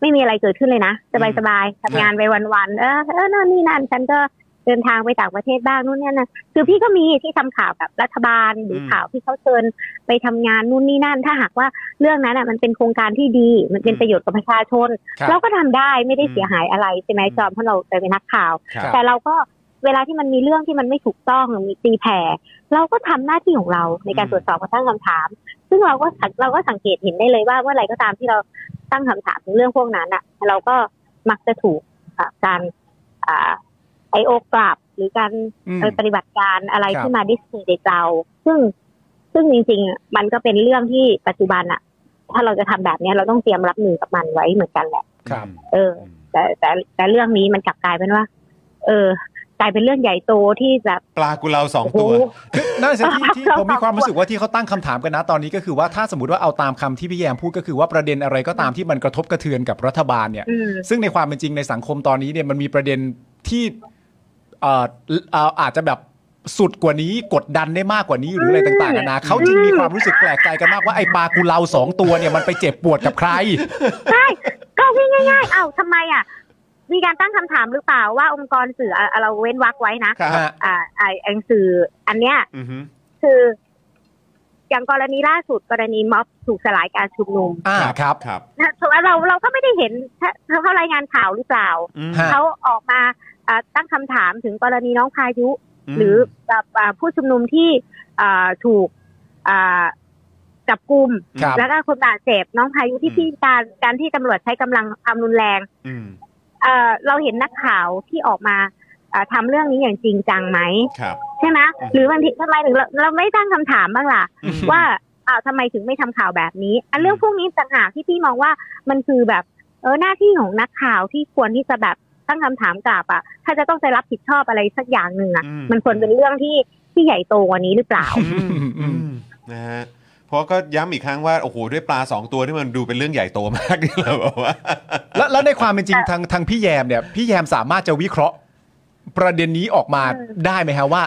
ไม่มีอะไรเกิดขึ้นเลยนะสบายสบายๆทำงานไปวันๆเออเออนั่นนี่นั่นฉันก็เดินทางไปต่างประเทศบ้างนู่นนี่นั่นคือพี่ก็มีที่ทำข่าวแบบรัฐบาลหรืออข่าวที่เขาเชิญไปทำงานนู่นนี่นั่น ถ้าหากว่าเรื่องนั้นอะมันเป็นโครงการที่ดี มันเป็นประโยชน์กับประชาชน
ครับ
เราก็ทำได้ไม่ได้เสียหายอะไรใช่ไหมจอมเพราะเราเป็นนักข่าว
ครับ
แต่เราก็เวลาที่มันมีเรื่องที่มันไม่ถูกต้องหรือมีตีแผ่ เราก็ทำหน้าที่ของเราในการ
อืม
ตรวจสอบกระทั่งคำถาม ซึ่งเราก็สังเราก็สังเกตเห็นได้เลยว่าเมื่อไหรก็ตามที่เราตั้งคำถามถึงเรื่องพวกนั้นอ่ะ เราก็มักจะถูกอ่ะการไอโอกลับหรือการ
อืม
ไปปฏิบัติการอะไร
ครับ
ที่มาดิสเครดิตเรา ซึ่งซึ่งจริงๆอ่ะมันก็เป็นเรื่องที่ปัจจุบันอะถ้าเราจะทำแบบเนี้ยเราต้องเตรียมรับมือกับมันไว้เหมือนกันแหละ
ครับ
เออ แต่แต่แต่เรื่องนี้มันกลับกลายเป็นว่า เออ กลายเป็นเรื่องใหญ่โตที่แบบ
ปลากุเลาสอง
โอ้โห
ตัว
นั่นสิที่ ที่
เรา
ผมมี
สอง
ความ
ค
รู้
น
สึกว่าที่เขาตั้งคำถามกันนะตอนนี้ก็คือว่าถ้าสมมติว่าเอาตามคำที่พี่แยมพูดก็คือว่าประเด็นอะไรก็ตามที่มันกระทบกระเทือนกับรัฐบาลเนี่ย
อืม
ซึ่งในความเป็นจริงในสังคมตอนนี้เนี่ยมันมีประเด็นที่เอ่อเอ่ออาจจะแบบสุดกว่านี้กดดันได้มากกว่านี้หรืออะไรต่างๆกันานะเขาจึงมีความรู้สึกแปลกใจกันมากว่าไอ้ปลากุเลาสองตัวเนี่ยมันไปเจ็บปวดกับใคร
ใช่ก็วิ่งง่ายๆ เอ้าทำไมอ่ะ มีการตั้งคำถามหรือเปล่าว่าองค์กรสื่ออ่ะเราเว้นวรรคไว้นะ
ครับ
อ่าไอไอ้สื่ออันเนี้ย
อือฮึ
คือ อย่างกรณีล่าสุดกรณีม็อบถูกสลายการชุมนุม
อ่าครับ
ครับ
นะแต่ว่าเราเราก็ไม่ได้เห็นถ้าถ้าเขารายงานข่าวหรือเปล่า
อืม
ฮะ
เขาออกมาอ่าตั้งคำถามถึงกรณีน้องพายุ หรือแบบอ่าผู้ชุมนุมที่อ่าถูกอ่าจับกลุ่ม
ครับ
แล้วก็คนบาดเจ็บน้องพายุที่ที่การการที่ตำรวจใช้กำลังความรุนแรง
อืม
เอ่อเราเห็นนักข่าวที่ออกมาอ่าทำาเรื่องนี้อย่างจริงจังไหม
ครับ
ใช่ไหม
อืม
หรือบางทีทำไมถึงเราเราไม่ตั้งคำถามบ้างล่ะ
อืม
ว่าอ้าวทำไมถึงไม่ทำข่าวแบบนี้ อันเรื่องพวกนี้ต่างหากที่พี่มองว่ามันคือแบบ เออหน้าที่ของนักข่าวที่ควรที่จะแบบตั้งคำถามกลับอ่ะ ถ้าจะต้องไปรับผิดชอบอะไรสักอย่างหนึ่งอ่ะ
อืม
มันควรเป็นเรื่องที่ที่ใหญ่โตกว่านี้หรือเปล่า
อืมนะฮะเพราะก็ย้ำอีกครั้งว่า โอ้โห ด้วยปลาสองตัวที่มันดูเป็นเรื่องใหญ่โตมากที่เราบอกว่า
แล้วแล้วในความเป็นจริงทางทางพี่แยมเนี่ยพี่แยมสามารถจะวิเคราะห์ ประเด็นนี้ออกมา
อืม
ได้ไหมฮะว่า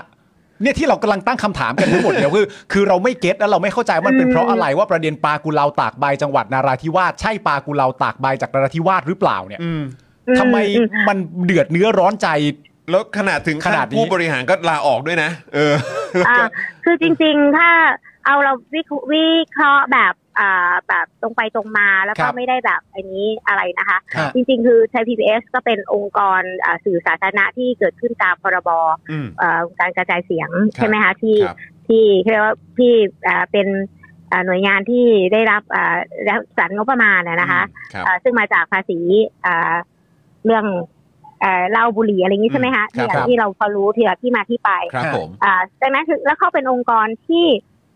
เนี่ยที่เรากำลังตั้งคำถามกันทั้งหมดเนี่ยคือคือเราไม่เก็ตและเราไม่เข้าใจว่ามันเป็น
อืม
เพราะอะไรว่าประเด็นปลากุเลาตากใบจังหวัดนาราธิวาสใช่ปลากุเลาตากใบจากนาราธิวาสหรือเปล่าเนี่ยทำไม
อืม
มันเดือดเนื้อร้อนใจ
แล้วขนาดถึงขั้
ขนาดนี้
ผู้บริหารก็ลาออกด้วยนะ เออ
อ่าคือจริงๆ ถ้าเอาเราวิเคราะห์วิเคราะห์แบบอ่าแบบตรงไปตรงมาแล้ว
ค
ก็
รับ
ไม่ได้แบบอันนี้อะไรนะคะ
ฮะ
จริงๆ คือไทย PBS ก็เป็นองค์กรอ่าสื่อสาธารณะที่เกิดขึ้นตามพรบ
อืม
เอ่อการกระจายเสียงใช่ไหมคะที่
ครับ
ที่เรียกว่าที่เอ่อเป็นเอ่อหน่วยงานที่ได้รับเอ่อรับสรรงบประมาณนะนะคะ
ครับ
เอ่อซึ่งมาจากภาษีเอ่อเรื่องเอ่อเหล้าบุหรี่อะไรอย่างนี้ใช่ไหมคะ
ครับ
เนี่ยที่เราพอรู้ทีละที่มาที่ไป
ครับผม
อ่าดังนั้นคือแล้วเข้าเป็นองค์กรที่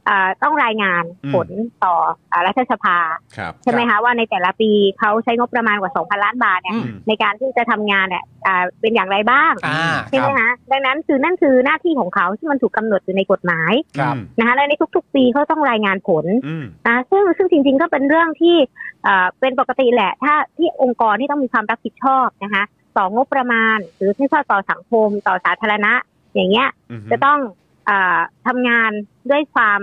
เอ่อต้องรายงาน
อืม
ผลต่อเอ่อรัฐสภา
ครับ
ใช่ไหมคะว่าในแต่ละปีเขาใช้งบประมาณกว่า 2,000 ล้านบาทเนี่ย
อืม
ในการที่จะทำงานเนี่ยอ่าเป็นอย่างไรบ้าง
อ่า
ใช่
ค
ไห
รั
ม
บ
คะดังนั้นคือนั่นคือหน้าที่ของเขาที่มันถูกกำหนดอยู่ในกฎหมาย
ครับ
อืม
นะคะและในทุกๆ ปีเขาต้องรายงานผล
อืม
นะซึ่งซึ่งจริงๆก็เป็นเรื่องที่เอ่อเป็นปกติแหละ ถ้าที่องค์กรที่ต้องมีความรับผิดชอบนะคะต่องบประมาณ หรือที่ชอบต่อสังคมต่อสาธารณะ อย่างเงี้ย
อืม
จะต้องเออทำงานด้วยความ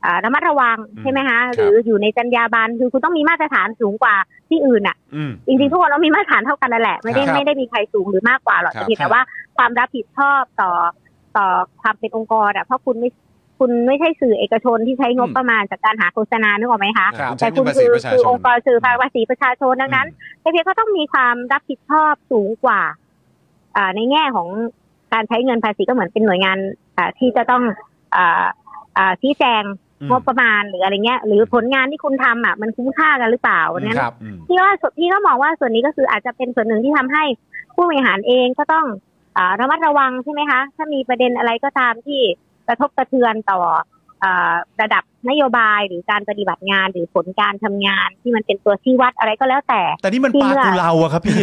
เอ่อระมัดระวัง
อืม
ใช่ไหมคะ
ครับ
หรืออยู่ในจรรยาบรรณคือคุณต้องมีมาตรฐานสูงกว่าที่อื่นอ่ะ
อืม
จริงๆทุกคนเรามีมาตรฐานเท่ากันนั่นแหละ ไม่ได้
ครับ
ไม่ได้มีใครสูงหรือมากกว่าหรอก
ครับ
แต่เพียงแต่ว่าความรับผิดชอบต่อต่อความเป็นองค์กรอะเพราะคุณไม่คุณไม่ใช่สื่อเอกชนที่ใช้งบ
อืม
ประมาณจากการหาโฆษณานึกออกไหมคะ
ครับ
ใช้
แต่
เงิน
คุณ
ภาษี
คือ
ประชา
คือ
ช
อน งค์กรสื่อภาษีประชาชนดังนั้นแต่เพียงก็ต้องมีความรับผิดชอบสูงกว่าอ่าในแง่ของการใช้เงินภาษีก็เหมือนเป็นหน่วยงานอ่าที่จะต้องอ่าอ่าชี้แจง
อืม
งบประมาณหรืออะไรเงี้ย หรือผลงานที่คุณทำอ่ะมันคุ้มค่ากันหรือเปล่าดังนั้น
ครับ
อืม
พี่ว่าส่วนพี่ก็มองว่าส่วนนี้ก็คืออาจจะเป็นส่วนหนึ่งที่ทำให้ผู้บริหารเองก็ต้องอาระมัดระวังใช่ไหมคะ ถ้ามีประเด็นอะไรก็ตามที่กระทบกระเทือนต่ออาระดับนโยบายหรือการปฏิบัติงานหรือผลการทำงานที่มันเป็นตัวชี้วัดอะไรก็แล้วแต่
แต่นี่มันปลากุเลาอะครับพี่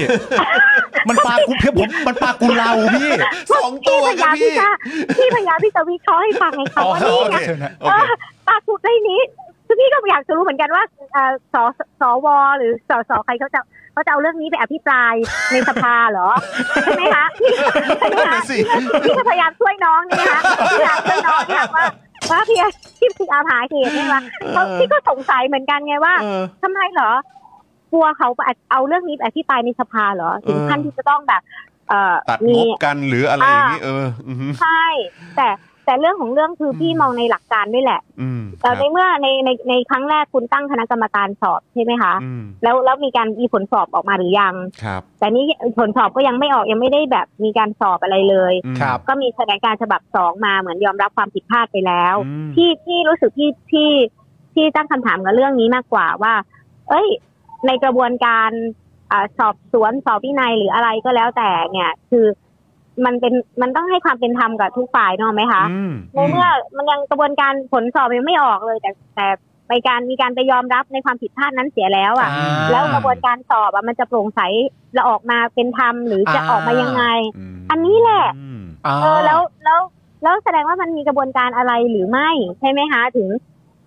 มันปลากุเพียผมมันปลากุเลาพี่
สองตัว
พยา
ครับ
ยาม
พี่
ที่จะพี่พยายามที่จะวิเคราะห์ให้ฟังไงคะ
อ๋อโอเค
ว่านี่ไง
เชิญนะ
โอเค
ปากุดได้นี้คือพี่ก็อยากจะรู้เหมือนกันว่าอ่าสสวหรือสสใครเขาจะเขาจะเอาเรื่องนี้ไปอภิปราย ในสภาเหรอใช่ไหมคะพี่ใช่ไหม
นั่น
คะ
น่ะสิ
พี่ก็พยายามช่วยน้องนี่นะคะพี่พยายามช่วยน้องเนี่ยว่าว่าพี่พี่พยายามหาเหตุเนี่ยว่าเขา
เออ
พี่ก็สงสัยเหมือนกันไงว่า
เออ
ทำไมเหรอ กลัวเขาเอาเรื่องนี้ไปอภิปรายในสภาเหรอถึงขั้นที่จะต้องแบบ เอ่อ
ตัด
มี
งบกันหรืออะไรอย่างนี้ เออ อืม
ใช่แต่ แต่เรื่องของเรื่องคือพี่มองในหลักการด้วยแหละ
อืมค
เอ่
รั
อบ ในเมื่อในในในครั้งแรกคุณตั้งคณะกรรมการสอบใช่ไหมคะ
อืม
แล้วแล้วมีการมีผลสอบออกมาหรือยัง
ครับ
แต่นี่ผลสอบก็ยังไม่ออกยังไม่ได้แบบมีการสอบอะไรเลย
อืม
ครับ
ก็มีแถลงการฉบับสองมาเหมือนยอมรับความผิดพลาดไปแล้ว
อืม
ที่ที่รู้สึกที่ที่ที่ตั้งคำถามกับเรื่องนี้มากกว่าว่า เอ้ย ในกระบวนการอาสอบสวนสอบวินัยหรืออะไรก็แล้วแต่เนี่ย คือมันเป็นมันต้องให้ความเป็นธรรมกับทุกฝ่ายเนอะไหมคะ
อืม
ในเมื่อมันยังกระบวนการผลสอบยังไม่ออกเลย แต่แต่ไปการมีการไปยอมรับในความผิดพลาดนั้นเสียแล้วอ่ะ
อ่า
แล้วกระบวนการสอบอะมันจะโปร่งใสจะออกมาเป็นธรรมหรือจะ
อ่า
ออกมายังไง
อืม
อันนี้แหละ
อืม
อ่า
เออแล้วแล้วแล้วแสดงว่ามันมีกระบวนการอะไรหรือไม่ใช่ไหมคะถึง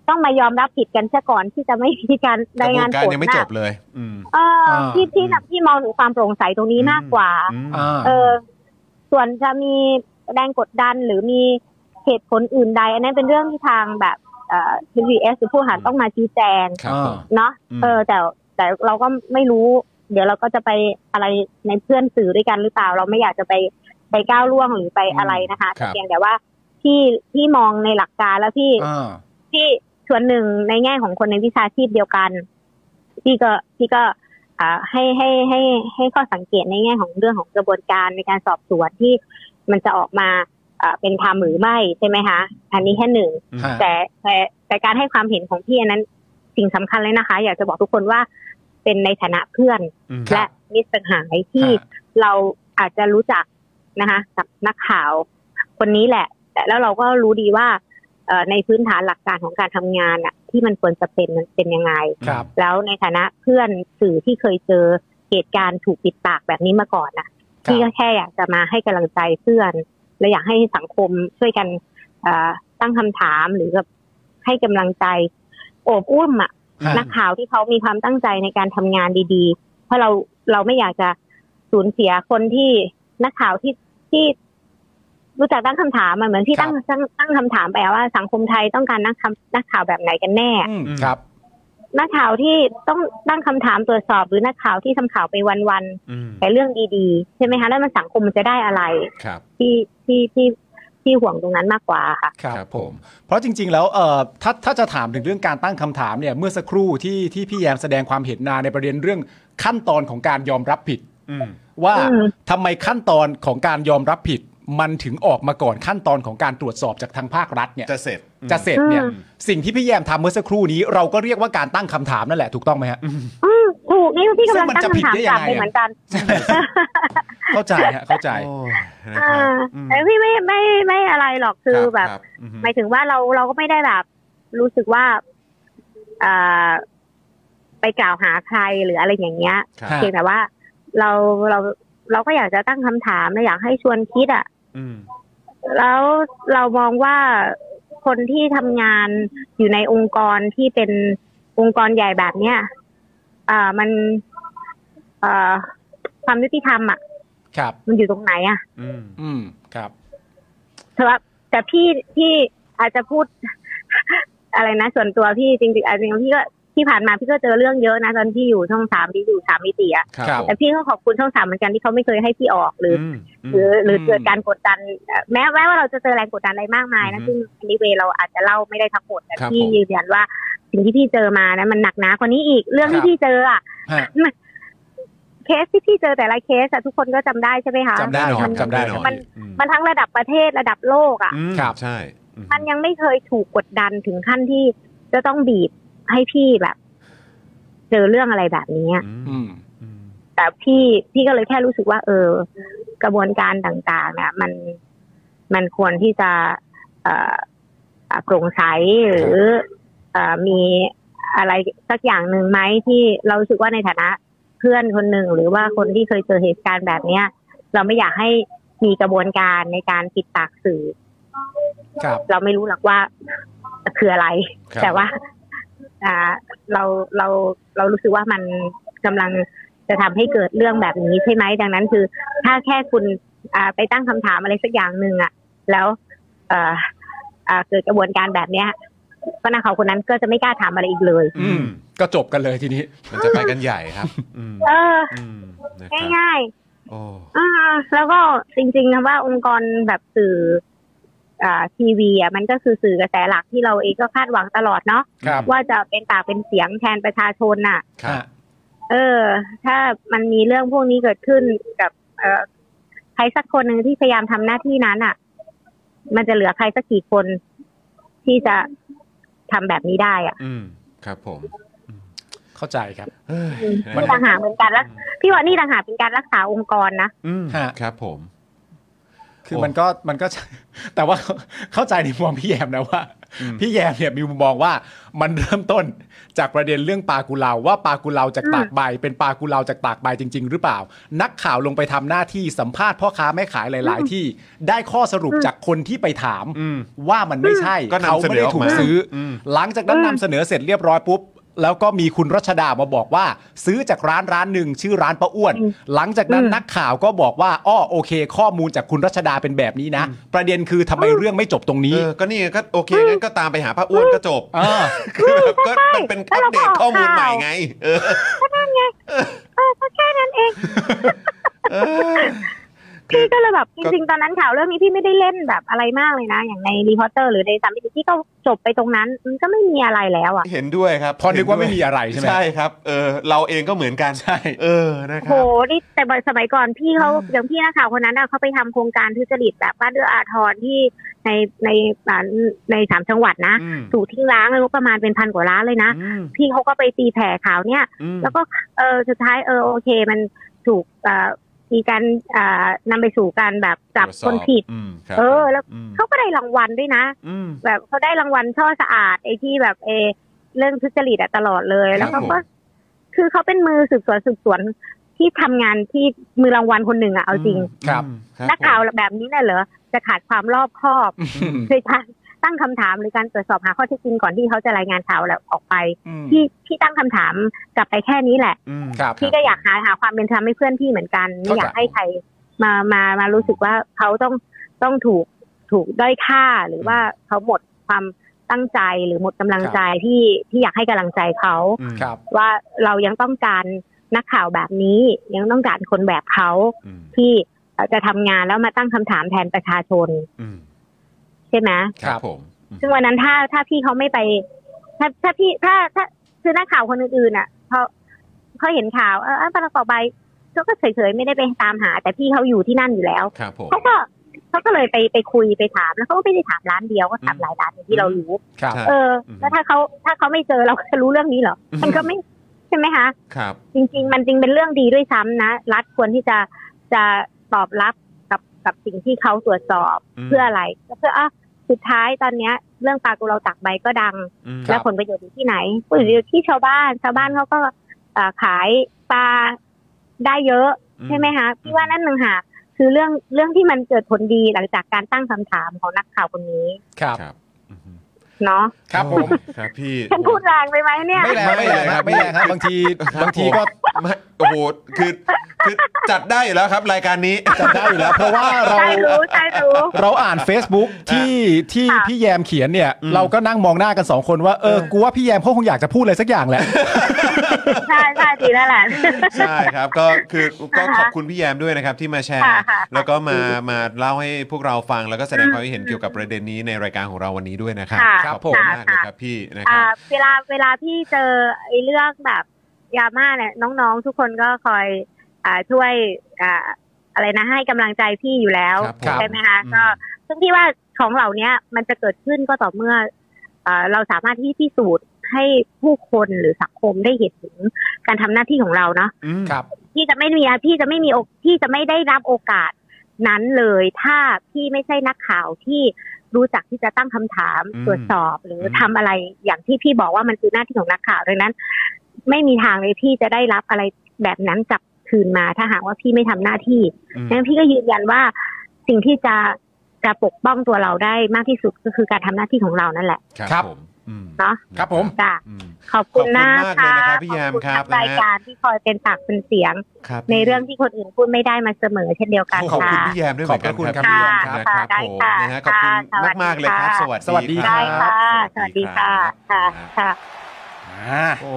ต้องมายอมรับผิดกันซะก่อนที่จะไม่มีการ
ก
รา
ระ
ย
บว
งาน น
การ
ผล
ยังไม่จ
น่ะ
บเลยอืม
เออที่ที่ที่มองถึงความโปร่งใสตรงนี้มากกว่า
อืม
อ่า
เออ ส่วนจะมีแรงกดดันหรือมีเหตุผลอื่นใด อันนั้นเป็นเรื่องที่ทางแบบเอ่อ TVS หรือผู้หารต้องมาชี้แจง
ครับผม
เนาะ
อืม
เออแต่แต่เราก็ไม่รู้ เดี๋ยวเราก็จะไปอะไรในเพื่อนสื่อด้วยกันหรือเปล่า เราไม่อยากจะไปไปก้าวล่วงหรือไปอะไรนะคะ
ครับ
เพียงแต่ว่าที่ที่มองในหลักการแล้วที่
อ่า
ที่ส่วนหนึ่งในแง่ของคนในวิชาชีพเดียวกันพี่ก็พี่ก็อ่าให้ให้ให้ให้ข้อสังเกตในแง่ของเรื่องของกระบวนการในการสอบสวนที่มันจะออกมาอ่าเป็นธรรมหรือไม่ใช่ไหมคะ อันนี้แค่หนึ่ง
ฮะ
แต่แต่แต่การให้ความเห็นของพี่อันนั้นสิ่งสำคัญเลยนะคะ อยากจะบอกทุกคนว่าเป็นในฐานะเพื่อน
อืม
และมิตรสหายที่
ครับ
เราอาจจะรู้จักนะคะกับนักข่าวคนนี้แหละ แต่แล้วเราก็รู้ดีว่าเอ่อในพื้นฐานหลักการของการทำงานอะที่มันควรจะเป็นมันเป็นยังไง
ครับ
แล้วในฐานะเพื่อนสื่อที่เคยเจอเหตุการณ์ถูกปิดปากแบบนี้มาก่อนนะพี่ก็แค่อยากจะมาให้กำลังใจเพื่อน และอยากให้สังคมช่วยกันเอ่อตั้งคำถามหรือกับให้กำลังใจโอบอุ้มอะ
ฮะ
นักข่าวที่เขามีความตั้งใจในการทำงานดีๆ เพราะเราเราไม่อยากจะสูญเสียคนที่นักข่าวที่ที่รู้จักตั้งคำถามอะเหมือนที่
ครับ
ตั้งตั้งตั้งคำถามไปว่าสังคมไทยต้องการนักคำนักข่าวแบบไหนกันแน่
อืมครับ
นักข่าวที่ต้องตั้งคำถามตรวจสอบหรือนักข่าวที่ทำข่าวไปวัน
อืม
ๆแต่เรื่องดีๆ ใช่ไหมคะ แล้วมันสังคมมันจะได้อะไร
ครับ
ที่ที่ที่ที่ห่วงตรงนั้นมากกว่าค่ะ
ครับ
ครับ
ผ
ผม ม
เพราะจริง ๆ แล้วเอ่อถ้าถ้าจะถามถึงเรื่องการตั้งคำถามเนี่ยเมื่อสักครู่ที่ที่พี่แยมแสดงความเห็นนาในประเด็นเรื่องขั้นตอนของการยอมรับผิด
อืม
ว่า
อืม
ทำไมขั้นตอนของการยอมรับผิด มันถึงออกมาก่อนขั้นตอนของการตรวจสอบจากทางภาครัฐเนี่ย
จะเสร็จ
จะเสร็จเนี่ยสิ่งที่พี่แยมทำเมื่อสักครู่นี้เราก็เรียกว่าการตั้งคำถามนั่นแหละถูกต้องไหมฮะ
อืมถูกนี่พี่กำลังตั้
ซึ่งมัน
ง
จะผิด
คำถาม
ได้
ก
ยั
ลั
ง
บ
ไงอะ
ไปเหมือนกัน
เข้าใจฮะเข้าใจ
โอ้ยนะครับ
อ่า
อืม
แต่พี่ไม่ไม่ไม่ไม่อะไรหรอกคือแบบ
รัอืม
หมายถึงว่าเราเราก็ไม่ได้แบบ รู้สึกว่าอ่าไปกล่าวหาใครหรืออะไรอย่างเงี้ย
ครับ
ฮะ
เพียงแต่ว่าเราเราเราก็อยากจะตั้งคำถามและอยากให้ชวนคิดอ่ะ
อืม
แล้วเรามองว่าคนที่ทำงานอยู่ในองค์กรที่เป็นองค์กรใหญ่แบบเนี้ยเอ่อมันเอ่อความยุติธรรมอ่ะ
ครับ
มันอยู่ตรงไหนอ่ะ
อืม
อืมครับ
แต่ว่าแต่พี่พี่อาจจะพูด อะไรนะ ส่วนตัวพี่จริงๆอาจจะพี่ก็ที่ผ่านมาพี่ก็เจอเรื่องเยอะนะตอนที่อยู่ช่องสามที่อยู่สามมิติอ่ะ
ครับ
แต่พี่ก็ขอบคุณช่องสามเหมือนกันที่เขาไม่เคยให้พี่ออกหรืออ
ม
หรือหรือเกิดการกดดันเอ่อแม้แม้ว่าเราจะเจอแรงกดดันอะไรมากมายนะซึ่งอันนี้เวเราอาจจะเล่าไม่ได้ทั้งหมดแต่
ครับ
พี่
ผม
ยืนยันว่าสิ่งที่พี่เจอมานะมันหนักหนากว่านี้อีกเรื่องที่พี่เจออะ
ฮะ
เคสที่พี่เจอแต่ละเคสอะทุกคนก็จำได้ใช่ไหมคะ
จำได้
แน่นอน
ครับจำได้
แน่นอน
มัน มันทั้งระดับประเทศระดับโลกอะ
อืม
ครับ
ใช่อืม
มันยังไม่เคยถูกกดดันถึงขั้นที่จะต้องบีบให้พี่แบบ เจอเรื่องอะไรแบบนี้อะ
อื
อื
ม
ม
อืม
แต่พี่พี่ก็เลยแค่รู้สึกว่า เออ กระบวนการต่างๆเนี่ยมันมันควรที่จะเอ่อเอ่อโปร่งใสหรือเอ่อมีอะไรสักอย่างหนึ่งไหมที่เรารู้สึกว่าในฐานะเพื่อนคนหนึ่งหรือว่าคนที่เคยเจอเหตุการณ์แบบเนี้ย เราไม่อยากให้มีกระบวนการในการปิดปากสื่อ
ครับ
เราไม่รู้หรอกว่าคืออะไร
ครับ
แต่ว่าอ่าเราเราเรารู้สึกว่ามันกำลังจะทำให้เกิดเรื่องแบบนี้ใช่ไหมดังนั้นคือ ถ้าแค่คุณอ่าไปตั้งคำถามอะไรสักอย่างหนึ่งอะแล้วเอ่ออ่าเกิดกระบวนการแบบเนี้ยก็นักข่าวคนนั้นก็จะไม่กล้าถามอะไรอีกเลย
อืมก็จบกันเลยทีนี้
มันจะไปกันใหญ่ครับ อืม
เออ
อืมนะครับ
ง่าย
โอ้
ๆอ่าแล้วก็จริงๆคำว่าองค์กรแบบสื่อ อ่าทีวีอ่ะมันก็คือสื่อกระแสหลักที่เราเองก็คาดหวังตลอดเนาะ
ครับ
ว่าจะเป็นปากเป็นเสียงแทนประชาชนน่ะ
ฮะ
เออ ถ้ามันมีเรื่องพวกนี้เกิดขึ้นกับเอ่อใครสักคนหนึ่งที่พยายามทำหน้าที่นั้นอ่ะ มันจะเหลือใครสักกี่คนที่จะทำแบบนี้ได้อ่ะ
อืมครับผม
เข้าใจครับ
เฮ้ย
มั
นี่ต่างหากเป็นการรักพี่ว่านี่ต่างหากเป็นการรักษาองค์กรนะ
อืม
ฮะ
ครับผม
คือ
โอ้
มันก็มันก็ แต่ว่า เข้าใจในมุมมองพี่แยมนะว่า
อืม
พี่แยมเนี่ยมีมุมมองว่ามันเริ่มต้นจากประเด็นเรื่องปลากุเลาว่าปลากุเลาจากตากใบ เป็นปลากุเลาจากตากใบจริง ๆ หรือเปล่า นักข่าวลงไปทำหน้าที่สัมภาษณ์พ่อค้าแม่ขายหลาย ๆ ที่ได้ข้อสรุปจากคนที่ไปถาม
อืม
ว่ามันไม่ใช่
ก็นำ
เขาไม่ได้ถูกซื้ออ
ม
หลังจากนั้นนำเสนอเสร็จเรียบร้อยปุ๊บ แล้วก็มีคุณรัชดามาบอกว่า ซื้อจากร้านร้านหนึ่งชื่อร้านป้าอ้วน หลังจากนั้น
อืม
นักข่าวก็บอกว่าอ้อโอเค ข้อมูลจากคุณรัชดาเป็นแบบนี้นะ ประเด็นคือทำไมเรื่องไม่จบตรงนี้
เออก็นี่ไงก็โอเคงั้นก็ตามไปหาพระอ้วนก็จบ
เออ
คือแบบก็มันเป็น
แล้
อัป
วเรา
เด
ก็
ต
ออก
ข้อมูลใหม่
ข่าว
ไง เออ
เออก็แค่นั้นเอง
เออ
พี่ก็เลยแบบจ
ก็
ริงๆตอนนั้นข่าวเรื่องนี้พี่ไม่ได้เล่นแบบอะไรมากเลยนะ อย่างในรีพอร์เตอร์หรือในสามมิติพี่ก็จบไปตรงนั้น มันก็ไม่มีอะไรแล้วอ่ะ
เห็นด้วยครับ
พอนึกว่าไม่มีอะไร
เห็นด้วย
ใช่ไหม
ใช่ครับ เออ เราเองก็เหมือนกัน
ใช่
เออนะค
โห
รับ
นี่แต่สมัยก่อนพี่เขาอย่างพี่นักข่าวคนนั้นอะเขาไปทำโครงการทุจริตแบบบ้านเอื้ออาทรที่ในในอ่าในสามจังหวัดนะ
อืม
ถูกทิ้งร้างงบประมาณเป็นพันกว่าล้านเลยนะ
อืม
พี่เขาก็ไปตีแผ่ข่าวเนี้ย
อืม
แล้วก็เออสุดท้ายเออโอเค มันถูกเอ่อมีการเอ่อนำไปสู่การแบบจับ
ตรวจส
ค
อน
ผิด
อืมครับ
เออแล้ว
อืม
เขาก็ได้รางวัลด้วยนะ
อืม
แบบเขาได้รางวัลช่อสะอาดไอ้ที่แบบเออเรื่องทุจริตอะตลอดเลย
ครับ
แล้วเขาก็
ผม
คือเขาเป็นมือสืบสวนสืบสวนที่ทำงานที่มือรางวัลคนหนึ่งอะเอาจริง
อืม
ครับ
ครับ
นักข่าวแบบนี้น่ะเหรอจะขาดความรอบคอบ
อืม
ในการตั้งคำถามหรือการตรวจสอบหาข้อเท็จจริงก่อนที่เขาจะรายงานข่าวแล้วออกไป
อืม
ที่ที่ตั้งคำถามกลับไปแค่นี้แหละ
อืม
ครับ
พี่ก็อยากหาหาความเป็นธรรมให้เพื่อนพี่เหมือนกัน ไม่
เข้าใจ
อยากให้ใครมามามารู้สึกว่าเขาต้องต้องถูกถูกด้อยค่าหรือว่าเขาหมดความตั้งใจหรือหมดกำลังใจที่ที่อยากให้กำลังใจเขา
อืม
ครับ
ว่าเรายังต้องการนักข่าวแบบนี้ ยังต้องการคนแบบเขา
อืม
ที่เอ่อจะทำงานแล้วมาตั้งคำถามแทนประชาชน
อืม
ใช่ไหม
ครับผม
ซึ่งวันนั้นถ้าถ้าพี่เขาไม่ไป ถ้าถ้าพี่ถ้าถ้าคือนักข่าวคนอื่นๆอ่ะเขาเขาเห็นข่าวเออเออประกอบใบเขาก็เฉยๆไม่ได้ไปตามหา แต่พี่เขาอยู่ที่นั่นอยู่แล้ว
ครับผม
เขาก็เขาก็เลยไปไปคุยไปถามแล้วเขาก็ไม่ได้ถามร้านเดียวก็ถามหลายร้านอย่างที่เรารู้
ครับ
ใช่
เออ
อืม
แล้วถ้าเขาถ้าเขาไม่เจอเราก็จะรู้เรื่องนี้เหรอ มันก็ไม่ใช่ไหมคะ
ครับ
จริง ๆ มันจริงเป็นเรื่องดีด้วยซ้ำนะรัฐควรที่จะจะตอบรับกับกับสิ่งที่เขาตรวจสอบ
อืม
เพื่ออะไรก็เพื่ออ่ะสุดท้ายตอนเนี้ย เรื่องปลากูเราตักใบก็ดัง
อืม
แล้วผลประโยชน์อยู่ที่ไหนผลประโยชน์อยู่ที่ชาวบ้าน ชาวบ้านเขาก็เอ่อขายปลาได้เยอะ
อืม
ใช่ไหมคะพี่ว่านั่นหนึ่งค่ะคือเรื่องเรื่องที่มันเกิดผลดีหลังจากการตั้งคำถามของนักข่าวคนนี้
ครับ
ครับอืม
เนาะ
ครับผม
ครับพี่
ฉันพูดแรงไปไหมเนี่ย
ไม่แรงไม่แรงครับไม่แรงครับบางที
ครับ
บางทีก็
ไม่โอ้โหคือคือจัดได้อยู่แล้วครับ รายการนี้
จำได้อยู่แล้วเพราะว่าเรา
ใจรู้ใจรู้
เราอ่าน Facebook ที่ที่
ค่ะ
พี่แยมเขียนเนี่ย
อืม
เราก็นั่งมองหน้ากันสองคนว่าเออกูว่าพี่แยมเขาคงอยากจะพูดอะไรสักอย่างแหละ
ใช่ใช่ดีแล้วแหละ
ใช่ครับก็คือก็ขอบคุณพี่แยมด้วยนะครับ ที่มาแชร์
ค่ะค่ะ
แล้วก็มามาเล่าให้พวกเราฟังแล้วก็แสดงความคิดเห็นเกี่ยวกับประเด็นนี้ในรายการของเราวันนี้ด้วยนะครับ
ค่ะ
ครับ
ขอบคุณมากนะ
ค่ะ
ครับพี่นะค
อ่า
รับ
เวลาเวลาพี่เจอไอ้เรื่องแบบยาม่าเนี่ยน้องๆ ทุกคนก็คอยอ่าช่วยอ่าอะไรนะให้กำลังใจพี่อยู่แล้ว
ครับผม
ใช่ไหมคะ
อืม
ก็ซึ่งพี่ว่าของเหล่าเนี้ยมันจะเกิดขึ้นก็ต่อเมื่ออ่าเราสามารถที่พิสูจน์ให้ผู้คนหรือสังคมได้เห็นถึงการทำหน้าที่ของเราเนาะ
อืม
ครับ
พี่จะไม่มีพี่จะไม่มีโอกพี่จะไม่ได้รับโอกาสนั้นเลย ถ้าพี่ไม่ใช่นักข่าวที่รู้จักที่จะตั้งคำถาม
อืม
ตรวจสอบ ตอบหรือทำอะไรอย่างที่พี่บอกว่ามันคือหน้าที่ของนักข่าวดังนั้น ไม่มีทางเลยพี่จะได้รับอะไรแบบนั้นกลับคืนมา ถ้าหากว่าพี่ไม่ทำหน้าที่
อืม
ดังนั้นพี่ก็ยืนยันว่าสิ่งที่จะจะปกป้องตัวเราได้มากที่สุดก็คือการทำหน้าที่ของเรานั่นแหละ
ครับผมอืม
เนาะ
ครับผม
จ้ะ
อืม
ขอบคุณนะ
ขอบคุณมากเลย
คะ
นะครับพี่ยาม
ขอบคุณ
ครับ
ทางรายการที่คอยเป็นปากเป็นเสียง
ครับ
ใน
พี่
เรื่องที่คนอื่นพูดไม่ได้มาเสมอเช่นเดียวกัน
ขอบคุณ
ค่ะ
พี่แยมด้วยเหมือนกัน
ขอบพระคุณครับ
พี่แยม
ค่ะ
นะครับ
ได้
ผม
ค่ะ
นะฮะขอบคุณ
ค่ะ
มากๆเลยครับ ส
สวั
วั
ส
สดี
ได้
ครั
ค่ะ
บ
สวัสดีค่ะค่ะค่ะ
อ่า
โอ้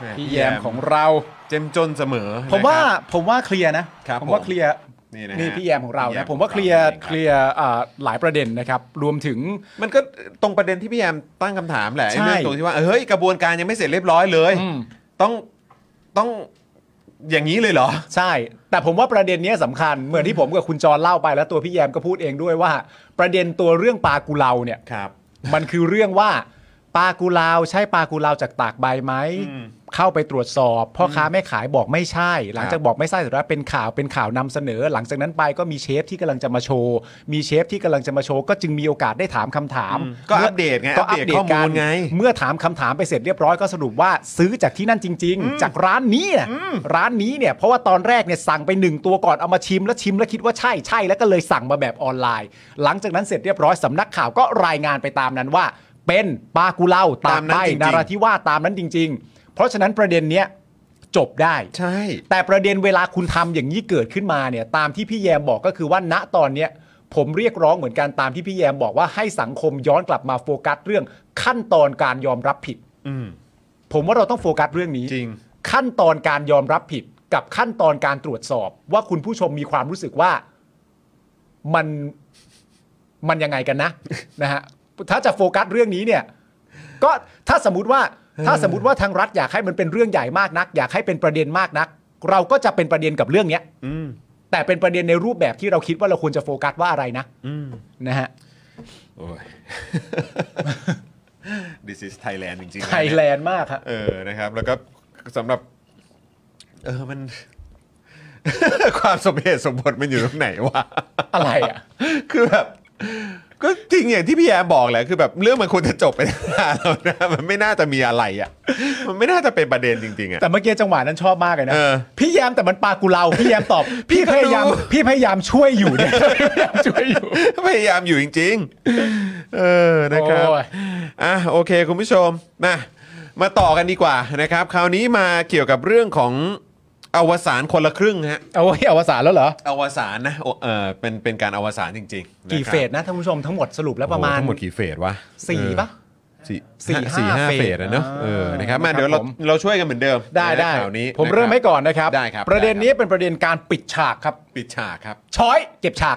ห
พี่แยมของเรา
เจมจนเสมอ
ผมว่า
นะครับ
ผมว่าเคลียร์นะครับผมว่า
ผม
เคลียร์
นี่นะฮะ
นี่พี่แยมของเรา
พี่แย
นะผมว่าเคลียร์เคลียร์อ่าหลายประเด็นนะครับ รวมถึง
มันก็ตรงประเด็นที่พี่แยมตั้งคำถามแหละไอ้
ใช่
เรื่องตรงที่ว่าเฮ้ยกระบวนการยังไม่เสร็จเรียบร้อยเลย
อืม
ต้องต้องอย่างนี้เลยเหรอ
ใช่ แต่ผมว่าประเด็นเนี้ยสำคัญ เหมือนที่ผมกับคุณจรเล่าไปแล้วตัวพี่แยมก็พูดเองด้วยว่า ประเด็นตัวเรื่องปลากุเลาเนี่ย
ครับ
มันคือเรื่องว่าปลากุเลาวใช่ปลากุเลาวจากตากใบไหมเข้าไปตรวจสอบพ่อค้าแม่ขายบอกไม่ใช่ หลังจากบอกไม่ใช่เสร็จแล้วเป็นข่าวเป็นข่าวนำเสนอ หลังจากนั้นไปก็มีเชฟที่กำลังจะมาโชว์มีเชฟที่กำลังจะมาโชว์ก็จึงมีโอกาสได้ถามคำถาม
ก็อัปเดตไง
ก็
อั
อั
ป
ป
เด
เด
ตข้
ต
อมูล
กัน
ไง
เมื่อถามคำถามไปเสร็จเรียบร้อยก็สรุปว่าซื้อจากที่นั่นจริง ๆ จากร้านนี้นะร้านนี้เนี่ยเพราะว่าตอนแรกเนี่ยสั่งไปหนึ่งตัวก่อนเอามาชิมแล้วชิมแล้วคิดว่าใช่ใช่แล้วก็เลยสั่งมาแบบออนไลน์ หลังจากนั้นเสร็จเรียบร้อยสำนักข่าวก็รายงานไปตามนั้นว่า เป็นปลากุเลาตา
ตาม
ม
นั้น
ไป
จริงๆ
นาราธิวาสตามนั้นจริง ๆ เพราะฉะนั้นประเด็นเนี้ยจบได้
ใช่
แต่ประเด็นเวลาคุณทำอย่างนี้เกิดขึ้นมาเนี่ยตามที่พี่แยมบอกก็คือว่าณตอนเนี้ยผมเรียกร้องเหมือนกันตามที่พี่แยมบอกว่าให้สังคมย้อนกลับมาโฟกัสเรื่องขั้นตอนการยอมรับผิด
อืม
ผมว่าเราต้องโฟกัสเรื่องนี้
จริง
ขั้นตอนการยอมรับผิดกับขั้นตอนการตรวจสอบ ว่าคุณผู้ชมมีความรู้สึกว่ามันมันยังไงกันนะ นะฮะถ้าจะโฟกัสเรื่องนี้เนี่ย ก็ถ้าสมมติว่าถ้าสมมติว่าทางรัฐอยากให้มันเป็นเรื่องใหญ่มากนัก อยากให้เป็นประเด็นมากนัก เราก็จะเป็นประเด็นกับเรื่องเนี้ย
อืม
แต่เป็นประเด็นในรูปแบบที่เราคิดว่าเราควรจะโฟกัสว่าอะไรนะ
อืม
นะฮะ
โอ้ย this is Thailand จริงๆนะ
ไทยแลนด์มากครับ
เออ นะครับ แล้วก็สำหรับ เออ มัน ความสมเหตุสมผลมันอยู่ตรงไหนวะ
อะไรอ่ะ
คือแบบ ก็จริงอย่างที่พี่แอมบอกแหละ คือแบบเรื่องมันควรจะจบไปตั้งนานแล้วนะ มันไม่น่าจะมีอะไรอ่ะ มันไม่น่าจะเป็นประเด็นจริงๆอ่ะ
แต่เมื่อกี้จังหวะนั้นชอบมากเลยนะ
เออ
พี่แยามแต่มันปากูเราพี่แยามต อบ พี่พยายาม
ก็รู้
พี่พยายามช่วยอยู่เนี่ยพยายามช่วยอยู่
พยายามอยู่จริงๆ เออ นะครับ
โอ้ย
อ่ะ โอเค คุณผู้ชม มา มาต่อกันดีกว่านะครับ คราวนี้มาเกี่ยวกับเรื่องของอวสานคนละครึ่งฮะ
เอาไว้อวสานแล้วเหรอ
อวสานนะโอเออเป็น เป็นการอวสานจริงๆนะครับ
กี่เฟสนะท่านผู้ชมทั้งหมดสรุปแล้วประมาณ
โอ้โหทั้งหมดกี่เฟสวะ
สี่
เออ
ปะ
สี่
สี่
ห้าสี่ห้า
ห้า
เฟ
เฟ
ส
ส
นะเนอะ
อ่า
เออนะครับมาเดี๋ยว
ครั
เรา
บผม
เราช่วยกันเหมือนเดิม
ได้ได้
ข่าวนี้
ผม
ะคบ
เริ่มให้ก่อนนะครับ
ได้ครับ
ประเด็นนี้
ไค
เป็นประเด็นการปิดฉากครับ
บปิดฉากครับ
ช้อยเก็บฉาก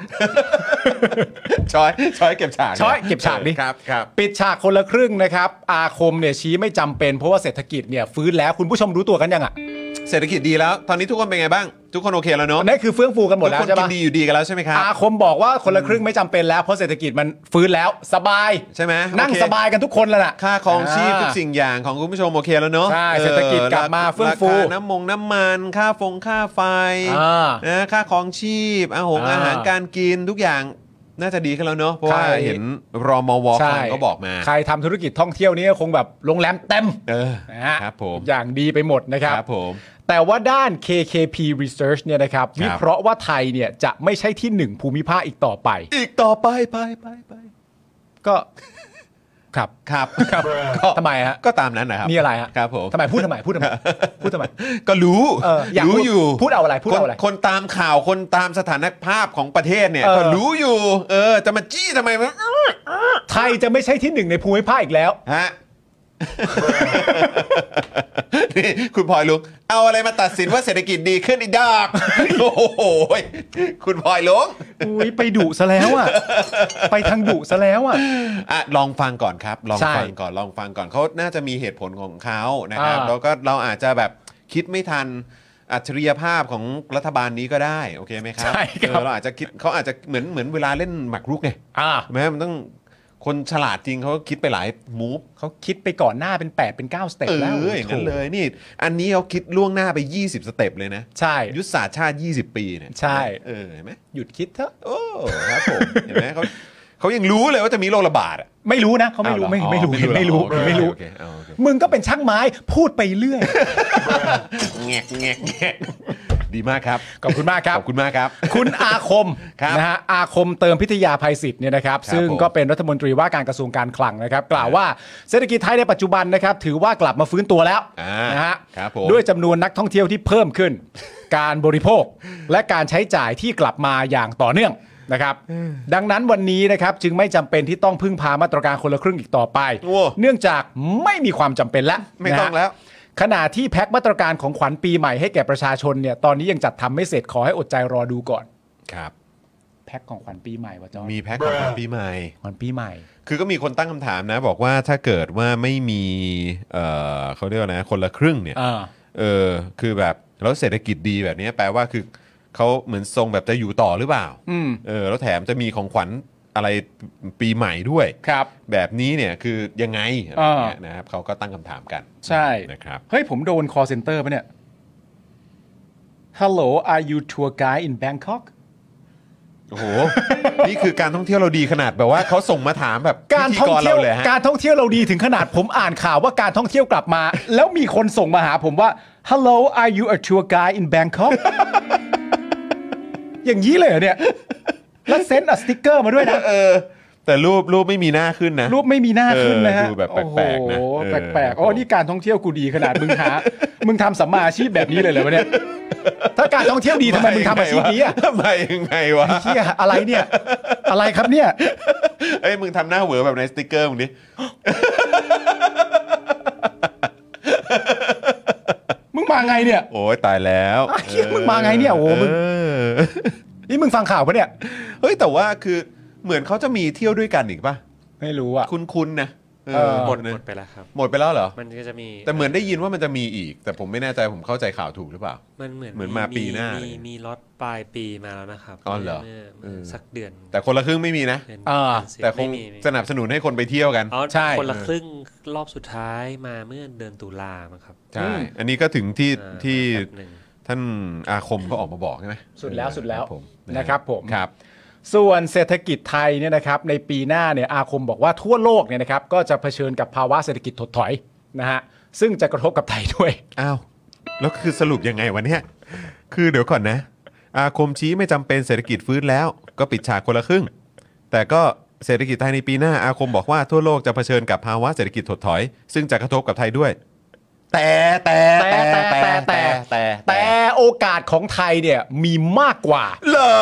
ช้อยช้อยเก็บฉาก
ช้อยเก็บฉากดิ
เออครับครับ
ปิดฉากคนละครึ่งนะครับ อาคมเนี่ยชี้ไม่จำเป็นเพราะว่าเศรษฐกิจเนี่ยฟื้นแล้วคุณผู้ชมรู้ตัวกันยังอ่ะ
เศรษฐกิจดีแล้ว ตอนนี้ทุกคนเป็นไงบ้าง ทุกคนโอเคแล้วเนอะ
นั่นคือเฟื่องฟูกันหมด
ทุก
แล้ว
คน
ใช่
กิ
ปะ
นดีอยู่ดีกันแล้วใช่ไหมครับ
อาคมบอกว่าคนละครึ่งไม่จำเป็นแล้วเพราะเศรษฐกิจมันฟื้นแล้วสบาย
ใช่ไหมโอเค
นั่งสบายกันทุกคนแล้วน่ะ
ค่าครองชีพทุกสิ่งอย่างของคุณผู้ชมโอเคแล้วเนอะ
ใช่
ออ
เศรษฐกิจกลับมาเฟื่องฟู
ราคาน้ำมงน้ำมันค่าฟงค่าไฟ
อ่า
นะค่าครองชีพอาหง
อ่า
อาหารการกินทุกอย่างน่าจะดีขึ้นแล้วเนอะเพราะว่า
ใช่
เห็นรอมวคลังก็บอกมา
ใครทำธุรกิจท่องเที่ยวนี่ก็คงแบบโรงแรมเต็ม
เออ
นะฮะ
ครับผม
อย่างดีไปหมดนะครับ
ครับผม
แต่ว่าด้าน KKP Research เนี่ยนะครับ วิเคราะห์ว่าไทยเนี่ยจะไม่ใช่ที่หนึ่งภูมิภาคอีกต่อไป
อีกต่อไปไปไปไป
ก็ครับ
ครับครับ
ทำไมฮะ
ก็ตามนั้นนะครับ
นี่อะไรฮะ
ครับผม
ทำไมพูดทำไมพูด ทำไมพูดทำไม
ก็รู้
เอออยาก
รู้
พูด
อยู่
พูดเอาอะไรพูดเอาอะไร
คนคนตามข่าวคนตามสถานภาพของประเทศเนี่ย
เออ
ก็รู้อยู่ เออ จะมาจี้ทำไมมัน
ไทยจะไม่ใช่ที่หนึ่งในภูมิภาคอีกแล้ว
ฮะ นี่คุณพลอยลุง เอาอะไรมาตัดสินว่าเศรษฐกิจดีขึ้นอีกดอกโอ้โหยคุณพลอยลุง
อุ้ยไปดุซะแล้วอ่ะ ไปทางดุซะแล้วอ่ะ
อ่ะลองฟังก่อนครับ ลอง
ใช่
ฟังก่อนลองฟังก่อนเขาน่าจะมีเหตุผลของเขานะครับ
อ่า
แล้วก็เราอาจจะแบบคิดไม่ทันอัจฉริยภาพของรัฐบาลนี้ก็ได้ โอเคไหมครับ
ใช่ครับ
เออเราอาจจะคิดเขาอาจจะเหมือนเหมือนเวลาเล่นหมากรุกไง
อ่า
ใช่ไหมมันต้องคนฉลาดจริงเขาคิดไปหลายมูฟ
เขาคิดไปก่อนหน้าเป็น 8 เป็น 9 สเต็ป
เอ
แล้ว
ออย่างนั้นเลยนี่ อันนี้เขาคิดล่วงหน้าไป 20 สเต็ปเลยนะ
ใช่
ยุทธศาสตร์ชาติ 20 ปีเนี่ย
ใช่
เออเห็นไหม
หยุดคิดเถอะ
โอ้ครับผม เห็นไหมเขาเขายังรู้เลยว่าจะมีโรคระบาดอะ
ไม่รู้นะเขาไม่รู้
อ้าวเห
ไม่
อ
ไม่รู้
อ๋อ
ไม่รู้
โอเค
ไม่รู้
โอเคเอาโอเค
มึงก็เป็นช่างไม้พูดไปเรื่อย
แงกแงกแงก ดีมากครับ
ขอบคุณมากครับ
ขอบคุณมากครับ
คุณอาคม
ครับ
นะฮะอาคมเติมพิทยาภัยศิษย์เนี่ยนะครับ
ครับ
ซึ่ง
ผม
ก็เป็นรัฐมนตรีว่าการกระทรวงการคลังนะครับ กล่าวว่าเศรษฐกิจไทยในปัจจุบันนะครับ ถือว่ากลับมาฟื้นตัวแล้ว
อ่าน
นะฮะ
ครับผม
ด้วยจำนวนนักท่องเที่ยวที่เพิ่มขึ้น การบริโภค และการใช้จ่ายที่กลับมาอย่างต่อเนื่องนะครับ ดังนั้นวันนี้นะครับจึงไม่จำเป็นที่ต้องพึ่งพามาตรการคนละครึ่งอีกต่อไป
โอ้
เนื่องจากไม่มีความจำเป็นแล้ว
ไม่ต้อง
นะฮะ
แล้ว
ขณะที่แพ็คมาตรการของขวัญปีใหม่ให้แก่ประชาชนเนี่ยตอนนี้ยังจัดทำไม่เสร็จขอให้อดใจรอดูก่อน
ครับ
แพ็คของขวัญปีใหม่วะจอน
มีแพ็คของขวัญปีใหม่
ขวัญปีใหม่
คือก็มีคนตั้งคำถามนะ บอกว่าถ้าเกิดว่าไม่มีเอ่อเขาเรียกว่านะคนละครึ่งเนี่ย
เออ
เออคือแบบแล้วเศรษฐกิจดีแบบเนี้ยแปลว่าคือเขาเหมือนทรงแบบจะอยู่ต่อหรือเปล่า
อืม
เออแล้วแถมจะมีของขวัญอะไรปีใหม่ด้วย
ครับ
แบบนี้เนี่ยคือยังไงอะไรอย่างเงี้ยนะครับเขาก็ตั้งคำถามกัน
ใช่
นะครับ
เฮ้ย ผมโดน call center ปะเนี่ย Hello are you tour guide in Bangkok
โอ้โห นี่คือการท่องเที่ยวเราดีขนาดแบบว่าเขาส่งมาถามแบบ
การท่องเที่ยว
พิธีรเลยฮะ
การท่องเที่ยวเราดีถึงขนาดผมอ่านข่าวว่าการท่องเที่ยวกลับมา แล้วมีคนส่งมาหาผมว่า Hello are you a tour guide in Bangkok อย่างนี้เลยเหรอเนี่ย แล้วเซ็นอะสติกเกอร์มาด้วยนะ
เออ แต่รูปรูปไม่มีหน้าขึ้นนะ
รูปไม่มีหน้าขึ้นนะฮะ
เออดูแบบแปลกๆนะ
โอ้โห
เออ
แปลกๆโอ้นี่การท่องเที่ยวกูดีขนาดมึงหา มึงทำสัมมาอาชีพแบบนี้เลยเหรอวะเนี่ย ถ้าการท่องเที่ยวดีทำไมมึงทำอาชีพนี้อะ
ทำไมยังไงวะ
เที่ยอะไรเนี่ย อะไรครับเนี่ย
เอ้ยมึงทำหน้าเหวอแบบในสติกเกอร์มึงดิ
มึงมาไงเนี่ย
โอ้ยตายแล้ว
อ้าวเหี้ยมึงมาไงเนี่ยโอ้โหมึง
เอ
นี่มึงฟังข่าวปะเนี่ย
เฮ้ยแต่ว่าคือเหมือนเขาจะมีเที่ยวด้วยกันอีกป่ะ
ไม่รู้อะ
คุณคุณนะเออ
เออ
หมด
นะ
หมดไปแล้วครับ
หมดไปแล้วเหรอ
มันก็จะมี
แต่เหมือนได้ยินว่ามันจะมีอีก แต่ผมไม่แน่ใจผมเข้าใจข่าวถูกหรือเปล่า
มันเหมือน
เหมือนมาปีหน้า
มี
เลย
มีล็อตปลายปีมาแล้วนะครับ
อ๋อเหรอ
มื่
เออ
สักเดือน
แต่คนละครึ่งไม่มีนะ
เดือน
อ่า
เดือนสิบ
แต่ค
ไม่
ง
มีไม่มี
สนับสนุนให้คนไปเที่ยวกัน
เอา
ใช่
คนละครึ่งรอบสุดท้ายมาเมื่อเดือนตุลามั้งครับ
ใช่ อันนี้ก็ถึงที่
อ่า
ที่
แป๊บหนึ่ง
ท่านอาคมก็ออกมาบอกใช่ไหม
สุดแล้วสุดแล้ว
ผม
นะครับผม
ครับ
ส่วนเศรษฐกิจไทยเนี่ยนะครับในปีหน้าเนี่ยอาคมบอกว่าทั่วโลกเนี่ยนะครับก็จะเผชิญกับภาวะเศรษฐกิจถดถอยนะฮะซึ่งจะกระทบกับไทยด้วย
อ้าว แล้วคือสรุปยังไงวะเนี่ย คือเดี๋ยวก่อนนะ อาคมชี้ไม่จำเป็นเศรษฐกิจฟื้นแล้ว ก็ปิดฉากคนละครึ่ง แต่ก็เศรษฐกิจไทยในปีหน้าอาคมบอกว่าทั่วโลกจะเผชิญกับภาวะเศรษฐกิจถดถอย ซึ่งจะกระทบกับไทยด้วย แต่แต่
แต่แต่แต่แต่แต่แต่โอกาสของไทยเนี่ยมีมากกว่า
เหรอ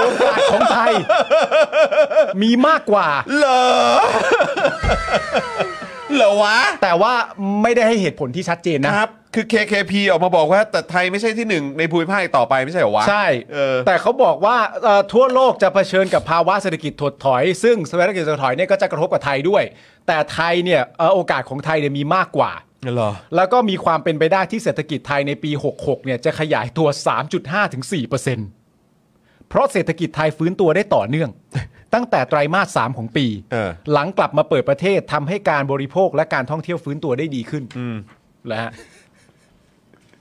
โอกาสของไทย มีมากกว่า
เหรอเหรอวะ
แต่ว่าไม่ได้ให้เหตุผลที่ชัดเจนนะ
ครับ คือ KKP ออกมาบอกว่าแต่ไทยไม่ใช่ที่หนึ่งในภูมิภาคอีกต่อไปไม่ใช่เหรอวะ
ใช่
เออ
แต่เขาบอกว่าเอ่อทั่วโลกจะเผชิญกับภาวะเศรษฐกิจถดถอย ซึ่งเศรษฐกิจถดถอยเนี่ยก็จะกระทบกับไทยด้วย แต่ไทยเนี่ยเอ่อโอกาสของไทยเนี่ยมีมากกว่า
เหรอ
แล้วก็มีความเป็นไปได้ที่เศรษฐกิจไทยในปี 66 เนี่ยจะขยายตัว 3.5ถึง4เปอร์เซ็นต์เพราะเศรษฐกิจไทยฟื้นตัวได้ต่อเนื่อง ตั้งแต่ไตรมาส 3 ของปี
เออ
หลังกลับมาเปิดประเทศทำให้การบริโภคและการท่องเที่ยวฟื้นตัวได้ดีขึ้นแล้วฮะ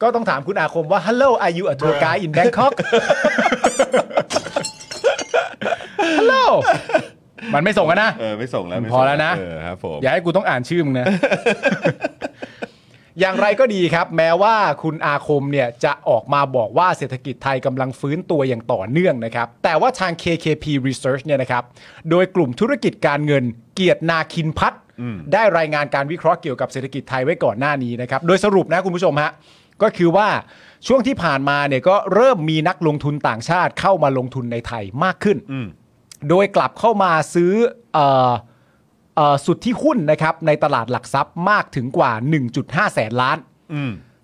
ก็ต้องถามคุณอาคมว่า Hello are you a tour guide in Bangkok Hello มันไม่ส่งกันนะ
เออ ไม่ส่งแล้วไม่ส่ง
พอแล้วนะ
เออครับผม
อย่าให้กูต้องอ่านชื่อมึ งนะ อย่างไรก็ดีครับ แม้ว่าคุณอาคมเนี่ยจะออกมาบอกว่าเศรษฐกิจไทยกำลังฟื้นตัวอย่างต่อเนื่องนะครับ แต่ว่าทาง KKP Research เนี่ยนะครับ โดยกลุ่มธุรกิจการเงินเกียรตินาคินพัฒน์ได้รายงานการวิเคราะห์เกี่ยวกับเศรษฐกิจไทยไว้ก่อนหน้านี้นะครับ โดยสรุปนะคุณผู้ชมฮะ ก็คือว่าช่วงที่ผ่านมาเนี่ยก็เริ่มมีนักลงทุนต่างชาติเข้ามาลงทุนในไทยมากขึ้น โดยกลับเข้ามาซื้อเอ่อ เอ่อสุดที่หุ้นนะครับในตลาดหลักทรัพย์มากถึงกว่า 1.5 แสนล้าน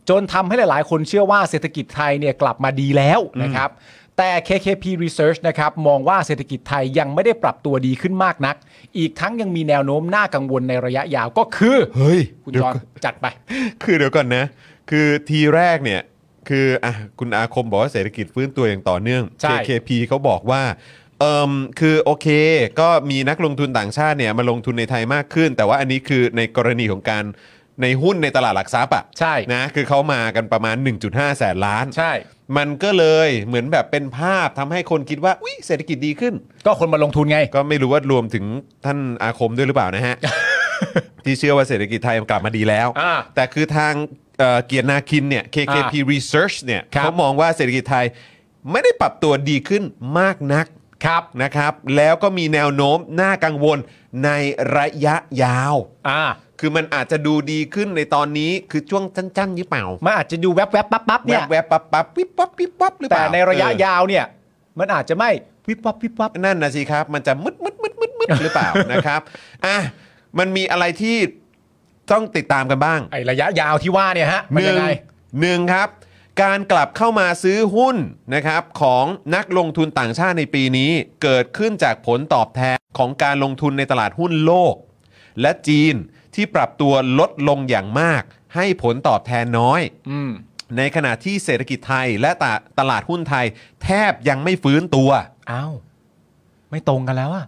จนทำให้หลาย ๆ คนเชื่อว่าเศรษฐกิจไทยเนี่ยกลับมาดีแล้วนะครับ แต่ KKP Research นะครับมองว่าเศรษฐกิจไทยยังไม่ได้ปรับตัวดีขึ้นมากนัก อีกทั้งยังมีแนวโน้มน่ากังวลในระยะยาวก็คือ
เฮ้ย
คุณ
เดี๋ยว
จอน
ก่อน
จัดไป
คือเดี๋ยวก่อนนะ คือทีแรกเนี่ย คืออ่ะคุณอาคมบอกว่าเศรษฐกิจฟื้นตัวอย่างต่อเนื่อง
ใช่
KKP เขาบอกว่าเอิมคือโอเค ก็มีนักลงทุนต่างชาติเนี่ยมาลงทุนในไทยมากขึ้น แต่ว่าอันนี้คือในกรณีของการในหุ้นในตลาดหลักทรัพย์อ่ะ
ใช่
นะคือเขามากันประมาณ 1.5 แสนล้าน
ใช่
มันก็เลยเหมือนแบบเป็นภาพทำให้คนคิดว่าอุ้ยเศรษฐกิจดีขึ้น
ก็คนมาลงทุนไง
ก็ไม่รู้ว่ารวมถึงท่านอาคมด้วยหรือเปล่านะฮะ ที่เชื่อว่าเศรษฐกิจไทยมันกลับมาดีแล้ว
อ่า
แต่คือทางเอ่อเกียรตินาคินเนี่ย KKP
อ่า
Research เนี่ย
ครับ
เขามองว่าเศรษฐกิจไทยไม่ได้ปรับตัวดีขึ้นมากนัก
ครับ
นะครับ แล้วก็มีแนวโน้มน่ากังวลในระยะยาว
อ่า
คือมันอาจจะดูดีขึ้นในตอนนี้คือช่วงสั้นๆหรือเปล่า
มันอาจจะดูแวบๆปั๊บๆเนี่ย
แวบๆปั๊บปั๊บๆปิ๊บปั๊บปิ๊บปั๊บหรือเป
แต่
ล่า
ในระยะ
เออ
ยาวเนี่ย มันอาจจะไม่วิบวับวิบวับ
นั่นนะสิครับ มันจะมึดมึดมึดมึดมึดหรือเปล่า นะครับอ่ะมันมีอะไรที่ต้องติดตามกันบ้าง
ไอระยะยาวที่ว่าเนี่ยฮะ มันยังไง
หนึ่งครับ การกลับเข้ามาซื้อหุ้นนะครับของนักลงทุนต่างชาติในปีนี้ เกิดขึ้นจากผลตอบแทนของการลงทุนในตลาดหุ้นโลก และจีนที่ปรับตัวลดลงอย่างมาก ให้ผลตอบแทนน้อย
อืม
ในขณะที่เศรษฐกิจไทยและตะตลาดหุ้นไทย แทบยังไม่ฟื้นตัว
อ้าว ไม่ตรงกันแล้วอะ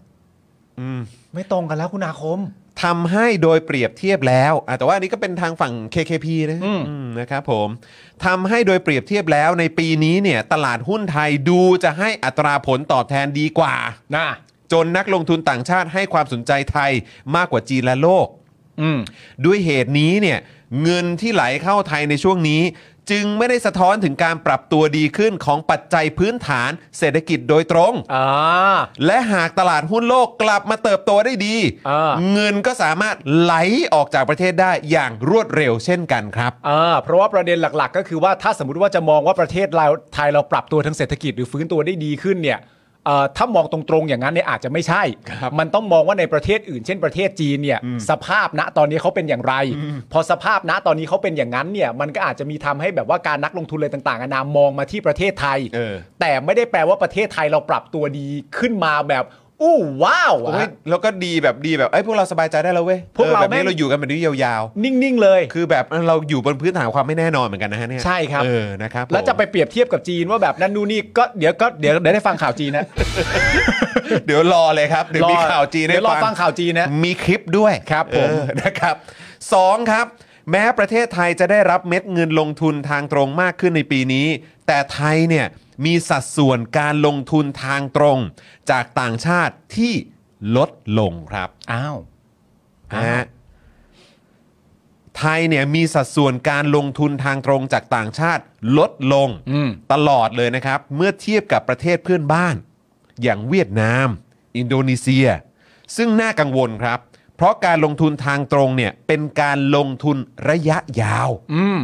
อืม
ไม่ตรงกันแล้วคุณอาคม
ทำให้โดยเปรียบเทียบแล้วอ่ะแต่ว่าอันนี้ก็เป็นทางฝั่ง KKP นะ
อืม
อืมนะครับผมทำให้โดยเปรียบเทียบแล้วในปีนี้เนี่ยตลาดหุ้นไทยดูจะให้อัตราผลตอบแทนดีกว่า
น่ะ
จนนักลงทุนต่างชาติให้ความสนใจไทยมากกว่าจีนและโลก
อืม
ด้วยเหตุนี้เนี่ยเงินที่ไหลเข้าไทยในช่วงนี้ จึงไม่ได้สะท้อนถึงการปรับตัวดีขึ้นของปัจจัยพื้นฐานเศรษฐกิจโดยตรง
อ่า
และหากตลาดหุ้นโลกกลับมาเติบโตได้ดี
อ่า
เงินก็สามารถไหลออกจากประเทศได้อย่างรวดเร็วเช่นกันครับ
อ่าเพราะว่าประเด็นหลัก ๆ ก็คือว่าถ้าสมมติว่าจะมองว่าประเทศเราไทยเราปรับตัวทางเศรษฐกิจหรือฟื้นตัวได้ดีขึ้นเนี่ยเอ่อถ้ามองตรงๆอย่างนั้นเนี่ยอาจจะไม่ใช่ มันต้องมองว่าในประเทศอื่น เช่นประเทศจีนเนี่ยสภาพณตอนนี้เขาเป็นอย่างไร พอสภาพณตอนนี้เขาเป็นอย่างนั้นเนี่ยมันก็อาจจะมีทำให้แบบว่าการนักลงทุนอะไรต่างๆนานามองมาที่ประเทศไทย
เออ
แต่ไม่ได้แปลว่าประเทศไทยเราปรับตัวดีขึ้นมาแบบอู้ว้าวอะ
โอ้ยแล้วก็ดีแบบดีแบบไอ้ยพวกเราสบายใจได้แล้วเว้ย
พวกเรา
ออแบบนี้
แม่ง
เราอยู่กันแบบนี้ยาว
นิ่งๆเลย
ๆ คือแบบเราอยู่บนพื้นฐานความไม่แน่นอนเหมือนกันนะฮะเนี่ย
ใช่ครับ
เออนะครับผม
แล้วจะไปเปรียบเทียบกับจีนว่าแบบนั่นนู่นนี่ก็เดี๋ยวก็เดี๋ยวเดี๋ยวได้ฟังข่าวจีนนะ
เดี๋ยวรอเลยครับเดี๋ยวมี
รอ
ข่าวจีนให้
เดี๋ยวรอฟังข่าวจีนนะ
มีคลิปด้วย
ครับผม
เออนะครับสองครับ แม้ประเทศไทยจะได้รับเม็ดเงินลงทุนทางตรงมากขึ้นในปีนี้ แต่ไทยเนี่ยมีสัดส่วนการลงทุนทางตรง จากต่างชาติที่ลดลงครับ
อ้าว
นะฮะไทยเนี่ยมีสัดส่วนการลงทุนทางตรงจากต่างชาติลดลง
อืม
ตลอดเลยนะครับ เมื่อเทียบกับประเทศเพื่อนบ้าน อย่างเวียดนาม อินโดนีเซีย ซึ่งน่ากังวลครับ เพราะการลงทุนทางตรงเนี่ยเป็นการลงทุนระยะยาว
อืม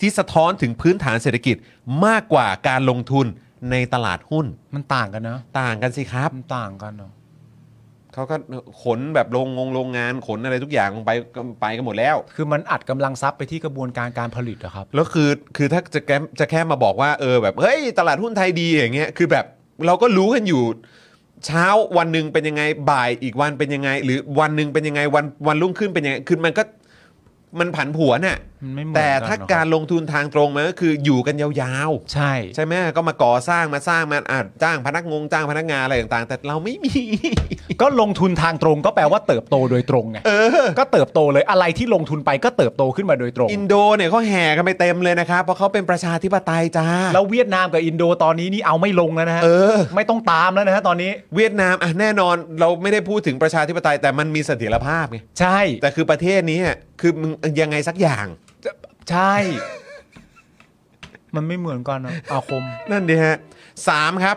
ที่สะท้อนถึงพื้นฐานเศรษฐกิจมากกว่าการลงทุนในตลาดหุ้น
มันต่างกันนะ
ต่างกันสิครับ
มันต่างกันเนาะ
เขาก็ขนแบบโรงงงโรงงานขนอะไรทุกอย่างลงไปก็ไปกันหมดแล้ว
คือมันอัดกำลังทรัพย์ไปที่กระบวนการการผลิตอะครับ
แล้วคือคือถ้าจะแค่จะแค่มาบอกว่าเออแบบเฮ้ยตลาดหุ้นไทยดีอย่างเงี้ยคือแบบเราก็รู้กันอยู่ เช้าวันหนึ่งเป็นยังไงบ่ายอีกวันเป็นยังไง หรือวันหนึ่งเป็นยังไงวันวันรุ่งขึ้นเป็นยังไงคือมันก็มันผันผวนน่ะ
มันไม่เหมือนกัน
แต่ถ้า
เนอะ
การลงทุนทางตรงมันก็คืออยู่กันยาว
ใช่
ๆ ใช่ไหมก็มาก่อสร้างมาสร้างมาอาจจ้างพนักงงจ้างพนักงานอะไรต่างๆ แต่เราไม่มี
ก็ลงทุนทางตรงก็แปลว่าเติบโตโดยตรงไง
เออ
ก็เติบโตเลยอะไรที่ลงทุนไปก็เติบโตขึ้นมาโดยตรง
อินโดเนี่ยเขาแห่กันไปเต็มเลยนะครับเพราะเขาเป็นประชาธิปไตยจ้า
แล้วเวียดนามกับอินโดตอนนี้นี่เอาไม่ลงแล้วนะฮะ
เออ
ไม่ต้องตามแล้วนะฮะตอนนี้
เวียดนามอ่ะแน่นอนเราไม่ได้พูดถึงประชาธิปไตยแต่มันมีเสถียรภาพไง
ใช่
แต่คือประเทศนี้อ่ะคือมึงยังไงสักอย่าง
ใช่ มันไม่เหมือนกันนะอาคม
นั่นดีฮะสามครับ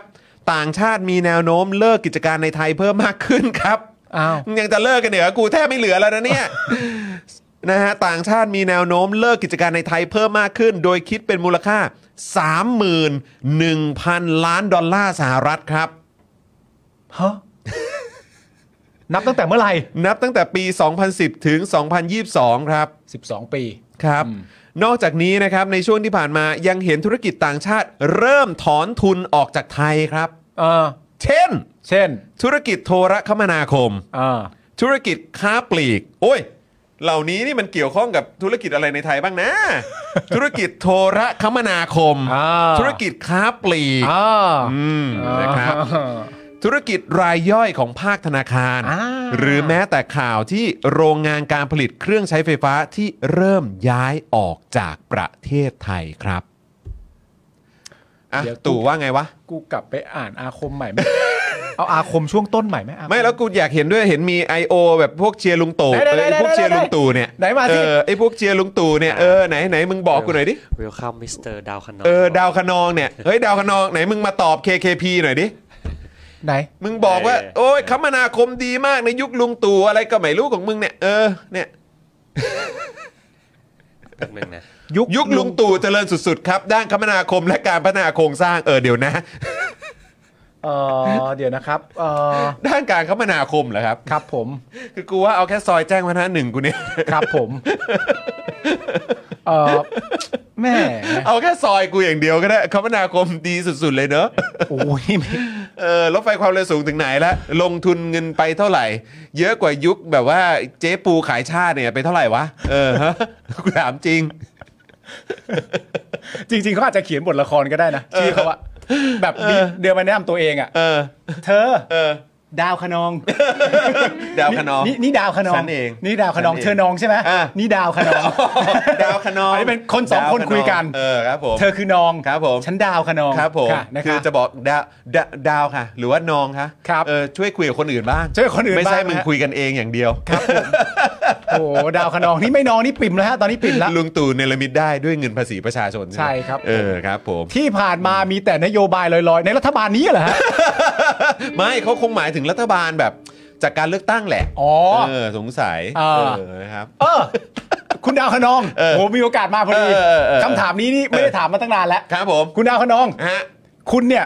ต่างชาติมีแนวโน้มเลิกกิจการในไทยเพิ่มมากขึ้นครับ
อ้าว
มึงยังจะเลิกกันเหรอกูแทบไม่เหลือแล้วนะเนี่ย นะฮะต่างชาติมีแนวโน้มเลิกกิจการในไทยเพิ่มมากขึ้น โดยคิดเป็นมูลค่า 31,000 ล้านดอลลาร์สหรัฐครับ
ฮะ นับตั้งแต่เมื่อไหร่
นับตั้งแต่ปี 2010 ถึง 2022 ครับ
12 ปี
ครับ นอกจากนี้นะครับในช่วงที่ผ่านมายังเห็นธุรกิจต่างชาติ เริ่มถอนทุนออกจากไทยครับ
เออ
เช่น
เช่น
ธุรกิจโทรคมนาคม
อ่า
ธุรกิจค้าปลีก โอ้ย เหล่านี้นี่มันเกี่ยวข้องกับธุรกิจอะไรในไทยบ้างนะ ธุรกิจโทรคมนาคม
อ่า
ธุรกิจค้าปลีก
อ่า
อืมนะครับ ธุรกิจรายย่อยของภาคธนาคาร
อ่า
หรือแม้แต่ข่าวที่โรงงานการผลิตเครื่องใช้ไฟฟ้าที่เริ่มย้ายออกจากประเทศไทยครับอ่ะตู่ว่าไงวะ
กูกลับไปอ่านอาคมใหม่ไหม เอาอาคมช่วงต้นใหม่ไหมอาค
ไม่แล้วกูอยากเห็นด้วยเห็นมี I.O. แบบพวกเชียร์ลุงตู่
ไหนๆ
เออ
ๆๆ
ไอ้พวกเชียร์ลุงตู่เนี่ย
ไหนมาสิ
เออไอ้พวกเชียร์ลุงตู่เนี่ยเออไหนไหนมึงบอกกูหน่อยดิ
Welcome Mr. ดาวคนนง
เออดาวคะนองเนี่ยเฮ้ยดาวคะนองไหนมึงมาตอบ KKP หน่อยดิ
ไหน
มึงบอกว่า โอ้ยคมนาคมดีมากในยุคลุงตู่อะไรก็ไม่รู้ของมึงเนี่ยเออเนี่ย
แป๊บนึงนะ
ยุค
ยุคลุงตู่เจริญสุดๆ ครับ ด้านคมนาคมและการพัฒนาโครงสร้างเออเดี๋ยวนะ
เออเดี๋ยวนะครับเออ
ด้านการคมนาคมเหรอครับ
ครับผม
คือกูว่าเอาแค่ซอยแจ้งวัฒนะหนึ่งกูเนี่ย
ครับผม เออ แม่
เอาแค่ซอยกูอย่างเดียวก็ได้คมนาคมดีสุด ๆ เลยเนอะ
โอ้ย ไม่
เออรถไฟความเร็วสูงถึงไหนแล้ว ลงทุนเงินไปเท่าไหร่ เยอะกว่ายุคแบบว่าเจ๊ปูขายชาติเนี่ยไปเท่าไหร่วะ เออ ฮะกูถามจริง
จริงๆเขาอาจจะเขียนบทละครก็ได้นะชื่อเขาอะแบบมีเดือนมาแนะนำตัวเองอะ
เออ
เธอ
เออ
ดาวขนอง
ดาวคะนอง
นี่นี่ดาวขนอง
ฉันเอง
นี่ดาวขนอง
ฉันเอง
เธอนองใช่ไหม
อ่ะ
นี่ดาวขนอง
ดาวคะนอง
อันนี้เป็นคนสองคน
ดาวะ
คุยกัน
เออครับผม
เธอคือนอง
ครับผม
ฉันดาวขนอง
ครับผม
ะนะ
คื
รั
อบ จะบอกดาวดาดาวค่ะ หรือว่านองค่ะ
ครับ
เออช่วยคุยกับคนอื่นบ้าง
ช่วยคนอื่น
ไม่ใช่
บ้างนะ
มึงคุยกันเองอย่างเดียวครับ
โอ้โหดาวขนองนี่ไม่นองนี่ปิ่มแล้วฮะตอนนี้ปิ่มแล้ว
ลุงตู่เนรมิตได้ด้วยเงินภาษีประชาชนไหม
ใช่ครับ
เออครับผม
ที่ผ่านมามีแต่นโยบายลอยๆ ในรัฐบาลนี้เหรอฮะ
ไม่เขาคงหมายถึงรัฐบาลแบบจากการเลือกตั้งแหละ
อ๋อ
เออสงสัย
เออ
เออนะครับ
เออ คุณดาวขนอง
เออ
โอ้โหมีโอกาสมาพอดี
เออเออเออ
คำถามนี้นี่ไม่ได้ถามมาตั้งนานแล้ว
ครับผม
คุณดาวขนอง
ฮะ
คุณเนี่ย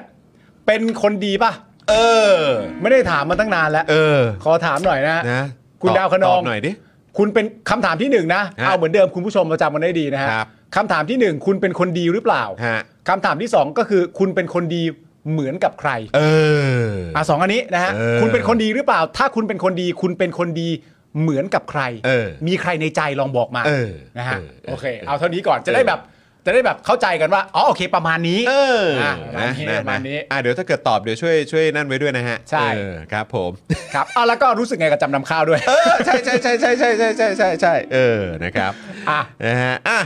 เป็นคนดีป่ะ
เออ
ไม่ได้ถามมาตั้งนานแล้ว
เออ
ขอถามหน่อยนะ
นะ
คุณ
ตอบ
ดาวคะนอง
ตอบหน่อยดิ
คุณเป็นคำถามที่หนึ่งนะ
ฮะ
เอาเหมือนเดิมคุณผู้ชมเราจำมันได้ดีนะฮะ
ครับ
คำถามที่หนึ่งคุณเป็นคนดีหรือเปล่า
ฮะ
คำถามที่สองก็คือ คุณเป็นคนดีเหมือนกับใคร
เออ
อ่ะสองอันนี้นะฮะ
เออ
คุณเป็นคนดีหรือเปล่า ถ้าคุณเป็นคนดี คุณเป็นคนดีเหมือนกับใคร
เออ
มีใครในใจลองบอกมา
เออ
นะฮะ
เออเออ
โอเค เอาเท่านี้ก่อนจะได้แบบ จะได้แบบเข้าใจกันว่าอ๋อโอเค ประมาณนี้
เออ
อ่ะ
นะนะ
ประมาณนี้
นะอ่ะเดี๋ยวถ้าเกิดตอบเดี๋ยวช่วยช่วยนั่นไว้ด้วยนะฮะ
ใช่
เออครับผม
ครับอ่ะแล้วก็รู้สึกไงกับจำนำข้าวด้วย
เออใช่ใช่ใช่ใช่ใช่ใช่ใช่ใช่ใช่เออนะครับ
อ่ะ
นะฮะอ่ะ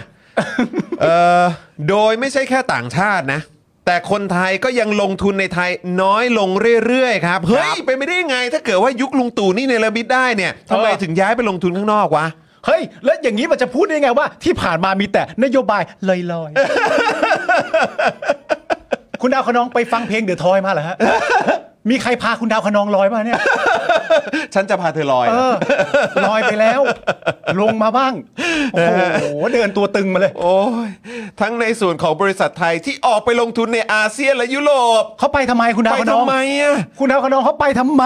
เออโดยไม่ใช่แค่ต่างชาตินะ แต่คนไทยก็ยังลงทุนในไทยน้อยลงเรื่อยๆครับเฮ้ยไปนไม่ได้ยังไง ถ้าเกิดว่ายุคลุงตู่นี่เนรมิตได้เนี่ยทำไม
เออ
ถึงย้ายไปลงทุนข้างนอกวะ
เฮ้ย แล้วอย่างนี้มันจะพูดได้ไงว่า ที่ผ่านมามีแต่นโยบายลอยๆ คุณดาวคะนองไปฟังเพลงเดือดทอยมาเหรอฮะ มีใครพาคุณดาวคะนองลอยมาเนี่ย
ฉันจะพาเธอลอย
เอ
เหรอ
อลอยไปแล้ว ลงมาบ้าง โอ้โห เดินตัวตึงมาเลย
โอ้ยทั้งในส่วนของบริษัทไทยที่ออกไปลงทุนในอาเซียนและยุโรป
เขาไปทำไมคุณดาว
ไป
คะนอง
ทำไมอ่ะ
คุณดาวคะนองเขาไปทำไม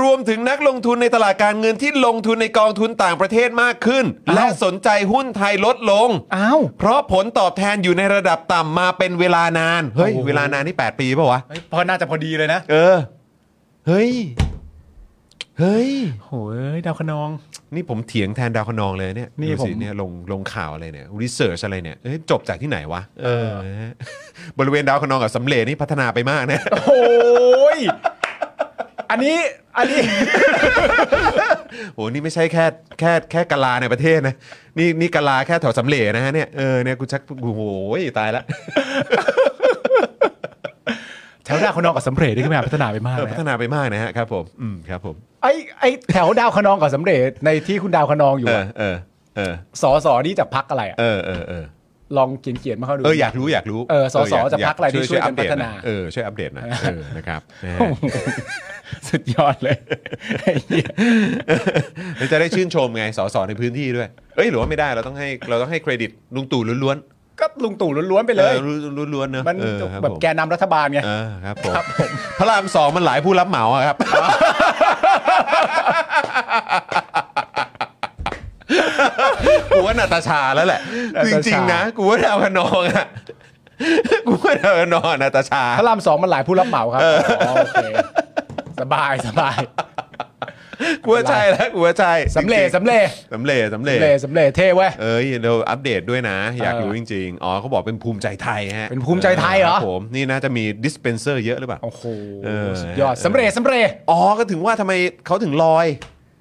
รวมถึงนักลงทุนในตลาดการเงินที่ลงทุนในกองทุนต่างประเทศมากขึ้น
อ้าว
และสนใจหุ้นไทยลดลง
อ้าว
เพราะผลตอบแทนอยู่ในระดับต่ำมาเป็นเวลานาน เฮ้ย เวลานานนี่ 8 ปีป่าวะ
เฮ้ยพอน่าจะพอดีเลยนะ
เออ เฮ้ย เฮ้ย
โอ้ยดาวคะนอง
นี่ผมเถียงแทนดาวคนนองเลยเนี่ย
นี่
ดูสิ
ผม
เนี่ยลงลงข่าวอะไรเนี่ยรีเสิร์ชอะไรเนี่ยเอ้ยจบจากที่ไหนวะเอ อบริเวณดาวคนนองกับสำเร็จนี่พัฒนาไปมากนะ
โอ้ยอันนี้ อันนี้
โหนี่ไม่ใช่แค่แค่แค่กะลาในประเทศนะ นี่นี่กะลาแค่แถวสำเร็จนะฮะเนี่ยเออเนี่ยกูชักโอ้โหตายละ
แถวดาวคะนองกับสำเร็จได้ขึ้นมาพัฒนาไปมาก
เออ
นะ
พั
ฮะ
ฒนาไปมากนะฮะครับผมอืมครับผม
ไอ้ไอ้แถวดาวคะนองกับสำเร็จในที่คุณดาวคะนองอยู่
เออ
อะ
เออเออ
สอสอนี่จากพักอะไรอะ
เออเออเออ
ลองเขียนเขียนๆมาเข้าดู
เอออยากรู้อยากรู้
เออสส
ยาก
จะพรรคอะไรที่ช่วย
อั
กัน
ปเดต
พัฒนา
หอยเออช่วยอัปเดตหน่ อยเออนะครับนะฮะ
โอ้โห สุดยอดเลยไอ้เหี้ย
แล้วจะได้ชื่นชมไงสสในพื้นที่ด้วยเอ้ยหรือว่าไม่ได้เราต้องให้เราต้องให้เครดิตลุงตู่ล้วน
ก็ลุงตู่ล้วนๆไป
ๆ
เลย
ออล้วนๆเนอะ
มัน
เออครับ
แบบ
ผม
แกนนำรัฐบาลไง
เออครับผมพระรามสองมันหลายผู้รับเหมาอะครับ กูว่านาตาชาแล้วแหละ
นา
จ
ตาชา
ริงๆนะกูว่าดาวคนนองอ่ะกูว่าดาวคนนองอะนาตาชา
พระรามสองมันหลายผู้รับเหมาครับอ๋อโอเคสบายสบาย
กูว่าใช่แล้วกูว่าใช่
สำเร็จ
จง
สำเร็จ
ๆสำเร็จสำเร็จ
สำเร็จสำเร็จเท่เว้ย
เอ้ยเดี๋ยวอัปเดตด้วยนะ อยาก
เออ
รู้จริง ๆ อ๋อเขาบอกเป็นภูมิใจไทยฮะ
เป็นภูมิใจไทยเหรอ
คบผมนี่น่าจะมีดิสเพนเซอร์เยอะหรือเปล่า
โอ้โห
เออ
สุดยอดสำเร็จสำเร็จ
อ๋อก็ถึงว่าทำไมเขาถึงลอย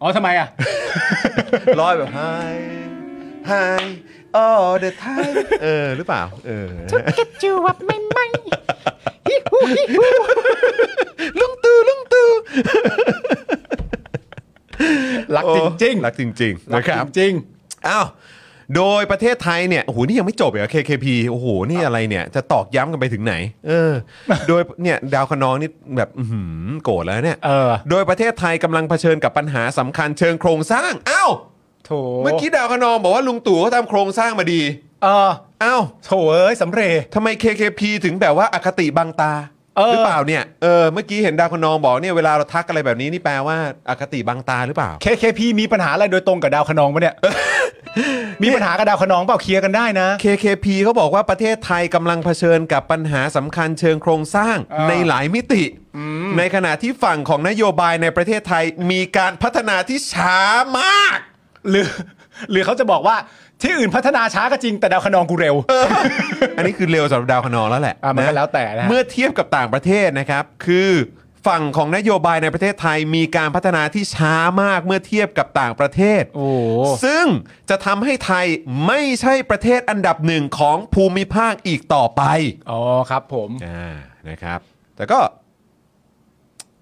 อ๋อทำไมอ่ะ
ลอยแบบ hi hi all the time เออหรือเปล่า เออ
จูวับไม่ไม่ฮิฮูฮิฮู
ลุงตู่ลุงตู่
รักจริง
โอ้รักจริง
ๆ
ๆ นะครับ
จริงๆ
อ้าว โดยประเทศไทยเนี่ย โอ้โห นี่ยังไม่จบอีกเหรอ KKP โอ้โห นี่อะไรเนี่ย จะตอกย้ำกันไปถึงไหน เออ โดยเนี่ยดาวคะนองนี่แบบอื้อหือโกรธแล้วเนี่ย
เออ
โดยประเทศไทยกำลังเผชิญกับปัญหาสำคัญเชิงโครงสร้าง อ้าว
โถ
เมื่อกี้ดาวคะนองบอกว่าลุงตู่เขาทำโครงสร้างมาดี
เออ
อ้าว
โถเอ้ยสำเร็จ
ทำไม KKP ถึงแบบว่าอคติบังตา
เอ
หรือ
อ
เปล่าเนี่ยเออเมื่อกี้เห็นดาวคนนองบอกเนี่ยเวลาเราทักอะไรแบบนี้นี่แปลว่าอคติบังตาหรือเปล่า
เคเคพีมีปัญหาอะไรโดยตรงกับดาวคะนองปะเนี่ย มีปัญหากับดาวคะนองเปล่าเคลียร์กันได้นะ
KKP เขาบอกว่าประเทศไทยกำลังเผชิญกับปัญหาสำคัญเชิงโครงสร้าง
เออ
ในหลายมิติ ในขณะที่ฝั่งของนโยบายในประเทศไทยมีการพัฒนาที่ช้ามาก
หรือ หรือเขาจะบอกว่าที่อื่นพัฒนาช้าก็จริงแต่ดาวคะนองกูเร็ว
อันนี้คือเร็วสำหรับดาวคนนองแล้วแหละ
อ่ะมันก็
ะ
แล้วแต่นะฮะ
เมื่อเทียบกับต่างประเทศนะครับ คือฝั่งของนโยบายในประเทศไทยมีการพัฒนาที่ช้ามากเมื่อเทียบกับต่างประเทศ
โอ้โห
ซึ่งจะทำให้ไทยไม่ใช่ประเทศอันดับหนึ่งของภูมิภาคอีกต่อไป
อ๋อครับ ผม
อ่านะครับ แต่ก็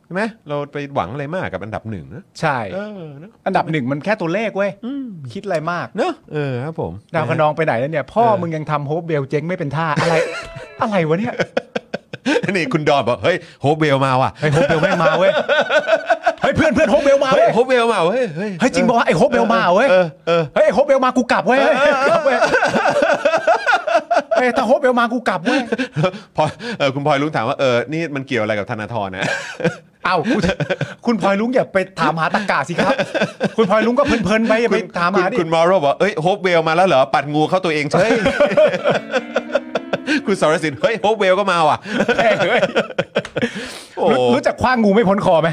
ใช่ไหมเราไปหวังอะไรมากกับอันดับหนึ่งนะ
ใช่
เออเนอะ
อันดับหนึ่งมันแค่ตัวเลขเว้ยคิดอะไรมาก
เนอะเออครับผม
ดาวคะนองไปไหนแล้วเนี่ย พ่อมึงยังทำโฮปเบลเจ๊งไม่เป็นท่าอะไร อะไรวะเนี่ย
นี่คุณดอนบอกเฮ้ยโฮปเวลมาว่ะ
ไอโฮปเบลไม่งมาเว้ยเฮ้ยเพื่อนเพื่อนโฮปเบลมา
เฮ้ย
เว้ย
โฮปเวลมาเฮ้ยเฮ้ย
เฮ้ยจริงบอกว่าไอโฮปเบลมาเว้ย
เออเออ
เฮ้ยไอโฮปเบลมากูกลับเว้ยเฮ้ยกลับเว้ยเฮ้ยถ้าโฮปเบลมากูกลับเว้ย
พอเออคุณพลอยลุงถามว่าเออนี่มันเกี่ยวอะไรกับธนาธรนะ
เอ้าคุณคุณพลอยลุงอย่าไปถามหาตะกาสิครับ คุณพลอยลุงก็เพลินๆไปอย่าไปถามหาดิ
คุณมอร์โรบอกเอ้ยโฮปเวลมาแล้วเหรอ ปัดงูเข้าตัวเองเฉย คุณสรสินเฮ้ยโฮปเวลก็มาว่ะ
แม่งเอ้ย
โอ้
รู้รู้จักคว้างงูไม่พ้นคอไหม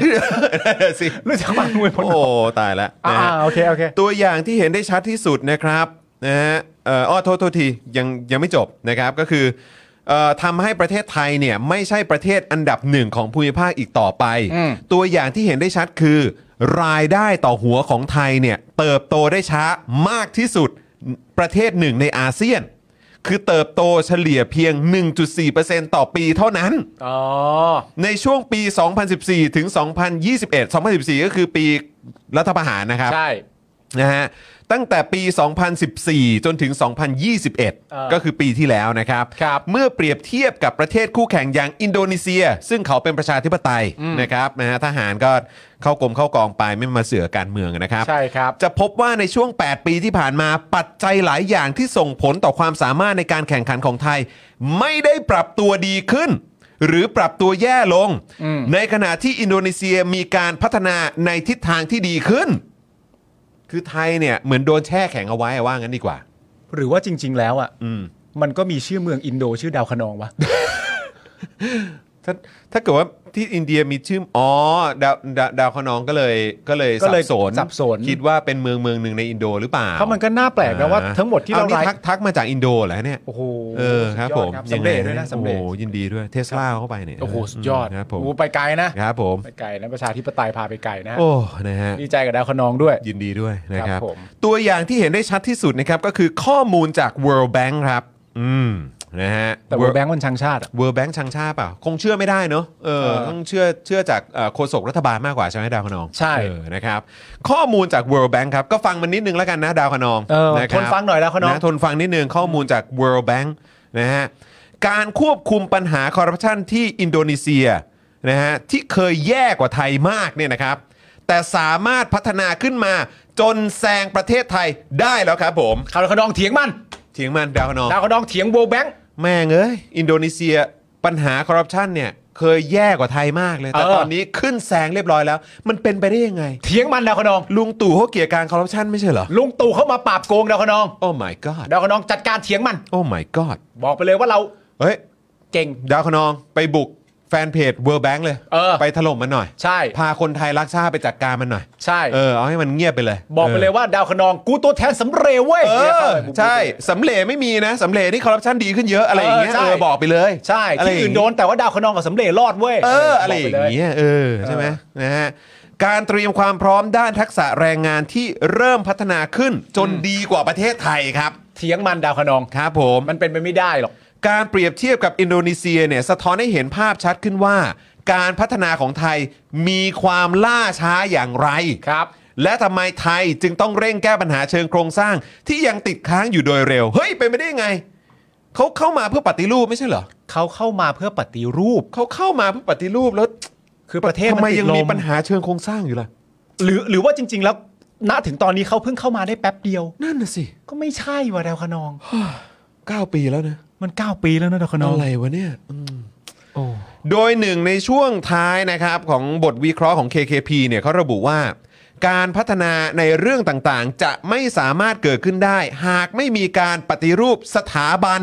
สิ
รู้จักคว้างงูไม่พ้นค
โอ้
อ
ตายแล้ว
อ่า
นะฮะ
โอเคโอเค
ตัวอย่างที่เห็นได้ชัดที่สุดนะครับนะฮะเอ่ออ้อโทษโทษทียังยังไม่จบนะครับก็คือเอ่อทำให้ประเทศไทยเนี่ยไม่ใช่ประเทศอันดับหนึ่งของภูมิภาคอีกต่อไป
อืม
ตัวอย่างที่เห็นได้ชัดคือ รายได้ต่อหัวของไทยเนี่ยเติบโตได้ช้ามากที่สุดประเทศหนึ่งในอาเซียน คือเติบโตเฉลี่ยเพียง 1.4%ต่อปีเท่านั้น
อ๋อ
ในช่วงปี 2014 ถึง 2021 2014 ก็คือปีรัฐประหารนะครับ
ใช่
นะฮะตั้งแต่ปี 2014 จนถึง 2021 ก็คือปีที่แล้วนะครับ
ครับ
เมื่อเปรียบเทียบกับประเทศคู่แข่งอย่างอินโดนีเซีย ซึ่งเขาเป็นประชาธิปไตยนะครับนะฮะทหารก็เข้ากรมเข้ากองไปไม่มาเสือการเมืองนะครับ
ใช่ครับ
จะพบว่าในช่วง 8 ปีที่ผ่านมาปัจจัยหลายอย่างที่ส่งผลต่อความสามารถในการแข่งขันของไทย ไม่ได้ปรับตัวดีขึ้น หรือปรับตัวแย่ลง ในขณะที่อินโดนีเซียมีการพัฒนาในทิศทางที่ดีขึ้น คือไทยเนี่ยเหมือนโดนแช่แข็งเอาไว้ว่างั้นดีกว่า
หรือว่าจริง ๆ แล้วอ่ะ
อืม
มันก็มีชื่อเมืองอินโดชื่อดาวคะนองวะ
ถ้าถ้าเกิดว่าที่อินเดียมีชื่ออ๋อดาวดาวดาวคะนองก็เลยก็เลย
ก็
สั
เลย
บสน
สับสน
คิดว่าเป็นเมืองเมืองหนึ่งในอินโดหรือเปล่า
เพราะมันก็น่าแปลกนะว่าทั้งหมดที่เรา
อนี่
ราย
ทักทักมาจากอินโดเหรอเนี่ย
โอ้โห
เออครับ
สุดย
ผ
ด
ม
สำเร็จด้วย
งไง
นะสำเร็จ
โอ้โหยินดีด้วยเทสลาเข้าไปเนี่ย
โอ้โหสุดยอด
นะครับผม
โอ้ไปไกลนะ
ครับผม
ไปไกลนะประชาธิปไตยพาไปไกลนะ
โอ้นะฮะ
ดีใจกับดาวคะนองด้วย
ยินดีด้วยนะค
ครั
รับบ
ผม
ตัวอย่างที่เห็นได้ชัดที่สุดนะครับก็คือข้อมูลจาก World Bank ครับ อืมนะฮะ
แต่ว่าแบงค์มันชังชาติอะ
World Bank ชังชาติเปล่าคงเชื่อไม่ได้เนอะเออ
เออ
ต้องเชื่อเชื่อจากเอ่อโฆษกรัฐบาลมากกว่าใช่ไหมดาวคะนอง
ใช่
เออนะครับข้อมูลจาก World Bank ครับก็ฟังมันนิดนึงแล้วกันนะดาวคะนอง
เออ
นะค
ท
รับ
นฟังหน่อยดาวคะนอง
นะทนฟังนิดนึงข้อมูลจาก World Bank นะฮะการควบคุมปัญหาคอร์รัปชันที่อินโดนีเซียนะฮะที่เคยแย่กว่าไทยมากเนี่ยนะครับ แต่สามารถพัฒนาขึ้นมาจนแซงประเทศไทยได้แล้วครับผม
ดาวคะนองเถียงมัน
เถียงมันดาวคนอง
ดาวคะนองเถียงโวแบงค์
แม่งเอ้ยอินโดนีเซียปัญหาคอร์รัปชันเนี่ยเคยแย่กว่าไทยมากเลย แต่
เออ
ตอนนี้ขึ้นแซงเรียบร้อยแล้ว มันเป็นไปได้ยังไง
เถียงมันดาวคะนอง
ลุงตู่เขาเกลี่ยการคอร์รัปชันไม่ใช่เหรอ
ลุงตู่เข้ามาปราบโกงดาวคะนอง
โอ้ my god
ดาวคะนองจัดการเถียงมัน
โอ้ my god
บอกไปเลยว่าเรา
เฮ้ย
เก่ง
ดาวคนองไปบุกแฟนเพจ World Bank เลย
เออ
ไปถล่มมันหน่อย
ใช่
พาคนไทยรักชาติไปจัดการมันหน่อย
ใช่
เออ เอาให้มันเงียบไปเลย
บอกไปเลยว่าดาวคะนองกูตัวแทนสำเร็จเว้ย
เอ
นี่ยข้า
อ
ไปปุ๊บ
ใช่สำเร็จไม่มีนะสำเร็จนี่คอร์รัปชันดีขึ้นเยอะอะไรอย่างเงี้ย
เออใช่
เออบอกไปเลย
ใช่
ะไร
ที่อื่นโดนแต่ว่าดาวคะนองกับสำเร็จรอดเว้ย
เอออะไรอย่าง
บกไปล
เงี้ยเออใช่ไหมนะฮะการเตรียมความพร้อมด้านทักษะแรงงานที่เริ่มพัฒนาขึ้นจนดีกว่าประเทศไทยครับ
เถียงมันดาวคะนอง
ครับผม
มันเป็นไปไม่ได้หรอก
การเปรียบเทียบกับอินโดนีเซียเนี่ยสะท้อนให้เห็นภาพชัดขึ้นว่า การพัฒนาของไทยมีความล่าช้าอย่างไร
ครับ
และทำไมไทยจึงต้องเร่งแก้ปัญหาเชิงโครงสร้าง ที่ยังติดค้างอยู่โดยเร็ว เฮ้ยเป็นไปได้ยังไง เขาเข้ามาเพื่อปฏิรูปไม่ใช่เหรอ
เขาเข้ามาเพื่อปฏิรูป
เขาเข้ามาเพื่อปฏิรูปแล้ว
คือประเทศ
ทำไม
นติด
ยังมี
ล
ปัญหาเชิงโครงสร้างอยู่ล่ะ
หรือหรือว่าจริง ๆ แล้ว ณถึงตอนนี้เขาเพิ่งเข้ามาได้แป๊บเดียว
นั่นน่ะสิ
ก็ไม่ใช่ว่ะดาวคะนอง
9ปีแล้วนะ
มัน 9 ปีแล้วนะดาวคะนอง
อะไรวะเนี่ยอืมโ โดยหนึ่งในช่วงท้ายนะครับ ของบทวิเคราะห์ของ KKP เนี่ยเขาระบุว่า การพัฒนาในเรื่องต่างๆ จะไม่สามารถเกิดขึ้นได้ หากไม่มีการปฏิรูปสถาบัน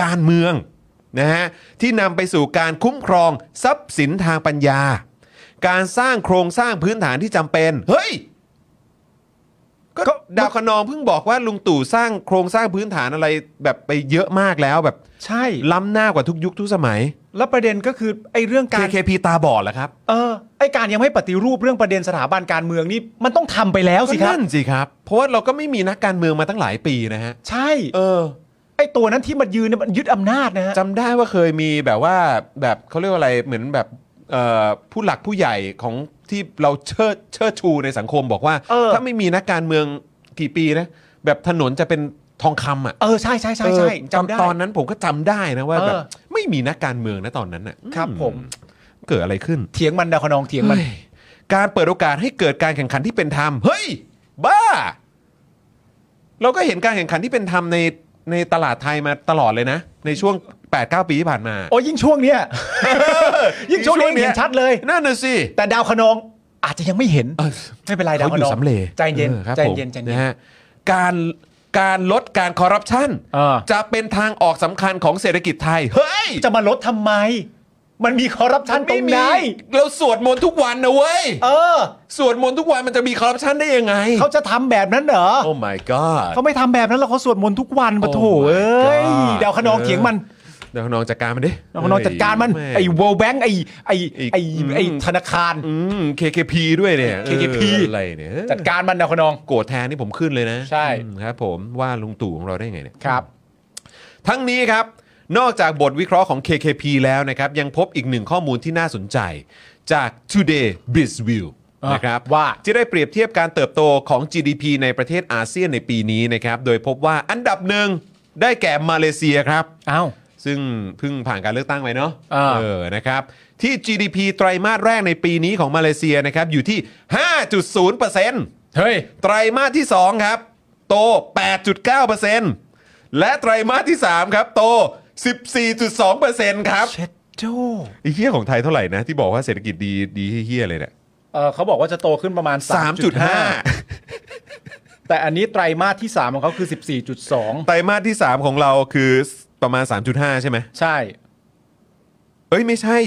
การเมืองนะฮะที่นำไปสู่การคุ้มครองทรัพย์สินทางปัญญา การสร้างโครงสร้างพื้นฐานที่จำเป็น เฮ้ย ก็ดาวคะนองเพิ่งบอกว่าลุงตู่สร้างโครงสร้างพื้นฐานอะไรแบบไปเยอะมากแล้วแบบ
ใช่
ล้ำหน้ากว่าทุกยุคทุกสมัย
แล้วประเด็นก็คือไอ้เรื่องการ
KKP ตาบอดเหรอครับ
เออไอ้การยังไม่ปฏิรูปเรื่องประเด็นสถาบันการเมืองนี่มันต้องทำไปแล้วสิค
ก็
รับ
นั่นสิครับ เพราะว่าเราก็ไม่มีนักการเมืองมาตั้งหลายปีนะฮะ
ใช่
เออ
ไอ้ตัวนั้นที่มันยืนเนี่ยมันยึดอำนาจนะฮะ
จำได้ว่าเคยมีแบบว่าแบบเขาเรียกว่าอะไรเหมือนแบบเอ่อผู้หลักผู้ใหญ่ของที่เราเชิดเชิดชูในสังคมบอกว่า
เออ
ถ้าไม่มีนักการเมืองกี่ปีนะแบบถนนจะเป็นทองคำอ่ะ
เออใช่ใช่ใช่ใช่
เออ
จำได้
ตอนนั้นผมก็จำได้นะว่า
เออ
แบบไม่มีนักการเมืองนะตอนนั้นอ่ะ
ครับ
อื
ผม
เกิดอะไรขึ้น
เถียงมันดาวคะนองเถียงมัน
เฮ้ยการเปิดโอกาสให้เกิดการแข่งขันที่เป็นธรรม เฮ้ย บ้า เราก็เห็นการแข่งขันที่เป็นธรรมในในตลาดไทยมาตลอดเลยนะ ในช่วง 8-9 ปีที่ผ่านมา
โอ้ยิ่งช่วงเนี้ย ยิ่งช่วงนี้เห็นชัดเลย
นั่นน่ะสิ
แต่ดาวคะนองอาจจะยังไม่เห็น ไม่เป็นไรดาว
เขาอ
คะ
น
อยู่ ง
สำเร็จ
ใจเย็น
ออครับ
ใจ
ผม
เย็นใจเย็น
นะฮะการการลดการคอร์รัปชัน
เออ
จะเป็นทางออกสำคัญของเศรษฐกิจไทย เฮ้ย
จะมาลดทำไม มันมีคอร์รัปชันตรงไหน
เราสวดมนต์ทุกวันนะเว้ย
เออ
สวดมนต์ทุกวันมันจะมีคอร์รัปชันได้ยังไง
เขาจะทำแบบนั้นเหรอ
Oh my god
เขาไม่ทำแบบนั้นแล้วเขาสวดมนต์ทุกวันปะโถ
Oh my
เอ้ย
God
ดาวคะนองเถียงมัน
เดี๋ยวน้องจัดการมันดิ
ดาวคะนองจัดการมัน
แ
ไอ้ World Bank ไอ้ไอ้ไอ้
อืม
ไอ้ธนาคาร
อืม KKP ด้วยเนี่ย
KKP
เอออะไรเนี่ย
จัดการมันดาวคะนอง
โกรธแทนนี่ผมขึ้นเลยนะ
ใช่
อืมครับผมว่าลุงตู่ของเราได้ไงเนี่ย
ครับ
ทั้งนี้ครับ นอกจากบทวิเคราะห์ของ KKP แล้วนะครับ ยังพบอีกหนึ่งข้อมูลที่น่าสนใจ จาก Today Biz View
อ่ะ
นะครับ
ว่า
ที่ได้เปรียบเทียบการเติบโตของ GDP ในประเทศอาเซียนในปีนี้นะครับ โดยพบว่าอันดับหนึ่งได้แก่มาเลเซียครับ
อ้าว
ซึ่งเพิ่งผ่านการเลือกตั้งไปเนาะ
อ่า
เออนะครับ ที่ GDP ไตรมาสแรกในปีนี้ของมาเลเซียนะครับ อยู่ที่ 5.0%
เฮ้ย
ไตรมาสที่ 2 ครับ โต 8.9%และไตรมาสที่ 3 ครับ โต 14.2%ครับ
เช็ดโจ
ไอ้เฮี้ยของไทยเท่าไหร่นะ ที่บอกว่าเศรษฐกิจดีดีเฮี้ยๆเลยเนี่ย
เออเขาบอกว่าจะโตขึ้นประมาณ
3.5
แต่อันนี้ไตรมาสที่ 3 ของเขาคือ
ไตรมาสที่ 3 ของเราคือประมาณ 3.5 ใช่ไหม
14.2 ใช่
เอ้ยไม่ใช่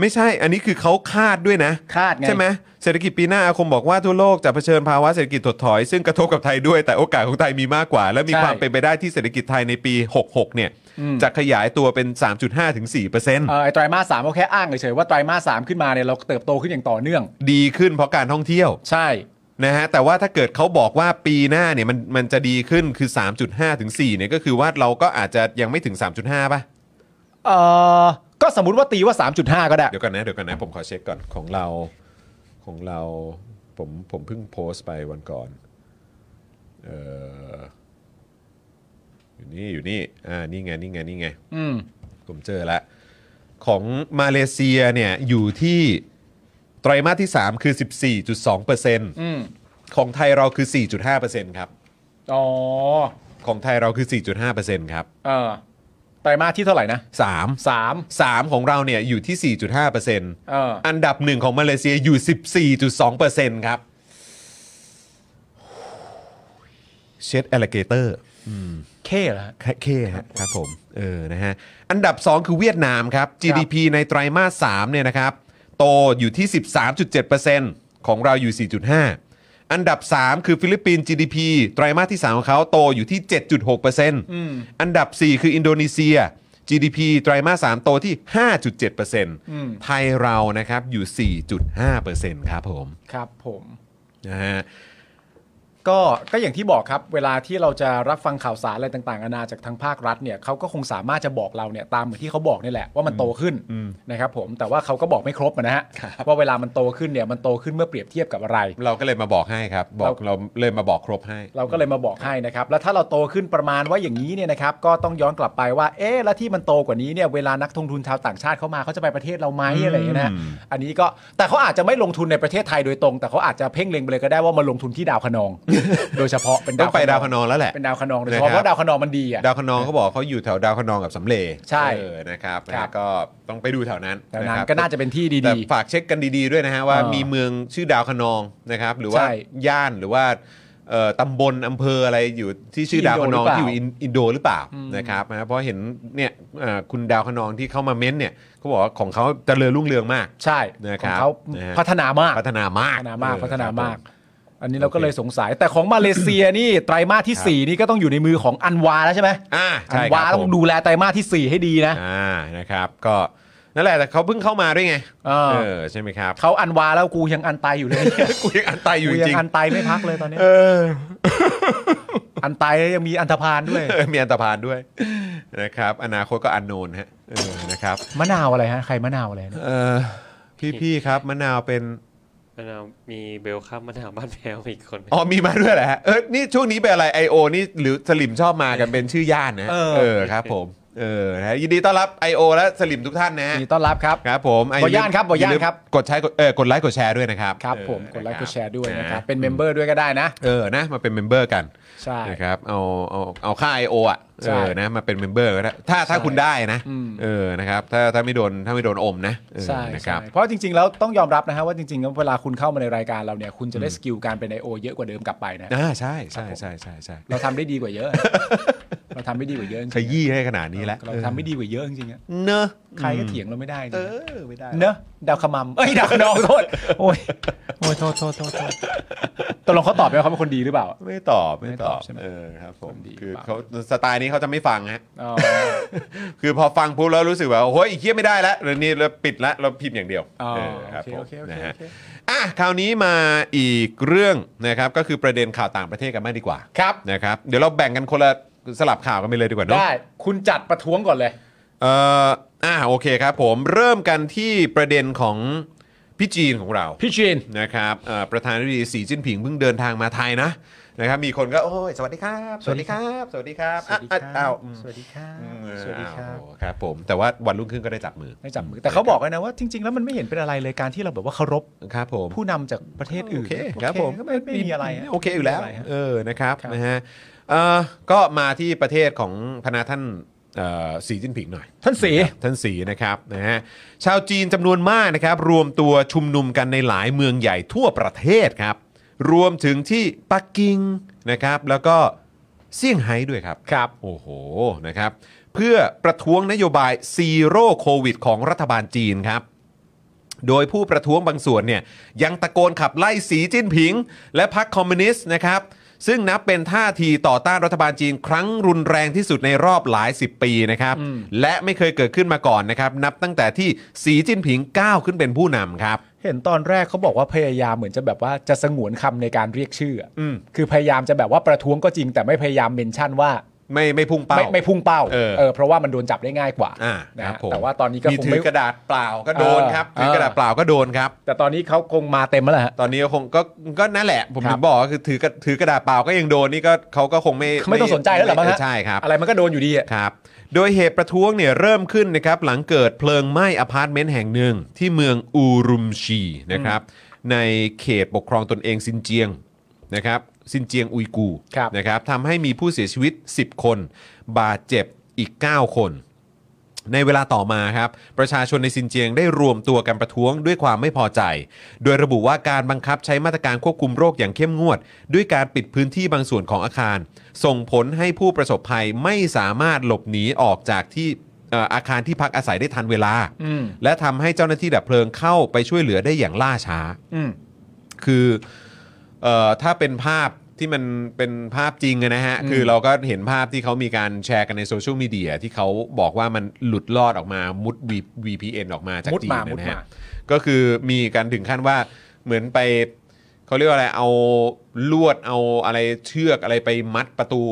ไม่ใช่ อันนี้คือเขาคาดด้วยนะ
คาดไง
ใช่ไหมเศรษฐกิจปีหน้าอาคมบอกว่าทั่วโลกจะเผชิญภาวะเศรษฐกิจถดถอย ซึ่งกระทบกับไทยด้วยแต่โอกาสของไทยมีมากกว่า และมี
ใช่
ความเป็นไปได้ที่เศรษฐกิจไทยในปี 66 เนี่ย
อืม
จะขยายตัวเป็น 3.5ถึง
เออไอไตรมาสสามเขาแค่อ้างเฉยๆว่าไตรมาสสามขึ้นมาเนี่ยเราเติบโตขึ้นอย่างต่อเนื่อง
4%ดีขึ้นเพราะการท่องเที่ยว
ใช่
นะฮะแต่ว่าถ้าเกิดเขาบอกว่าปีหน้าเนี่ยมันมันจะดีขึ้นคือ 3.5ถึง4เนี่ยก็คือว่าเราก็อาจจะยังไม่ถึง 3.5 ป่ะ
เออก็สมมติว่าตีว่า 3.5 ก็ได้
เดี๋ยวก่อนนะเดี๋ยวก่อนนะผมขอเช็คก่อนของเราของเราผมผมเพิ่งโพสต์ไปวันก่อนเอออยู่นี่อยู่นี่อ่านี่ไงนี่ไงนี่ไง
อืม
ผมเจอละของมาเลเซียเนี่ยอยู่ที่ไตรมาสที่ 3 คือ 14.2%
อืม
ของไทยเราคือ 4.5%ครับ
อ๋อ
ของไทยเราคือ 4.5%ครับ
เออไตรมาสที่เท่าไหร่นะ
สาม
สาม
สามของเราเนี่ยอยู่ที่ 4.5%อ
เออ
ันดับหนึ่งของมาเลเซียอยู่ 14.2%ครับ เช็ด a l l i g a t o r
เค่เหรอฮะ
เคฮะครับผมเออนะฮะอันดับ 2 คือเวียดนามครับ GDP ในไตรมาส3เนี่ยนะครับ โตอยู่ที่ 13.7%ของเราอยู่ 4.5 อันดับ 3 คือฟิลิปปินส์ GDP ไตรมาสที่ 3 ของเขาโตอยู่ที่ 7.6%อันดับ 4 คืออินโดนีเซีย GDP ไตรมาส3โตที่ 5.7%ไทยเรานะครับอยู่ 4.5%ครับผม
ครับผม
นะฮะ
ก็ก็อย่างที่บอกครับ เวลาที่เราจะรับฟังข่าวสารอะไรต่างๆนานาจากทางภาครัฐเนี่ยเขาก็คงสามารถจะบอกเราเนี่ยตามเหมือนที่เขาบอกนี่แหละว่ามันโตขึ้นนะครับผมแต่ว่าเขาก็บอกไม่ครบอะนะฮะว่าเวลามันโตขึ้นเนี่ยมันโตขึ้นเมื่อเปรียบเทียบกับอะไร
เราก็เลยมาบอกให้ครับบอกเราเลยมาบอกครบให้
เราก็เลยมาบอกให้นะครับ แล้วถ้าเราโตขึ้นประมาณว่าอย่างนี้เนี่ยนะครับ ก็ต้องย้อนกลับไปว่า เอ๊ะแล้วที่มันโตกว่านี้เนี่ยเวลานักลงทุนชาวต่างชาติเข้ามาเขาจะไปประเทศเราไหมอะไรอย่างเงี้ยนะ อันนี้ก็แต่เขาอาจจะไม่ลงทุนในประเทศไทยโดยตรง แต่เขาอาจจะเพ่งเล็งไปเลยก็ได้ว่ามาลงทุนที่ดาวคะนอง โดยเฉพาะเป็น
ต้องไปดาวคะนองแล้วแหละ
เป็นดาวคะนองโดยเฉพาะ
นะครับ
เพราะดาวคะนองมันดีอ่ะ
ดาวคะนองเขาบอกเขาอยู่แถวดาวคะนองกับสำเล
ใช่
เออนะครับ
ครับ
นะก็ต้องไปดูแถวนั้น
ดังนั้
ะ
น
ครับ
ก็น่าจะเป็นที่
แต่
ดี
ฝากเช็คกันดีๆด้วยนะฮะว่า
เออ
มีเมืองชื่อดาวคะนองนะครับ หรือว่า
ใช่
ย่านหรือว่าเอ่อตำบลอำเภออะไรอยู่ที่ชื่อดาวคะนอง
ที่
ที่
อินโดหรือเปล่า
อยู่อินอินโดหรือเปล่า
อืม
นะครับนะเพราะเห็นเนี่ยเอ่อคุณดาวคะนองที่เข้ามาเม้นเนี่ยเขาบอกว่าของเขาเจริญรุ่งเรืองมาก
ๆ ใช่
นะค
ข
รั
อ
บ
งเขา
นะฮะ
พัฒนามาก
พัฒนามาก
พัฒนามาก
เออ
พัฒนา
ครับ
มาก
ผ
อันนี้เราก็
โอเค
เลยสงสัยแต่ของมาเลเซียนี่ไตรมาสที่
ครับ
สี่นี่ก็ต้องอยู่ในมือของอันวาแล้วใช่ไหม
อ่า
อั
ใช่
วา
ครับ
ต้
ผ
อง
ม
ดูแลไตรมาสที่สี่ให้ดีนะ
อ่านะครับก็นั่นแหละแต่เขาเพิ่งเข้ามาด้วยไง
เออ
เออใช่ไหมครับ
เขาอันวาแล้วกูยังอันไตอยู่เลย
กูยังอันตายอยู่
กู
จ
ยัง
ริง
อันไตไม่พักเลยตอนเนี้ย
เออ
อันไตแล้วยังมีอันธพาลด้วย
เออมีอันตรพานด้วยนะครับ อนาคตก็อันโนนฮะเออนะครับ
มะนาวอะไรฮะใครมะนาวอะไรเนี่ย
เออพี่ๆครับมะนาวเป็น
มะนาวมีเบลข้ามมะนาวบ้านแพวอีกคนหนึ่ง
อ๋อมีมาด้วยแหละฮะเออนี่ช่วงนี้เป็นอะไรไอโอนี่หรือสลิมชอบมากันเป็นชื่อย่านนะฮะเออครับผมเออนะฮะยินดีต้อนรับ IO และสลิมทุกท่านนะฮะ
ยินดีต้อนรับครับ
ครับผมะ
บ่ย่านครับบ่ย่าน
ลืม
ครับ
กดใช้กดเออกดไลค์กดแชร์ด้วยนะครับ
ครับ
เออ
ผมกดไลค์กดแชร์ด้วยนะครับ
ฮ
เป็นเมมเบอร์ด้วยก็ได้นะ
เออนะมาเป็นเมมเบอร์กัน
ใช่
นะครับเอาเอาเอาค่า IO อ่ะ
ใช่
เออนะมาเป็นเมมเบอร์ก็ได้ถ้าถ้า
ใช่
คุณได้นะ
อืม
เออนะครับถ้าถ้าไม่โดนถ้าไม่โดนอมนะเออ
ใช่
นะครับ
ใช่เพราะจริงๆแล้วต้องยอมรับนะฮะว่าจริงๆแล้วเวลาคุณเข้ามาในรายการเราเนี่ยคุณจะได้สกิลการเป็นไอโอเยอะกว่าเดิมกลับไปนะ
อ่าใช่ใช่ใช่ใช่ใช่
เราทำได้ดีกว่าเยอะ เราทำได้ดีกว่าเยอะจริง
ขยี้ให้ขนาดนี้แล้ว
เราทำไม่ดีกว่าเยอะจริงๆอะ
เนอะ
ใครก็เถียงเราไม่ได้จริงๆ
เอ
อะ
อไม่ได้
เนอะดาวขมำเอ้ยดาวขนองโทษโอ้ยโอ้ยโทษโทษโทษโทษตกลงเขาตอบไหมว่าเขาเป็นคนดีหรือเปล่า
ไม่ตอบไม่ตอบ
ไม่ตอบใช่ไหม
เออครับผม
ดี
คือ
เปล่า
เขาสไตล์นี้เขาจะไม่ฟังฮะ
อ๋อ
คือพอฟังปุ๊บแล้วรู้สึกว่าโอ้ยอีกเคี้ยไม่ได้แล้วเดี๋ยวนี้เราปิดละเราพิมพ์อย่างเดียว
อ๋อ
เออค
โอ
รับ
เค
ผม
โอเคโอเค
นะ
โอ
ฮะ
เค
อ่ะคราวนี้มาอีกเรื่องนะครับก็คือประเด็นข่าวต่างประเทศกันมากดีกว่า
ครับ
นะครับเดี๋ยวเราแบ่งกันคนละสลับข่าวกันไปเลยดีกว่าเนาะ
ได้คุณจัดประท้วงก่อนเลย
เอ่ออ่าโอเคครับผมเริ่มกันที่ประเด็นของพี่จีนของเรา
พี่ชิน
นะครับเอ่อประธานาธิบดีสีจิ้นผิงเพิ่งเดินทางมาไทยนะนะครับมีคนก็โอ้ยสวัสดีครับ สวัสดีครับ สวัสดีครับอ่ะอ่ะอ้าวอืม
สวัสดีครับ
อืมอ้าวครับผมแต่ว่าวันรุ่งขึ้นก็ได้จับมือ
ไม่จับมือแต่เขาบอกเลยนะว่าจริง ๆ แล้วมันไม่เห็นเป็นอะไรเลยการที่เราแบบว่าเคารพ
ครับผม
ผู้นำจากประเทศอื่น
โอเคครับผม
ก็ไม่ไม่มีอะไระ
โอเคอยู่แล้ว
ไม่มีะไรฮะ
เออนะครับ
ครับ
นะฮะเอ่อก็มาที่ประเทศของพนาท่านเอ่อสีจิ้นผิงหน่อย
ท่านสี
นะครับท่านสีนะครับนะฮะชาวจีนจำนวนมากนะครับ รวมตัวชุมนุมกันในหลายเมืองใหญ่ทั่วประเทศครับ รวมถึงที่ปักกิ่งนะครับ แล้วก็เซี่ยงไฮ้ด้วยครับ
ครับ
โอ้โหนะครับ เพื่อประท้วงนโยบายซีโร่โควิดของรัฐบาลจีนครับ โดยผู้ประท้วงบางส่วนเนี่ยยังตะโกนขับไล่สีจิ้นผิง และพรรคคอมมิวนิสต์นะครับ ซึ่งนับเป็นท่าทีต่อต้านรัฐบาลจีนครั้งรุนแรงที่สุดในรอบหลายสิบปีนะครับ และไม่เคยเกิดขึ้นมาก่อนนะครับ นับตั้งแต่ที่สีจิ้นผิงก้าวขึ้นเป็นผู้นำครับ
เห็นตอนแรกเขาบอกว่าพยายามเหมือนจะแบบว่าจะสงวนคำในการเรียกชื่ออะ
อืม
คือพยายามจะแบบว่าประท้วงก็จริง แต่ไม่พยายามเมนชั่นว่า
ไม่ไม่พุ่งเป้า
ไม่ไม่พุ่งเป้า
เออ
เพราะว่ามันโดนจับได้ง่ายกว่า
อ่า
นะครับ ฮะ
ผม
แต่ว่าตอนนี้ก็
มี
คง
ถื
ไม่
อกระดาษเปล่าก็โดนครับ
เออ
ถือกระดาษเปล่าก็โดนครับ
แต่ตอนนี้เขาคงมาเต็มแล้วแหละฮะ
ตอนนี้ก็คงก็ก็นั่นแหละ ผม
ครับ
ถึงบอกก็คือถือกระถือกระดาษเปล่าก็ยังโดนนี่ก็เขาก็คงไม่
ไม่ต้องสนใจแล้วเหรอมั้งฮะ
ใช่ครับ
อะไรมันก็โดนอยู่ดีอะ
ครับ โดยเหตุประท้วงเนี่ยเริ่มขึ้นนะครับหลังเกิดเพลิงไหม้อพาร์ตเมนต์แห่งหนึ่งที่เมืองอูรุมชีนะครับในเขตปกครองตนเองซินเจียงนะครับซินเจียงอุยกู
ครับ
นะครับทำให้มีผู้เสียชีวิต 10 คน บาดเจ็บอีก 9 คน ในเวลาต่อมาครับ ประชาชนในซินเจียงได้รวมตัวกันประท้วงด้วยความไม่พอใจ โดยระบุว่าการบังคับใช้มาตรการควบคุมโรคอย่างเข้มงวด ด้วยการปิดพื้นที่บางส่วนของอาคาร ส่งผลให้ผู้ประสบภัยไม่สามารถหลบหนีออกจากที่เอ่ออาคารที่พักอาศัยได้ทันเวลา
อืม
และทำให้เจ้าหน้าที่ดับเพลิงเข้าไปช่วยเหลือได้อย่างล่าช้า
อืม
คือเอ่อถ้าเป็นภาพที่มันเป็นภาพจริงอะนะฮะ
อืม
คือเราก็เห็นภาพที่เขามีการแชร์กันในโซเชียลมีเดียที่เขาบอกว่ามันหลุดลอดออกมามุด V- VPN ออกมาจาก
มุด
จีน
มามุด
นะฮะ
มา
ก็คือมีการถึงขั้นว่าเหมือนไปเขาเรียกว่าอะไรเอาลวดเอาอะไรเชือกอะไรไปมัดประตู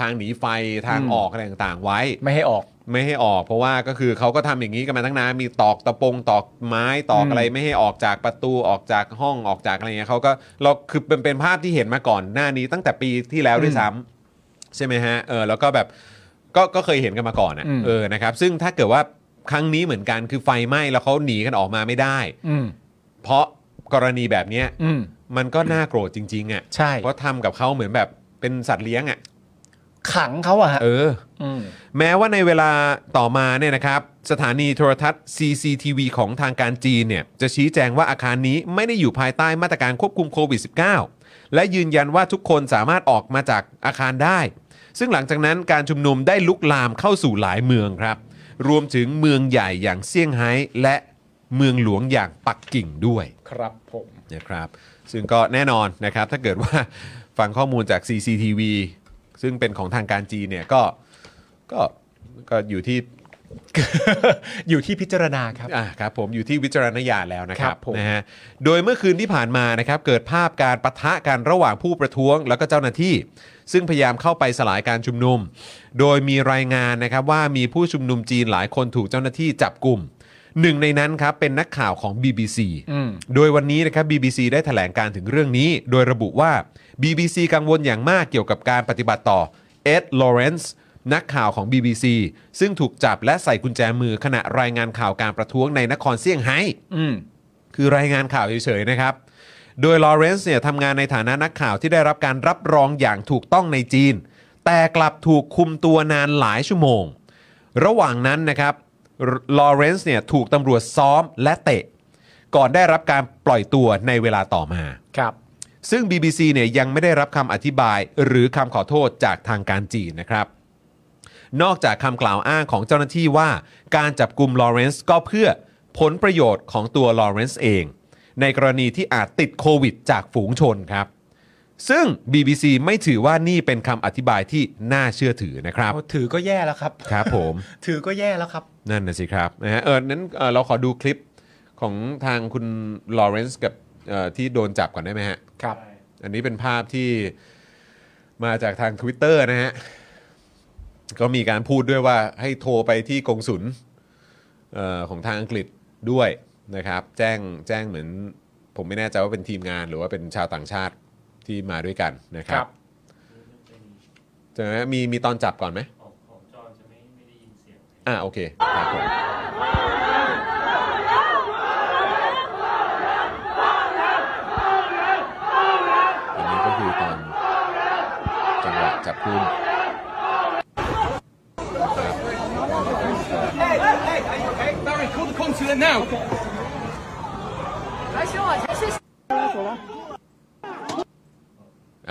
ทางหนีไฟทางออกอะไรต่างๆไว้
ไม่ให้ออก
ไม่ให้ออกเพราะว่าก็คือเขาก็ทำอย่างนี้กันมาตั้งนานมีตอกตะปงตอกไม้ตอก
อืม
อะไรไม่ให้ออกจากประตูออกจากห้องออกจากอะไรเงี้ยเขาก็เราคือเป็นเป็นภาพที่เห็นมาก่อนหน้านี้ตั้งแต่ปีที่แล้วด้วยซ้ำใช่ไหมฮะเออแล้วก็แบบก็ก็เคยเห็นกันมาก่อนนะเออนะครับซึ่งถ้าเกิดว่าครั้งนี้เหมือนกันคือไฟไหม้แล้วเขาหนีกันออกมาไม่ได้
อืม
เพราะ กรณีแบบเนี้ย
อืม
มันก็น่าโกรธจริงๆอ่ะ
ใช่
เพราะทำกับเขาเหมือนแบบเป็นสัตว์เลี้ยงอ่ะ
ขังเขาอะฮะ
เออ
ม
แม้ว่าในเวลาต่อมาเนี่ยนะครับ สถานีโทรทัศน์ CCTV ของทางการจีนเนี่ยจะชี้แจงว่าอาคารนี้ไม่ได้อยู่ภายใต้มาตรการควบคุมโควิด -19 และยืนยันว่าทุกคนสามารถออกมาจากอาคารได้ ซึ่งหลังจากนั้นการชุมนุมได้ลุกลามเข้าสู่หลายเมืองครับ รวมถึงเมืองใหญ่อย่างเซี่ยงไฮ้และเมืองหลวงอย่างปักกิ่งด้วย
ครับผม
นะครับซึ่งก็แน่นอนนะครับถ้าเกิดว่า ฟังข้อมูลจาก CCTV ซึ่งเป็นของทางการจีนเนี่ยก็ก็ก็อยู่ที่
อยู่ที่พิจารณาครับ
อ่าครับผมอยู่ที่วิจารณญาณแล้วนะครั
ครับ บผม
นะฮะโดยเมื่อคืนที่ผ่านมานะครับเกิดภาพการปะทะกันระหว่างผู้ประท้วงแล้วก็เจ้าหน้าที่ ซึ่งพยายามเข้าไปสลายการชุมนุม โดยมีรายงานนะครับว่ามีผู้ชุมนุมจีนหลายคนถูกเจ้าหน้าที่จับกลุ่มหนึ่งในนั้นครับเป็นนักข่าวของ BBC
อืม
โดยวันนี้นะครับ BBC ได้แถลงการถึงเรื่องนี้ โดยระบุว่า BBC กังวลอย่างมากเกี่ยวกับการปฏิบัติต่อเอ็ดลอเรนซ์นักข่าวของ BBC ซึ่งถูกจับและใส่กุญแจมือขณะรายงานข่าวการประท้วงในนครเซี่ยงไฮ้
อืม
คือรายงานข่าวเฉยๆนะครับ โดยลอเรนซ์เนี่ยทำงานในฐานะนักข่าวที่ได้รับการรับรองอย่างถูกต้องในจีน แต่กลับถูกคุมตัวนานหลายชั่วโมง ระหว่างนั้นนะครับลอเรนซ์เนี่ยถูกตำรวจซ้อมและเตะ ก่อนได้รับการปล่อยตัวในเวลาต่อมา
ครับ
ซึ่ง BBC เนี่ยยังไม่ได้รับคำอธิบายหรือคำขอโทษจากทางการจีนนะครับ นอกจากคำกล่าวอ้างของเจ้าหน้าที่ว่า การจับกลุ่มลอเรนซ์ก็เพื่อผลประโยชน์ของตัวลอเรนซ์เอง ในกรณีที่อาจติดโควิดจากฝูงชนครับ ซึ่ง BBC ไม่ถือว่านี่เป็นคำอธิบายที่น่าเชื่อถือนะครับ
ถือก็แย่แล้วครับ
ครับผม
ถือก็แย่แล้วครับ
นั่นนะสิครับนะฮะเออนั้นเอ่อเราขอดูคลิปของทางคุณลอเรนซ์กับเอ่อที่โดนจับก่อนได้ไหมฮะ
ครับ
อันนี้เป็นภาพที่มาจากทาง Twitter นะฮะ ก็มีการพูดด้วยว่าให้โทรไปที่กงสุลเอ่อของทางอังกฤษด้วยนะครับ แจ้งแจ้งเหมือน ผมไม่แน่ใจว่าเป็นทีมงานหรือว่าเป็นชาวต่างชาติที่มาด้วยกันนะครั
ครับ บ
เจะมีมีตอนจับก่อนไหมอ่าโอเคครับผม อันนี้ก็คือตอนจังหวะจับคู่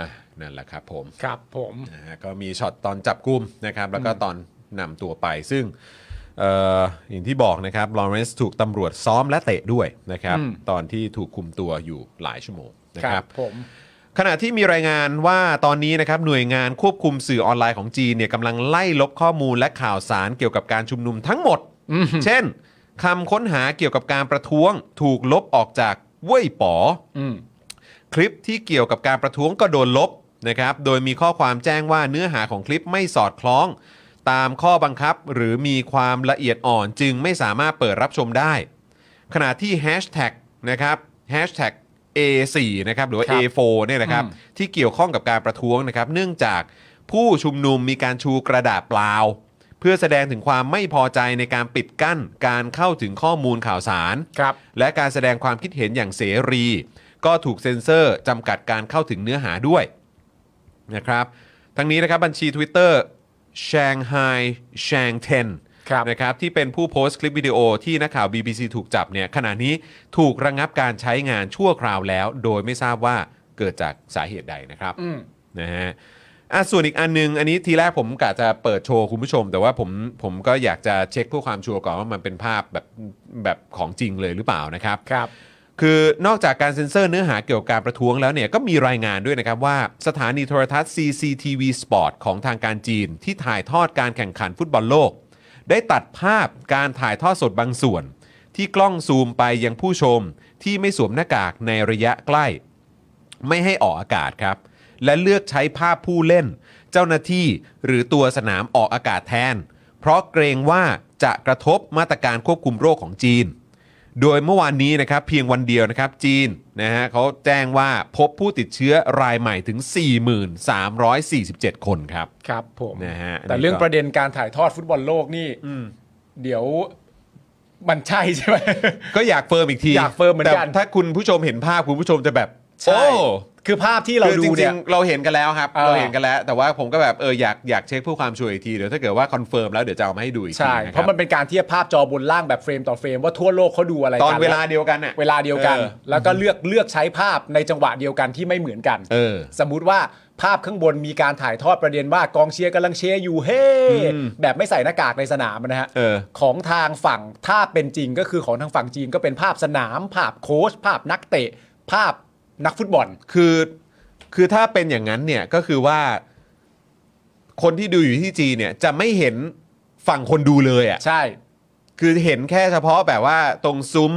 อ่ะนั่นแหละครับผม
ครับผม
นะฮะก็มีช็อตตอนจับกลุ่มนะครับ แล้วก็ตอนนำตัวไป ซึ่งเอออย่างที่บอกนะครับลอเรนซ์ถูกตำรวจซ้อมและเตะด้วยนะครับ
อืม
ตอนที่ถูกคุมตัวอยู่หลายชั่วโมงนะ
ค
ค
รั
รับ
บผม
ขณะที่มีรายงานว่าตอนนี้นะครับหน่วยงานควบคุมสื่อออนไลน์ของจีนเนี่ยกำลังไล่ลบข้อมูลและข่าวสารเกี่ยวกับการชุมนุมทั้งหมด
อืม
เช่นคำค้นหาเกี่ยวกับการประท้วง ถูกลบออกจากเว่ยป๋อ
อืม
คลิปที่เกี่ยวกับการประท้วงก็โดนลบนะครับ โดยมีข้อความแจ้งว่าเนื้อหาของคลิปไม่สอดคล้อง ตามข้อบังคับหรือมีความละเอียดอ่อนจึงไม่สามารถเปิดรับชมได้ ขณะที่แฮชแท็กนะครับแฮชแท็ก A4 นะครับหรือว่า
ครับ
A4 เนี่ยนะครับ ที่เกี่ยวข้องกับการประท้วงนะครับ เนื่องจากผู้ชุมนุมมีการชูกระดาษเปล่า เพื่อแสดงถึงความไม่พอใจในการปิดกั้นการเข้าถึงข้อมูลข่าวสาร
ครับ
และการแสดงความคิดเห็นอย่างเสรี ก็ถูกเซ็นเซอร์จำกัดการเข้าถึงเนื้อหาด้วยนะครับ ทั้งนี้นะครับบัญชี Twitter Shanghai Shang Ten
ครับ
นะครับที่เป็นผู้โพสต์คลิปวิดีโอที่นักข่าว BBC ถูกจับเนี่ยขณะนี้ถูกระงงับการใช้งานชั่วคราวแล้ว โดยไม่ทราบว่าเกิดจากสาเหตุใดนะครับ
อืม
นะฮะอ่ะส่วนอีกอันนึง อันนี้ทีแรกผมกะจะเปิดโชว์คุณผู้ชม แต่ว่าผมผมก็อยากจะเช็คเพื่อความชัวร์ก่อนว่ามันเป็นภาพแบบแบบของจริงเลยหรือเปล่านะครับ
ครับ
คือนอกจากการเซ็นเซอร์เนื้อหาเกี่ยวกับการประท้วงแล้วเนี่ยก็มีรายงานด้วยนะครับว่าสถานีโทรทัศน์ CCTV Sport ของทางการจีน ที่ถ่ายทอดการแข่งขันฟุตบอลโลก ได้ตัดภาพการถ่ายทอดสดบางส่วน ที่กล้องซูมไปยังผู้ชมที่ไม่สวมหน้ากากในระยะใกล้ ไม่ให้ออกอากาศครับ และเลือกใช้ภาพผู้เล่น เจ้าหน้าที่หรือตัวสนามออกอากาศแทน เพราะเกรงว่าจะกระทบมาตรการควบคุมโรคของจีน โดยเมื่อวานนี้นะครับเพียงวันเดียวนะครับจีนนะฮะเขาแจ้งว่าพบผู้ติดเชื้อรายใหม่ถึง 4,347 คนครับ
ครับผม
นะฮะอันนี้
แต่เรื่อง
ก็
ประเด็นการถ่ายทอดฟุตบอลโลกนี่เดี๋ยว มันใช่ใช่ไหม
ก็อยากเฟิร์มอีกที
อยากเฟิร์มเหมือนกัน
แต่ถ้าคุณผู้ชมเห็นภาพคุณผู้ชมจะแบบ
ใช่
โอ้
คือภาพที่เรา
คือ
ดู
จริ
เนี่
ง
ย
ๆ เราเห็นกันแล้วครับ
อ่า
เราเห็นกันแล้ว แต่ว่าผมก็แบบเอออยากอยากเช็คเพื่อความชัวร์อีกที เดี๋ยวถ้าเกิดว่าคอนเฟิร์มแล้วเดี๋ยวจะเอามาให้ดูอีกที
ใช่
คบ
เพราะมันเป็นการเทียบภาพจอบนล่างแบบเฟรมต่อเฟรมว่าทั่วโลกเขาดูอะไรกัน
ตอนเวลาเดียวกันอะ
เวลาเดียวกัน
เออ
แล้วก็เลือกเลือกใช้ภาพในจังหวะเดียวกันที่ไม่เหมือนกัน
เออ
สมมุติว่าภาพข้างบนมีการถ่ายทอดประเด็นว่ากองเชียร์กำลังเชียร์อยู่เฮ้
อืม
แบบไม่ใส่หน้ากากในสนามนะฮะ
เออ
ของทางฝั่งถ้าเป็นจริงก็คือของทางฝั่งจีนก็เป็นภาพสนาม ภาพโค้ชภาพนักเตะ ภาพนักฟุตบอล
คือคือถ้าเป็นอย่างนั้นเนี่ยก็คือว่า คนที่ดูอยู่ที่จีนเนี่ยจะไม่เห็นฝั่งคนดูเลยอะ
ใช่
คือเห็นแค่เฉพาะแบบว่าตรงซุ้ม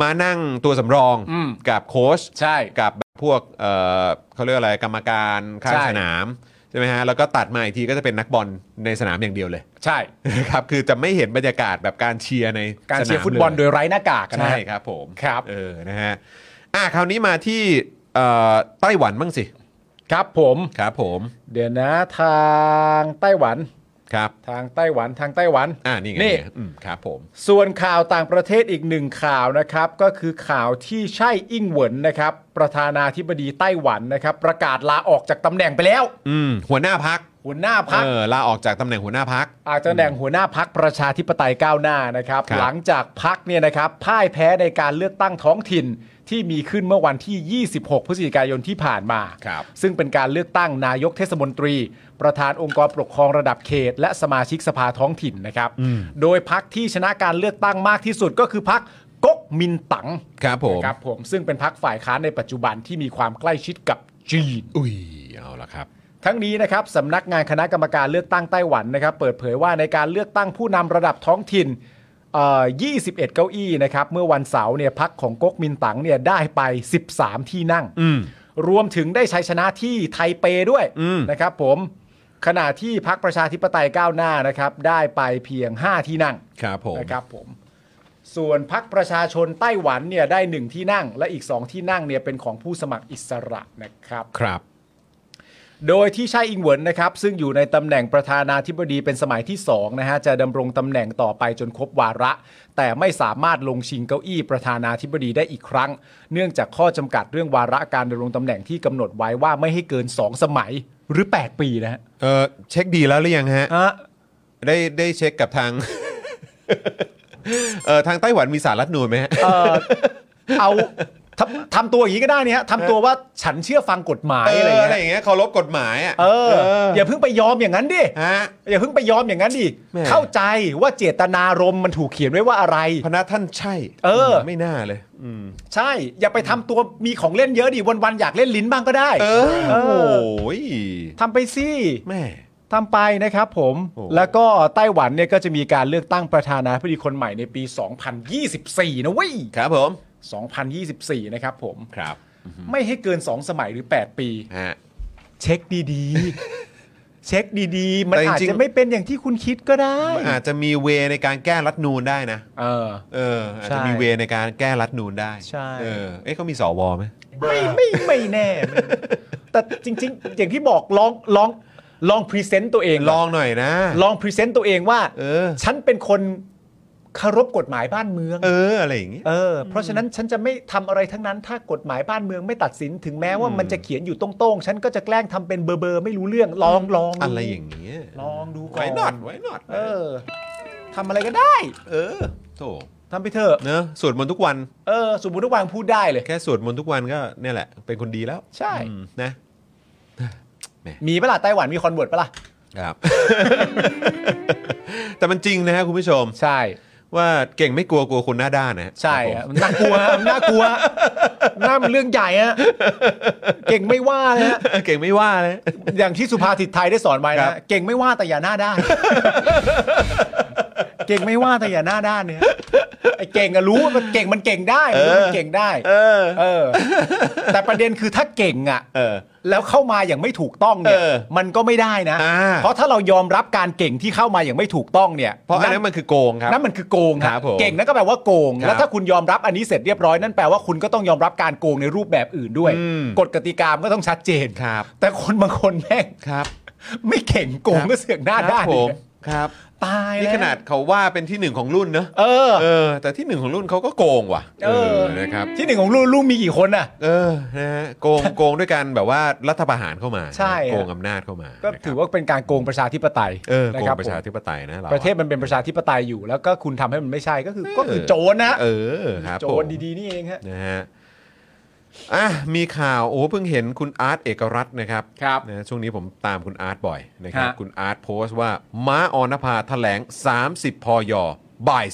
มานั่งตัวสำรอง
อืม
กับโค้ช
ใช่
กับพวกเอ่อเขาเรียกอะไรกรรมการข้าง
ใช่
สนามใช่ไหมฮะแล้วก็ตัดมาอีกทีก็จะเป็นนักบอลในสนามอย่างเดียวเลย
ใช่
นะครับคือจะไม่เห็นบรรยากาศแบบการเชียร์ใน
การเชีย
ส
ร์
นม
ฟุตบอล
เ
โดยไร้หน้ากากนะ
ใช่
ฮะ
ครับผม
ครับ
เออนะฮะอ่ะคราวนี้มาที่เอ่อไต้หวันบ้างสิ
ครับผม
ครับผม
เดี๋ยวนะทางไต้หวัน
ครับ
ทางไต้หวันทางไต้หวัน
อ่านี่ไง
นี่
เยอืมครับผม
ส่วนข่าวต่างประเทศอีกหนึ่งข่าวนะครับ ก็คือข่าวที่ใช่อิงเหวินนะครับ ประธานาธิบดีไต้หวันนะครับ ประกาศลาออกจากตำแหน่งไปแล้ว
อืมหัวหน้าพัก
หัวหน้าพัก
เออลาออกจากตำแหน่งหัวหน้าพัก
อาจจะแหน่งหัวหน้าพักประชาธิปไตยก้าวหน้านะครับ
ครับ
หลังจากพักเนี่ยนะครับพ่ายแพ้ในการเลือกตั้งท้องถิ่น ที่มีขึ้นเมื่อวันที่ 26 พฤศจิกายนที่ผ่านมา
ครับ
ซึ่งเป็นการเลือกตั้งนายกเทศมนตรี ประธานองค์กรปกครองระดับเขต และสมาชิกสภาท้องถิ่นนะครับ โดยพักที่ชนะการเลือกตั้งมากที่สุดก็คือพักก๊กมินตั๋ง
ครับผม
นะครับผมซึ่งเป็นพักฝ่ายค้านในปัจจุบันที่มีความใกล้ชิดกับจีน
อุ้ยเอาละครับ
ทั้งนี้นะครับสำนักงานคณะกรรมการเลือกตั้งไต้หวันนะครับ เปิดเผยว่าในการเลือกตั้งผู้นำระดับท้องถิ่นเอ่อ21 เก้าอี้นะครับ เมื่อวันเสาร์เนี่ยพักของก๊กมินตั๋งเนี่ยได้ไป 13 ที่นั่ง
อืม
รวมถึงได้ชัยชนะที่ไทเปด้วย
อืม
นะครับผมขณะที่พักประชาธิปไตยก้าวหน้านะครับ ได้ไปเพียง 5 ที่นั่ง
ครับผม
นะครับผม ส่วนพักประชาชนไต้หวันเนี่ยได้หนึ่งที่นั่ง และอีกสองที่นั่งเนี่ยเป็นของผู้สมัครอิสระนะครับ
ครับ
โดยที่ใช่อิงเหวินนะครับ ซึ่งอยู่ในตำแหน่งประธานาธิบดีเป็นสมัยที่2นะฮะจะดำรงตำแหน่งต่อไปจนครบวาระ แต่ไม่สามารถลงชิงเก้าอี้ประธานาธิบดีได้อีกครั้ง เนื่องจากข้อจำกัดเรื่องวาระการดำรงตำแหน่งที่กำหนดไว้ว่าไม่ให้เกิน 2 สมัยหรือ 8 ปีนะฮะ
เออเช็คดีแล้วหรือยังฮะ
ฮะ
ได้ได้เช็คกับทาง เออทางไต้หวันมีสารรัฐธรรมนูนไหมฮะ
เอ่อเอาทำทำตัวอย่างนี้ก็ได้เนี่ยฮะทำตัวว่าฉันเชื่อฟังกฎหมาย
เอ
อะไร
ออะไรอ
เงี้ย
ย่างเงี้ยเคารพกฎหมายอ่ะ
เอออย่าเพิ่งไปยอมอย่างนั้นดิ
ฮะ
อย่าเพิ่งไปยอมอย่างนั้นดิ
แม่
เข้าใจว่าเจตนารมณ์มันถูกเขียนไว้ว่าอะไร
พนักท่านใช่
เออ
ไม่น่าเลยอืม
ใช่ อย่าไปทำตัวมีของเล่นเยอะดิวันๆอยากเล่นลิ้นบ้างก็ได้
เออ
เอ
โอ้
อ
โหย
ทำไปสิ
แม่
ทำไปนะครับผม
โอ้
แล้วก็ไต้หวันเนี่ยก็จะมีการเลือกตั้งประธานาธิบดีคนใหม่ในปี 2024 นะเว้ย
ครับผม
2024 นะครับผม
ครับ
ไม่ให้เกิน 2 สมัยหรือ 8 ปี
ฮะ
เช็คดี ๆ เช็คดีๆ มัน
แต่จริงๆ
อาจจะไม่เป็นอย่างที่คุณคิดก็ได้
มันอาจจะมีเวในการแก้รัฐธรรมนูนได้นะ
เออ
เอออาจ
ใช่
จะมีเวในการแก้รัฐธรรมนูนได้
ใช่
เออเอ๊ะเขามีสวไหม
ไม่ไม่ไม่แน่ ไม่แต่จริง ๆ อย่างที่บอกลองลองลองพรีเซนต์ตัวเอง
ล
ก่อน
องหน่อยนะ
ลองพรีเซนต์ตัวเองว่า
เออ
ฉันเป็นคนเคารพกฎหมายบ้านเมือง
เอออะไรอย่างเงี้ย
เออ เพราะฉะนั้นฉันจะไม่ทำอะไรทั้งนั้น ถ้ากฎหมายบ้านเมืองไม่ตัดสินถึงแม้ว่ามันจะเขียนอยู่ตรงๆ ฉันก็จะแกล้งทำเป็นเบอร์เบอร์ๆไม่รู้เรื่องลองลองดู
อะไรอย่างเงี้ย
ลองดูก่อน
ไว้นอดไว้นอด
เออทำอะไรก็ได้
เออโถ
ทำไปเถอะ
เนอะสวดมนต์ทุกวัน
เออสมมติว่าวางพูดได้เลย
แค่สวดมนต์ทุกวันก็เนี่ยแหละ เป็นคนดีแล้ว
ใช่
อืมนะ
มีปะล่ะไต้หวันมีคอนเวิร์ตปะล่ะ
ครับ แต่มันจริงนะฮะคุณผู้ชม
ใช่
ว่าเก่งไม่กลัวกลัวคนหน้าด้านนะฮะ
ใช่
ค
อะ
รับผม
มันน่ากลัวมันน่ากลัวน่ามันเรื่องใหญ่อะเก่งไม่ว่านะฮะ
เก่งไม่ว่าเลย
อย่างที่สุภาษิตไทยได้สอนไว้
ครั
นะ
บ
เก่งไม่ว่าแต่อย่าหน้าด้าน เก่งไม่ว่าแต่อย่าหน้าด้านเนี่ยไอ้เก่งอะรู้ว่ามันเก่งมันเก่งได้รู้ว่ามันเก่งได้
เออ
เออ แต่ประเด็นคือถ้าเก่งอะ
เออ
แล้วเข้ามาอย่างไม่ถูกต้องเนี่ย
เออ
มันก็ไม่ได้นะ
อ่า
เพราะถ้าเรายอมรับการเก่งที่เข้ามาอย่างไม่ถูกต้องเนี่ย
เพราะอันนั้นมันคือโกงครับ
นั่นมันคือโกงฮะ
ครับผม
เก่งนั่นก็แปลว่าโกง
ครับ
แล้วถ้าคุณยอมรับอันนี้เสร็จเรียบร้อยนั่นแปลว่าคุณก็ต้องยอมรับการโกงในรูปแบบอื่นด้วย
อืม
กฎกติกามันก็ต้องชัดเจน
ครับ
แต่คนบางคนแม่ง
ครับ
ไม่เก่งโกงก็เสือกหน้าด้าน
ครับผม
อีก
ครับ
ตาย
นี่
แล้ว
ขนาดเขาว่าเป็นที่หนึ่งของรุ่นเนอะ
เออ
เออ แต่ที่หนึ่งของรุ่นเขาก็โกงว่ะ
เออ
นะครับ
ที่หนึ่งของลูกลูกมีกี่คนน่ะ
เออนะฮะโกงโกงด้วยกันแบบว่ารัฐประหารเข้ามา
ใช่ฮะ
โกงอำนาจเข้ามา
ก็
นะครับ
ถือว่าเป็นการโกงประชาธิปไตย
เออ
นะ
โกง
ครับ
ประชาธิ
ผ
ปไตยนะ
ม
เรา
ประเทศมันเป็นประชาธิปไตยอยู่ แล้วก็คุณทำให้มันไม่ใช่ก็คือก็คือโจรนะ
เออครับ
โจ
ผม
รดีๆนี่เองฮะ
นะฮะอ่ะมีข่าวโอ้เพิ่งเห็นคุณอาร์ตเอกรัตน์นะครับ
ครับ
นะช่วงนี้ผมตามคุณอาร์ตบ่อยนะครับ
ฮะ
คุณอาร์ตโพสต์ว่า ม้าออนภาแถลง 30 พอยบ่าย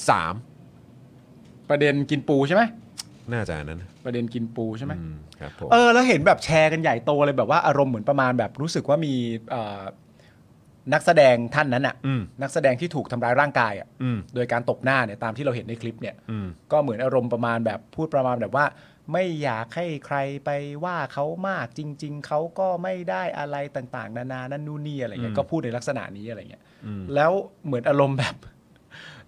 ประเด็นกินปูใช่ไหม
3 น่าจะอันนั้นนะ
ประเด็นกินปูใช่ไหม
อืมครับผม
เออแล้วเห็นแบบแชร์กันใหญ่โตเลยแบบว่าอารมณ์เหมือนประมาณแบบรู้สึกว่ามีเอ่อนักแสดงท่านนั้นอ่ะ
อืม
นักแสดงที่ถูกทำร้ายร่างกายอ่ะ
อืม
โดยการตบหน้าเนี่ยตามที่เราเห็นในคลิปเนี่ย
อืม
ก็เหมือนอารมณ์ประมาณแบบพูดประมาณแบบว่า ไม่อยากให้ใครไปว่าเขามากจริง ๆเขาก็ไม่ได้อะไรต่างๆ นานานั่นนู่นนี่อะไรเงี้ยก็พูดในลักษณะนี้อะไรเงี้ยแล้วเหมือนอารมณ์แบบ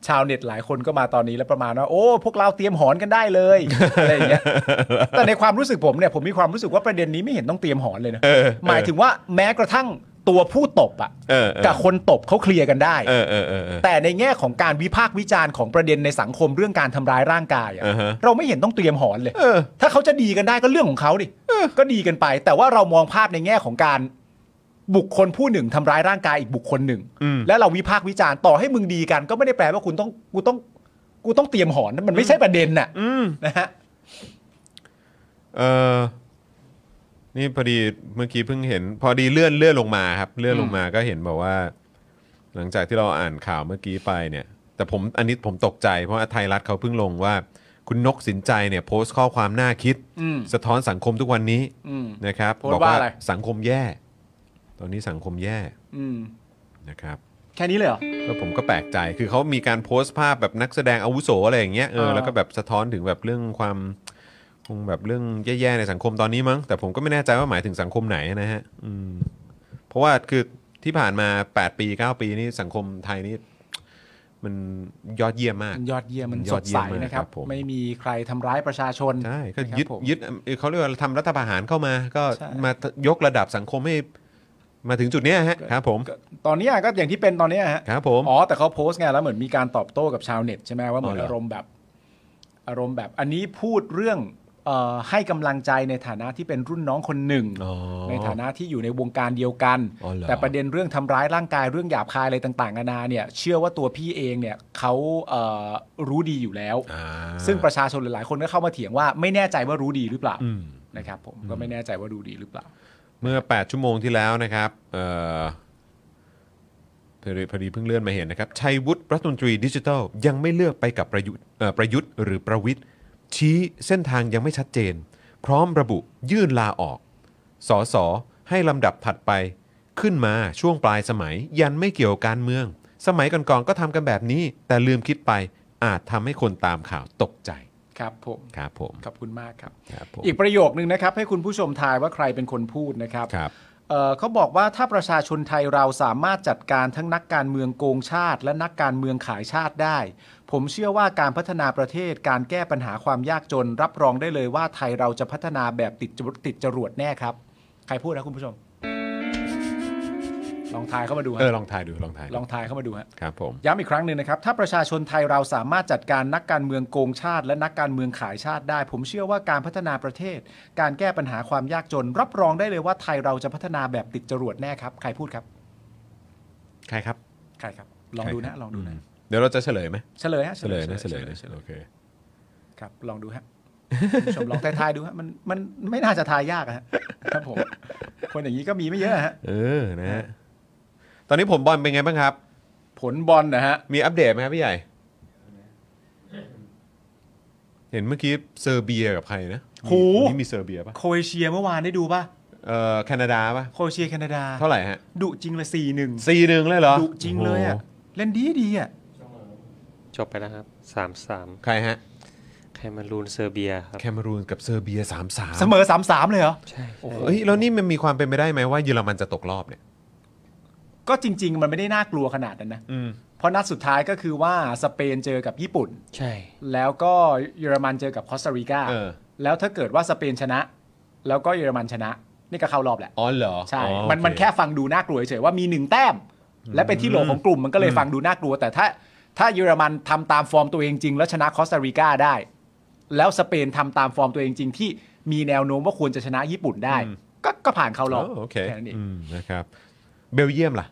ชาวเน็ตหลายคนก็มาตอนนี้แล้วประมาณว่าโอ้พวกเราเตรียมหอนกันได้เลย อะไรอย่างเงี้ยแต่ในความรู้สึกผมเนี่ยผมมีความรู้สึกว่าประเด็นนี้ไม่เห็นต้องเตรียมหอนเลยนะ
เออ
หมายถึงว่าแม้กระทั่งตัวผู้ตบอ่ะ
เออเออ
กับคนตบเขาเคลียร์กันได้
เออเออเออเออ
แต่ในแง่ของการวิพากษ์วิจารณ์ของประเด็นในสังคมเรื่องการทำร้ายร่างกายอะ
อ่าฮะ
เราไม่เห็นต้องเตรียมหอนเลย
เออ
ถ้าเขาจะดีกันได้ก็เรื่องของเขาดิก็ดีกันไป แต่ว่าเรามองภาพในแง่ของการบุคคลผู้หนึ่งทำร้ายร่างกายอีกบุคคลหนึ่ง
อืม
และเราวิพากษ์วิจารณ์ต่อให้มึงดีกัน ก็ไม่ได้แปลว่าคุณต้องกูต้องกูต้องเตรียมหอนนะมันไม่ใช่ประเด็นน่ะ
อืม
นะฮะ
เออนี่พอดีเมื่อกี้เพิ่งเห็น พอดีเลื่อนเลื่อนลงมาครับ เลื่อนลงมาก็เห็นแบบว่า หลังจากที่เราอ่านข่าวเมื่อกี้ไปเนี่ย แต่ผมอันนี้ผมตกใจเพราะว่าไทยรัฐเขาเพิ่งลงว่า คุณนกสินใจเนี่ยโพสต์ข้อความน่าคิด
อืม
สะท้อนสังคมทุกวันนี้
อืม
นะครับ
โพสต์ว่าอะไร
สังคมแย่ ตอนนี้สังคมแย่
อืม
นะครับ
แค่นี้เลยเหรอ
แล้วผมก็แปลกใจคือเขามีการโพสต์ภาพแบบนักแสดงอาวุโสอะไรอย่างเงี้ยเออ
อ่า
แล้วก็แบบสะท้อนถึงแบบเรื่องความคงแบบเรื่องแย่ๆในสังคมตอนนี้มั้ง แต่ผมก็ไม่แน่ใจว่าหมายถึงสังคมไหนนะฮะอืมเพราะว่าคือที่ผ่านมา 8 ปี 9 ปีนี่สังคมไทยนี่มันยอดเยี่ยมมาก
มันยอดเยี่ยมมัน
มันย
ส
อด
ด
เยี่
ใส
ยมมาก
นะครับ
ครับผม
ไม่มีใครทำร้ายประชาชน
ใช่ก็
นะครับ
ยึด
ผม
ยึดเอ่อเขาเรียกว่าทำรัฐประหารเข้ามา ก็
ใช่
มายกระดับสังคมให้มาถึงจุดเนี้ยฮะครับผม
ก็ตอนเนี้ยก็อย่างที่เป็นตอนเนี้ยฮะ
ครับผม
อ๋อ แต่เขาโพสต์ไงแล้วเหมือนมีการตอบโต้กับชาวเน็ตใช่ไหมว่าเหมือน
อ๋อเหรอ
อา
อ
รมณ์แบบ อารมณ์แบบอันนี้พูดเรื่องเอ่อให้กำลังใจในฐานะที่เป็นรุ่นน้องคนหนึ่ง
อ๋อ
ในฐานะที่อยู่ในวงการเดียวกัน
อ๋อเหรอ
แต่ประเด็นเรื่องทำร้ายร่างกายเรื่องหยาบคายอะไรต่างๆนานาเนี่ย เชื่อว่าตัวพี่เองเนี่ยเขาเอ่อรู้ดีอยู่แล้ว
อ่า
ซึ่งประชาชนหลายๆคนก็เข้ามาเถียงว่าไม่แน่ใจว่ารู้ดีหรือเปล่า
อืม
นะครับผมก็ไม่แน่ใจว่ารู้ดีหรือเปล่า
เมื่อ 8 ชั่วโมงที่แล้วนะครับเอ่อพอดีพอดีเพิ่งเลื่อนมาเห็นนะครับ ชัยวุฒิรัฐมนตรีดิจิทัล ยังไม่เลือกไปกับประยุทธ์เอ่อประยุทธ์หรือประวิทย์ชี้เส้นทางยังไม่ชัดเจน พร้อมระบุยื่นลาออก สสให้ลำดับถัดไป ขึ้นมาช่วงปลายสมัย ยันไม่เกี่ยวการเมือง สมัยก่อนๆก็ทำกันแบบนี้ แต่ลืมคิดไปอาจทำให้คนตามข่าวตกใจ
ครับผม
ครับผม
ขอบคุณมากครับ
ครับผม
อีกประโยคนึงนะครับ ให้คุณผู้ชมทายว่าใครเป็นคนพูดนะครับ
ครับ
เอ่อเขาบอกว่าถ้าประชาชนไทยเราสามารถจัดการทั้งนักการเมืองโกงชาติ และนักการเมืองขายชาติได้ ผมเชื่อว่าการพัฒนาประเทศการแก้ปัญหาความยากจน รับรองได้เลยว่าไทยเราจะพัฒนาแบบติดจรวดติดจรวดแน่ครับ ใครพูดนะคุณผู้ชม ลองทายเข้ามาดูฮะ
เออลองทายดูลองทายดู
ลองทายเข้ามาดูฮะ
ครับผม
ย้ำอีกครั้งหนึ่งนะครับ ถ้าประชาชนไทยเราสามารถจัดการนักการเมืองโกงชาติ และนักการเมืองขายชาติได้ ผมเชื่อว่าการพัฒนาประเทศ การแก้ปัญหาความยากจน รับรองได้เลยว่าไทยเราจะพัฒนาแบบติดจรวดแน่ครับ ใครพูดครับ
ใครครับ
ใครครับ ลองดูนะ ลองดูนะ
เดี๋ยวเราจะเฉลยไหม
เฉลยฮะ
เฉลยนะเฉลยนะโอเค
ครับ ลองดูฮะคุณผู้ชมลองทายๆดูฮะ มัน มันไม่น่าจะทายยากอะฮะ ครับผม คนอย่างนี้ก็มีไม่เยอะฮะ
เออ นะฮะ ตอนนี้ผมบอลเป็นไงบ้างครับ
ผลบอลนะฮะ
มีอัปเดตไหมครับพี่ใหญ่ เห็นเมื่อกี้เซอร์เบียกับใครนะ
หู
วันนี่มีเซอร์เบียป่ะ
โครเอเชียเมื่อวานได้ดูป่ะ
เอ่อ แคนาดาป่ะ
โครเอเชียแคนาดา
เท่าไหร่ฮะ
ดุจริงเลยสี่หนึ่ง
สี่หนึ่งเลยเหรอ
ดุจริงเลยอะ
โโห
เล่นดีดีๆอะ
จบไปแล้วครับสามสาม
ใครฮะ
แคมารูนเซอร์เบียครับ
แคเมรูนกับเซอร์เบียสามสาม
เสมอสามสามเลยเหรอ
ใช่
โอ้โห
เฮ้ย แล้วนี่มันมีความเป็นไปได้ไหมว่าเยอรมันจะตกรอบเนี่ย
ก็จริง ๆ มันไม่ได้น่ากลัวขนาดนั้นนะ
อืม
เพราะนัดสุดท้ายก็คือว่าสเปนเจอกับญี่ปุ่น
ใช่
แล้วก็เยอรมันเจอกับคอสตาริกา
เออ
แล้วถ้าเกิดว่าสเปนชนะ แล้วก็เยอรมันชนะ นี่ก็เข้ารอบแหละ
อ๋อเหรอ
ใช่
อ๋อ
มัน
โอเ
มันแค่ฟังดูน่ากลัวเฉยๆว่ามีหนึ่งแต้ม และเป็นที่โหลของกลุ่มมันก็เลยฟังดูน่ากลัว แต่ถ้าถ้าเยอรมันทำตามฟอร์มตัวเองจริง แล้วชนะคอสตาริกาได้ แล้วสเปนทำตามฟอร์มตัวเองจริง ที่มีแนวโน้มว่าควรจะชนะญี่ปุ่นได้ ก็ก็ผ่านเขารอบ
อ๋อโอเค
แค่นั้นเอง
อืมนะครับ เบลเยียมล่ะ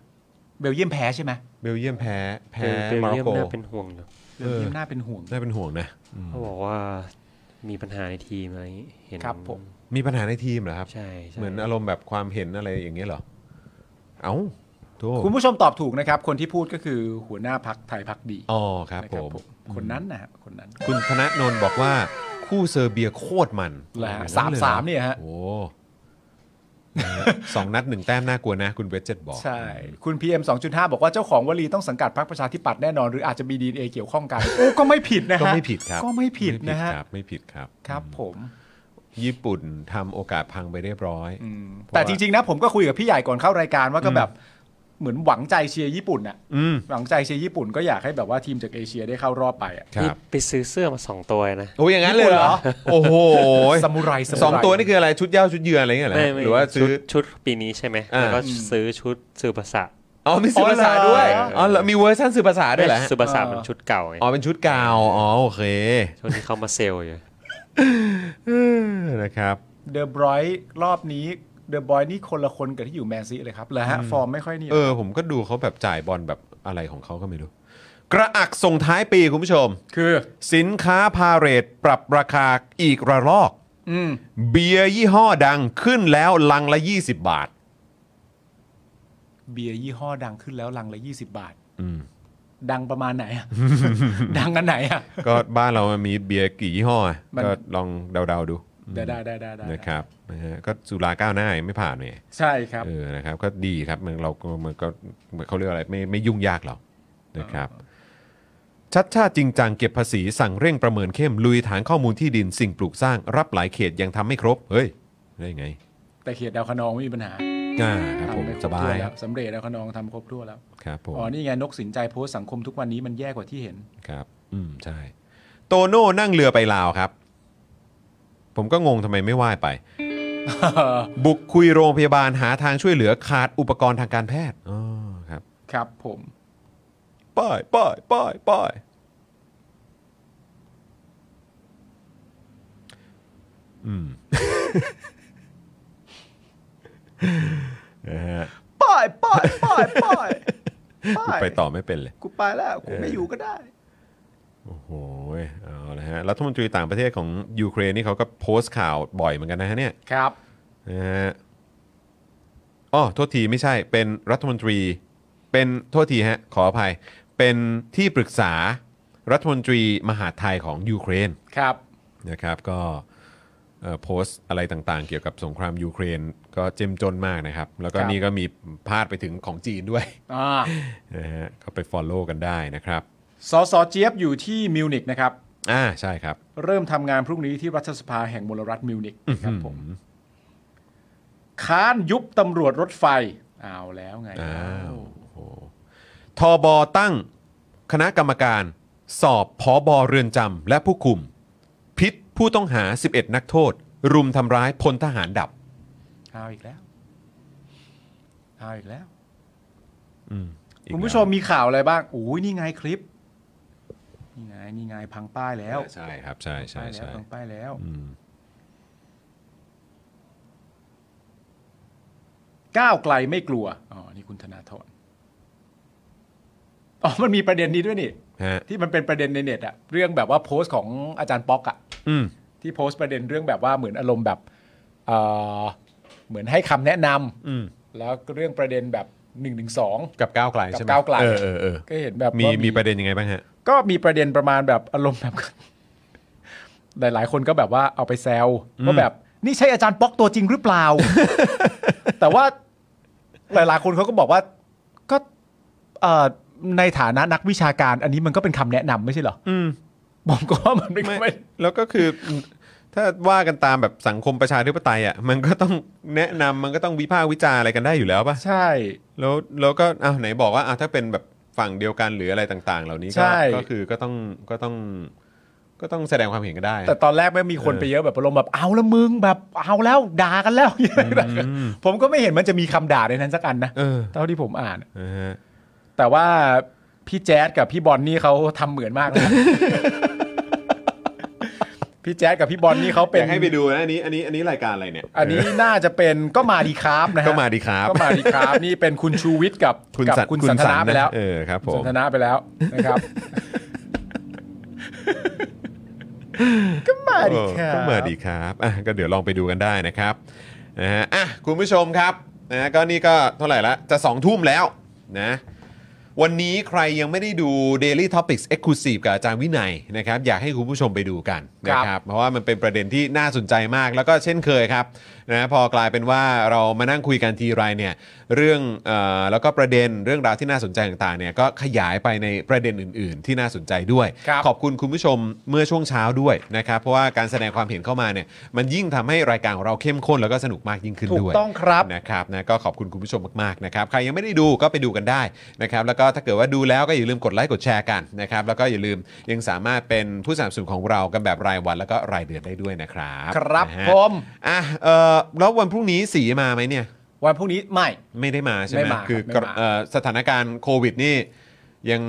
เบลเยียมแพ้ใช่ไหม
เบลเยียมแพ้แพ้
เบล
มา
เยี
ร็อ
ย
ก
ม
โก
น่าเป็นห่วงอยู่
เบลเยียมน่าเป็นห่วง
น่าเป็นห่วงนะ
เขาบอกว่ามีปัญหาในทีมอะไรอย่างงี้เห็น
ครับผม
มีปัญหาในทีมเหรอครับ
ใช่ใช่
เหมือนอารมณ์แบบความเห็นอะไรอย่างเงี้ยเหรอ เอ้าโทษ
คุณผู้ชมตอบถูกนะครับ คนที่พูดก็คือหัวหน้าพักไทยพักดี
อ๋อครับ
นะ
ผ
ครับ
ม
ผมคนนั้นนะฮะคนนั้น
คุณธนนนท์บอกว่าคู่เซอร์เบียโคตรมัน
เหรอฮะ
โอ้โห
3-3
ลหรอ
เนี่ยฮะ
โอ้นะฮะสองนัดหนึ่งแต้มน่ากลัวนะ คุณเวจเจ็ตบอก
ใช่ คุณ PM 2.5 บอกว่าเจ้าของวลีต้องสังกัดพรรคประชาธิปัตย์แน่นอน หรืออาจจะมีดีเอเกี่ยวข้องกัน โอ้ก็ไม่ผิดนะฮะ
ก็ไม่ผิดครับ
ก็ไม่ผิดนะฮะ
ครับไม่ผิดครับ
ครับผม
ญี่ปุ่นทำโอกาสพังไปเรียบร้อย
แต่จริง ๆ นะ ผมก็คุยกับพี่ใหญ่ก่อนเข้ารายการว่าก็แบบเหมือนหวังใจเชียร์ญี่ปุ่นน่ะ
อืม
หวังใจเชียร์ญี่ปุ่นก็อยากให้แบบว่าทีมจากเอเชียได้เข้ารอบไปอ่ะ
ค
นี่
รับ
ไปซื้อเสื้อมาสองตัวเลยนะ
โอ้ยอย่างนั้นเลยเหรอ โอ้โห
ซามูไรซามูไร
สองตัวนี่คืออะไรชุดเหย้าชุดเยือนอะไรเงี้ยเหรอ
ไม่ไม่
หรือว่าซื้อ
ชุดชุดปีนี้ใช่ไหม
อ่า
แล้วก็ซื้อชุดสื่อภาษา
อ๋อมีสื่อภาษาด้วย
อ๋อเหรออ๋
อ๋อเหรอมีเวอร์ชันสื่อภาษาด้วยเหรอฮะ
สื่อภาษา
เออ
มันชุดเก่าไง
อ๋อเป็นชุดกาวอ๋อโอเค
ช่วงที่เขามาเซลล์อยู่
เออนะครับ
เดอะบรอยรอบนี้เดอะบรอยนี่คนละคนกับที่อยู่แมนซีเลยครับแล้วฮะฟอร์มไม่ค่อยนี่
เออผมก็ดูเขาแบบจ่ายบอลแบบอะไรของเขาก็ไม่รู้ กระอักส่งท้ายปีคุณผู้ชม
คือ
สินค้าพาเรตปรับราคาอีกระลอก
อืม
เบียร์ยี่ห้อดังขึ้นแล้วลังละ 20 บาท
เบียร์ยี่ห้อดังขึ้นแล้วลังละ20 บาท
อืม
ดังประมาณไหนอะ ดังอันไหนอะ
ก็บ้านเรามันมีเบียร์กี่ยี่ห้ออะ
มัน
ก็ลองเดาๆดู
ได้ได้ได้ได้ได้
นะครับนะฮะก็สุราก้าวหน้ายังไม่ผ่านเลย
ใช่ครับ
เออนะครับ ก็ดีครับมันเราก็มันก็เขาเรียกอะไรไม่ไม่ยุ่งยากหรอกนะครับ ชัดชาติจริงจังเก็บภาษีสั่งเร่งประเมินเข้มลุยฐานข้อมูลที่ดินสิ่งปลูกสร้างรับหลายเขตยังทำไม่ครบ เฮ้ย ได้ไง
แต่เขตดาวคะนองไม่มีปัญหา
อ่าครับผม
ทำ
ส
ไปคร
บา
ทั่วย แล้วสำเร็จดาวคะนองทำครบทั่วแล้ว
ครับผม
อ๋อนี่ไงนกสินใจโพสต์สังคมทุกวันนี้มันแย่กว่าที่ เห็น
ครับ อืมใช่ โตโน่นั่งเรือไปลาวครับ ผมก็งงทำไมไม่ว่ายไป บุกคุยโรงพยาบาลหาทางช่วยเหลือขาดอุปกรณ์ทางการแพทย์อ๋อครับ
ครับผม
ป้ายป้ายป้ายป้ายอืม นะฮะ
ป้ายป้ายป้ายป้าย
กูไปต่อไม่เป็นเลย
กูไปแล้วกูไม่อยู่ก็ได้
โอ้โหเอาละฮะรัฐมนตรีต่างประเทศของยูเครนนี่เขาก็โพสต์ข่าวบ่อยเหมือนกันนะฮะเนี่ย
ครับ
นะฮะอ๋อโทษทีไม่ใช่ เป็นรัฐมนตรี เป็นโทษทีฮะ ขออภัย เป็นที่ปรึกษารัฐมนตรีมหาดไทยของยูเครน
ครับ
นะครับ ก็เอ่อโพสต์อะไรต่างๆ เกี่ยวกับสงครามยูเครนก็เจ้มจนมากนะครับ แล้วก็
ครับ
นี่ก็มีพาดไปถึงของจีนด้วย
อ่า
นะฮะก็ไป follow กันได้นะครับ
สอสอเจี๊ยบอยู่ที่มิวนิกนะครับ
อ่าใช่ครับ
เริ่มทำงานพรุ่งนี้ที่รัฐสภาแห่งมลรัฐมิวนิกนะครับผมค้านยุบตำรวจรถไฟเอาแล้วไง
อ้าว ทอบอตั้งคณะกรรมการ สอบพอบอเรือนจำและผู้คุม พิษผู้ต้องหา 11 นักโทษ รุมทำร้ายพลทหารดับ
เอาอีกแล้ว เอาอีกแล้ว
อืมอีก
คุณผู้ชมมีข่าวอะไรบ้างโอ้ยนี่ไงคลิป นี่ไง นี่ไงพังป้ายแล้
แล้ว วใช่ครับ ใช่ใช่
ป้ายแล้ว
ใช่
พังป้ายแล้ว
อืม
ก้าวไกลไม่กลัว อ๋อ นี่คุณธนาธรอ๋อ มันมีประเด็นนี้ด้วยนี่
ฮะ
ที่มันเป็นประเด็นในเน็ตอะเรื่องแบบว่าโพสต์ของอาจารย์ป๊อกอะ
อืม
ที่โพสต์ประเด็นเรื่องแบบว่าเหมือนอารมณ์แบบเอ่อเหมือนให้คำแนะนำ
อืม
แล้วก็เรื่องประเด็นแบบหนึ่งหนึ่งสอง
กับก้าวไกลใช่ไหม
กับก้าวไกล
เออเออเออ
ก็เห็นแบบ
มี
ว่า
มีประเด็นยังไงบ้างฮะ
ก็มีประเด็นประมาณแบบอารมณ์แบบ หลาย ๆ คนก็แบบว่าเอาไปแซวว่าแบบ นี่ใช่อาจารย์ป๊อกตัวจริงหรือเป ล่า แต่ว่าหลาย ๆ คนเขาก็บอกว่าก็เอ่อในฐานะนักวิชาการอันนี้มันก็เป็นคำแนะนำไม่ใช่เหรอ
อืม
ผมก็ว่ามันไม่
ไม่
ไม่
แล้วก็คือ ถ้าว่ากันตามแบบสังคมประชาธิปไตยอ่ะมันก็ต้องแนะนำมันก็ต้องวิพากษ์วิจารณ์อะไรกันได้อยู่แล้วป่ะ
ใช่
แล้วแล้วก็อ้าวไหนบอกว่าอ้าวถ้าเป็นแบบฝั่งเดียวกันหรืออะไรต่าง ๆ เหล่านี้
ใช่
ก็ก็คือก็ต้องก็ต้องก็ต้องแสดงความเห็นก็ได้
แต่ตอนแรกไม่มีคน
เออ
ไปเยอะแบบอารมณ์แบบเอาละมึงแบบเอาแล้ว ด่ากันแล้ว ผมก็ไม่เห็นมันจะมีคำด่าในนั้นสักอันนะ
เออ
เท่าที่ผมอ่าน
นะฮะ
แต่ว่าพี่แจ๊ดกับพี่บอลนี่เขาทำเหมือนมากเลย พี่แจ๊ดกับพี่บอลนี่เขา
อ
เป็น
ยากให้ไปดูนะอันนี้อันนี้อันนี้รายการอะไรเนี่ย
อันนี้น่าจะเป็นก็มาดีครับนะฮะ
ก็มาดีครับ
ก็มาดี ครับนี่เป็นคุณชูวิทย์กับ
คุณ
กับ
สัน
คุณสันทนาไปแล้ว
เออครับผ
สั
ม
นทนาไปแล้ว นะครับ ก็มาดีครับ
เออก็มาดีครับอ่ะก็เดี๋ยวลองไปดูกันได้นะครับนะฮะอ่ะคุณผู้ชมครับนะก็นี่ก็เท่าไหร่ละจะสองทุ่มแล้วนะ วันนี้ใครยังไม่ได้ดู Daily Topics Exclusive กับอาจารย์วินัยนะครับอยากให้คุณผู้ชมไปดูกันนะครับเพราะว่ามันเป็นประเด็นที่น่าสนใจมาก แล้วก็เช่นเคยครับนะพอกลายเป็นว่าเรามานั่งคุยกันทีไรเนี่ยเรื่องเอ่อแล้วก็ประเด็นเรื่องราวที่น่าสนใจต่างๆเนี่ยก็ขยายไปในประเด็นอื่น ๆ ที่น่าสนใจด้วย
ครับ
ขอบคุณคุณผู้ชมเมื่อช่วงเช้าด้วยนะครับเพราะว่าการแสดงความเห็นเข้ามาเนี่ยมันยิ่งทำให้รายการของเราเข้มข้นแล้วก็สนุกมากยิ่งขึ้น
ถูก
ด้วย
ต้องครับ
นะครับนะก็ขอบคุณคุณผู้ชมมากๆนะครับใครยังไม่ได้ดูก็ไปดูกันได้นะครับแล้วก็ถ้าเกิดว่าดูแล้วก็อย่าลืมกดไลค์กดแชร์กันนะครับแล้วก็อย่าลืมยังสามารถเป็นผู้สนับสนุนของเรากันแบบรายวันแล้วก็รายเดือนได้ด้วยนะครับ
ครับ
นะฮะ
ผม
อ่ะเออแล้ววันพรุ่งนี้สีมาไหมเนี่ย
วันพรุ่งนี้ไม่
ไม่ได้มาใช่ไห
ไม่
ม
มาครับ
คือ
ไม่มา
เอ่อสถานการณ์โควิดนี่ยัง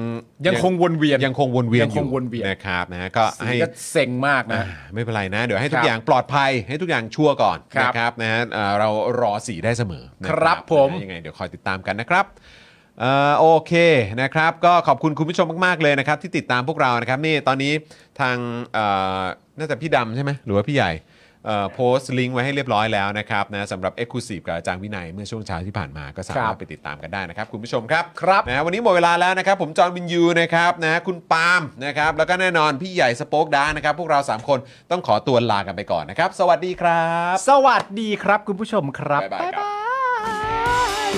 ยังคงวนเวียน
ยังคงวนเวียน
ยังคงวนเวียน
นะครับนะฮะก็
สี
ให้
ก็เซ็งมากนะ
อ่าไม่เป็นไรนะ เดี๋ยวให้ทุ
ครั
ก
บ
อย่างปลอดภัยให้ทุกอย่างชัวร์ก่อน
ครับ
นะครับนะฮะเอ่อเรารอสีได้เสมอนะครับ
ผม
นะฮะยังไงเดี๋ยวคอยติดตามกันนะครับเอ่อโอเคนะครับ ก็ขอบคุณคุณผู้ชมมาก ๆ เลยนะครับ ที่ติดตามพวกเรานะครับนี่ตอนนี้ทางเอ่อน่าจะพี่ดำใช่ไหมหรือว่าพี่ใหญ่เอ่อโพสต์ลิงก์ไว้ให้เรียบร้อยแล้วนะครับนะสำหรับ e x c l u s i v e กับอาจารย์วินัยเมื่อช่วงเช้าที่ผ่านมาก็สามารถไปติดตามกันได้นะครับ คุณผู้ชมครับ
ครับ
นะวันนี้หมดเวลาแล้วนะครับ ผมจอห์นวินยูนะครับนะคุณปาล์มนะครับ แล้วก็แน่นอนพี่ใหญ่สป็อกดาร์กนะครับ พวกเรา 3 คนต้องขอตัวลากันไปก่อนนะครับ สวัสดีครับ
สวัสดีครับคุณผู้ชมครับ
บ๊ายบายครับ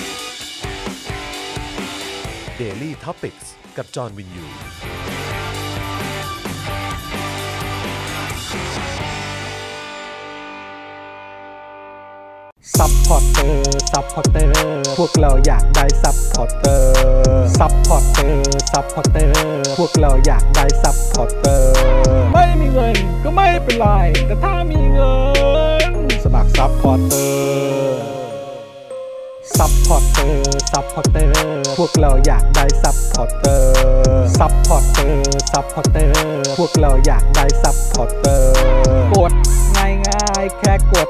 Daily Topics กับจอห์นวินยู
ซัพพอร์เตอร์ ซัพพอร์เตอร์ พวกเราอยากได้ซัพพอร์เตอร์ ซัพพอร์เตอร์ ซัพพอร์เตอร์ พวกเราอยากได้ซัพพอร์เตอร์ ไม่มีเงินก็ไม่เป็นไร แต่ถ้ามีเงิน สมัครซัพพอร์เตอร์ ซัพพอร์เตอร์ ซัพพอร์เตอร์ พวกเราอยากได้ซัพพอร์เตอร์ ซัพพอร์เตอร์ ซัพพอร์เตอร์ พวกเราอยากได้ซัพพอร์เตอร์ กดง่ายง่ายๆแค่กด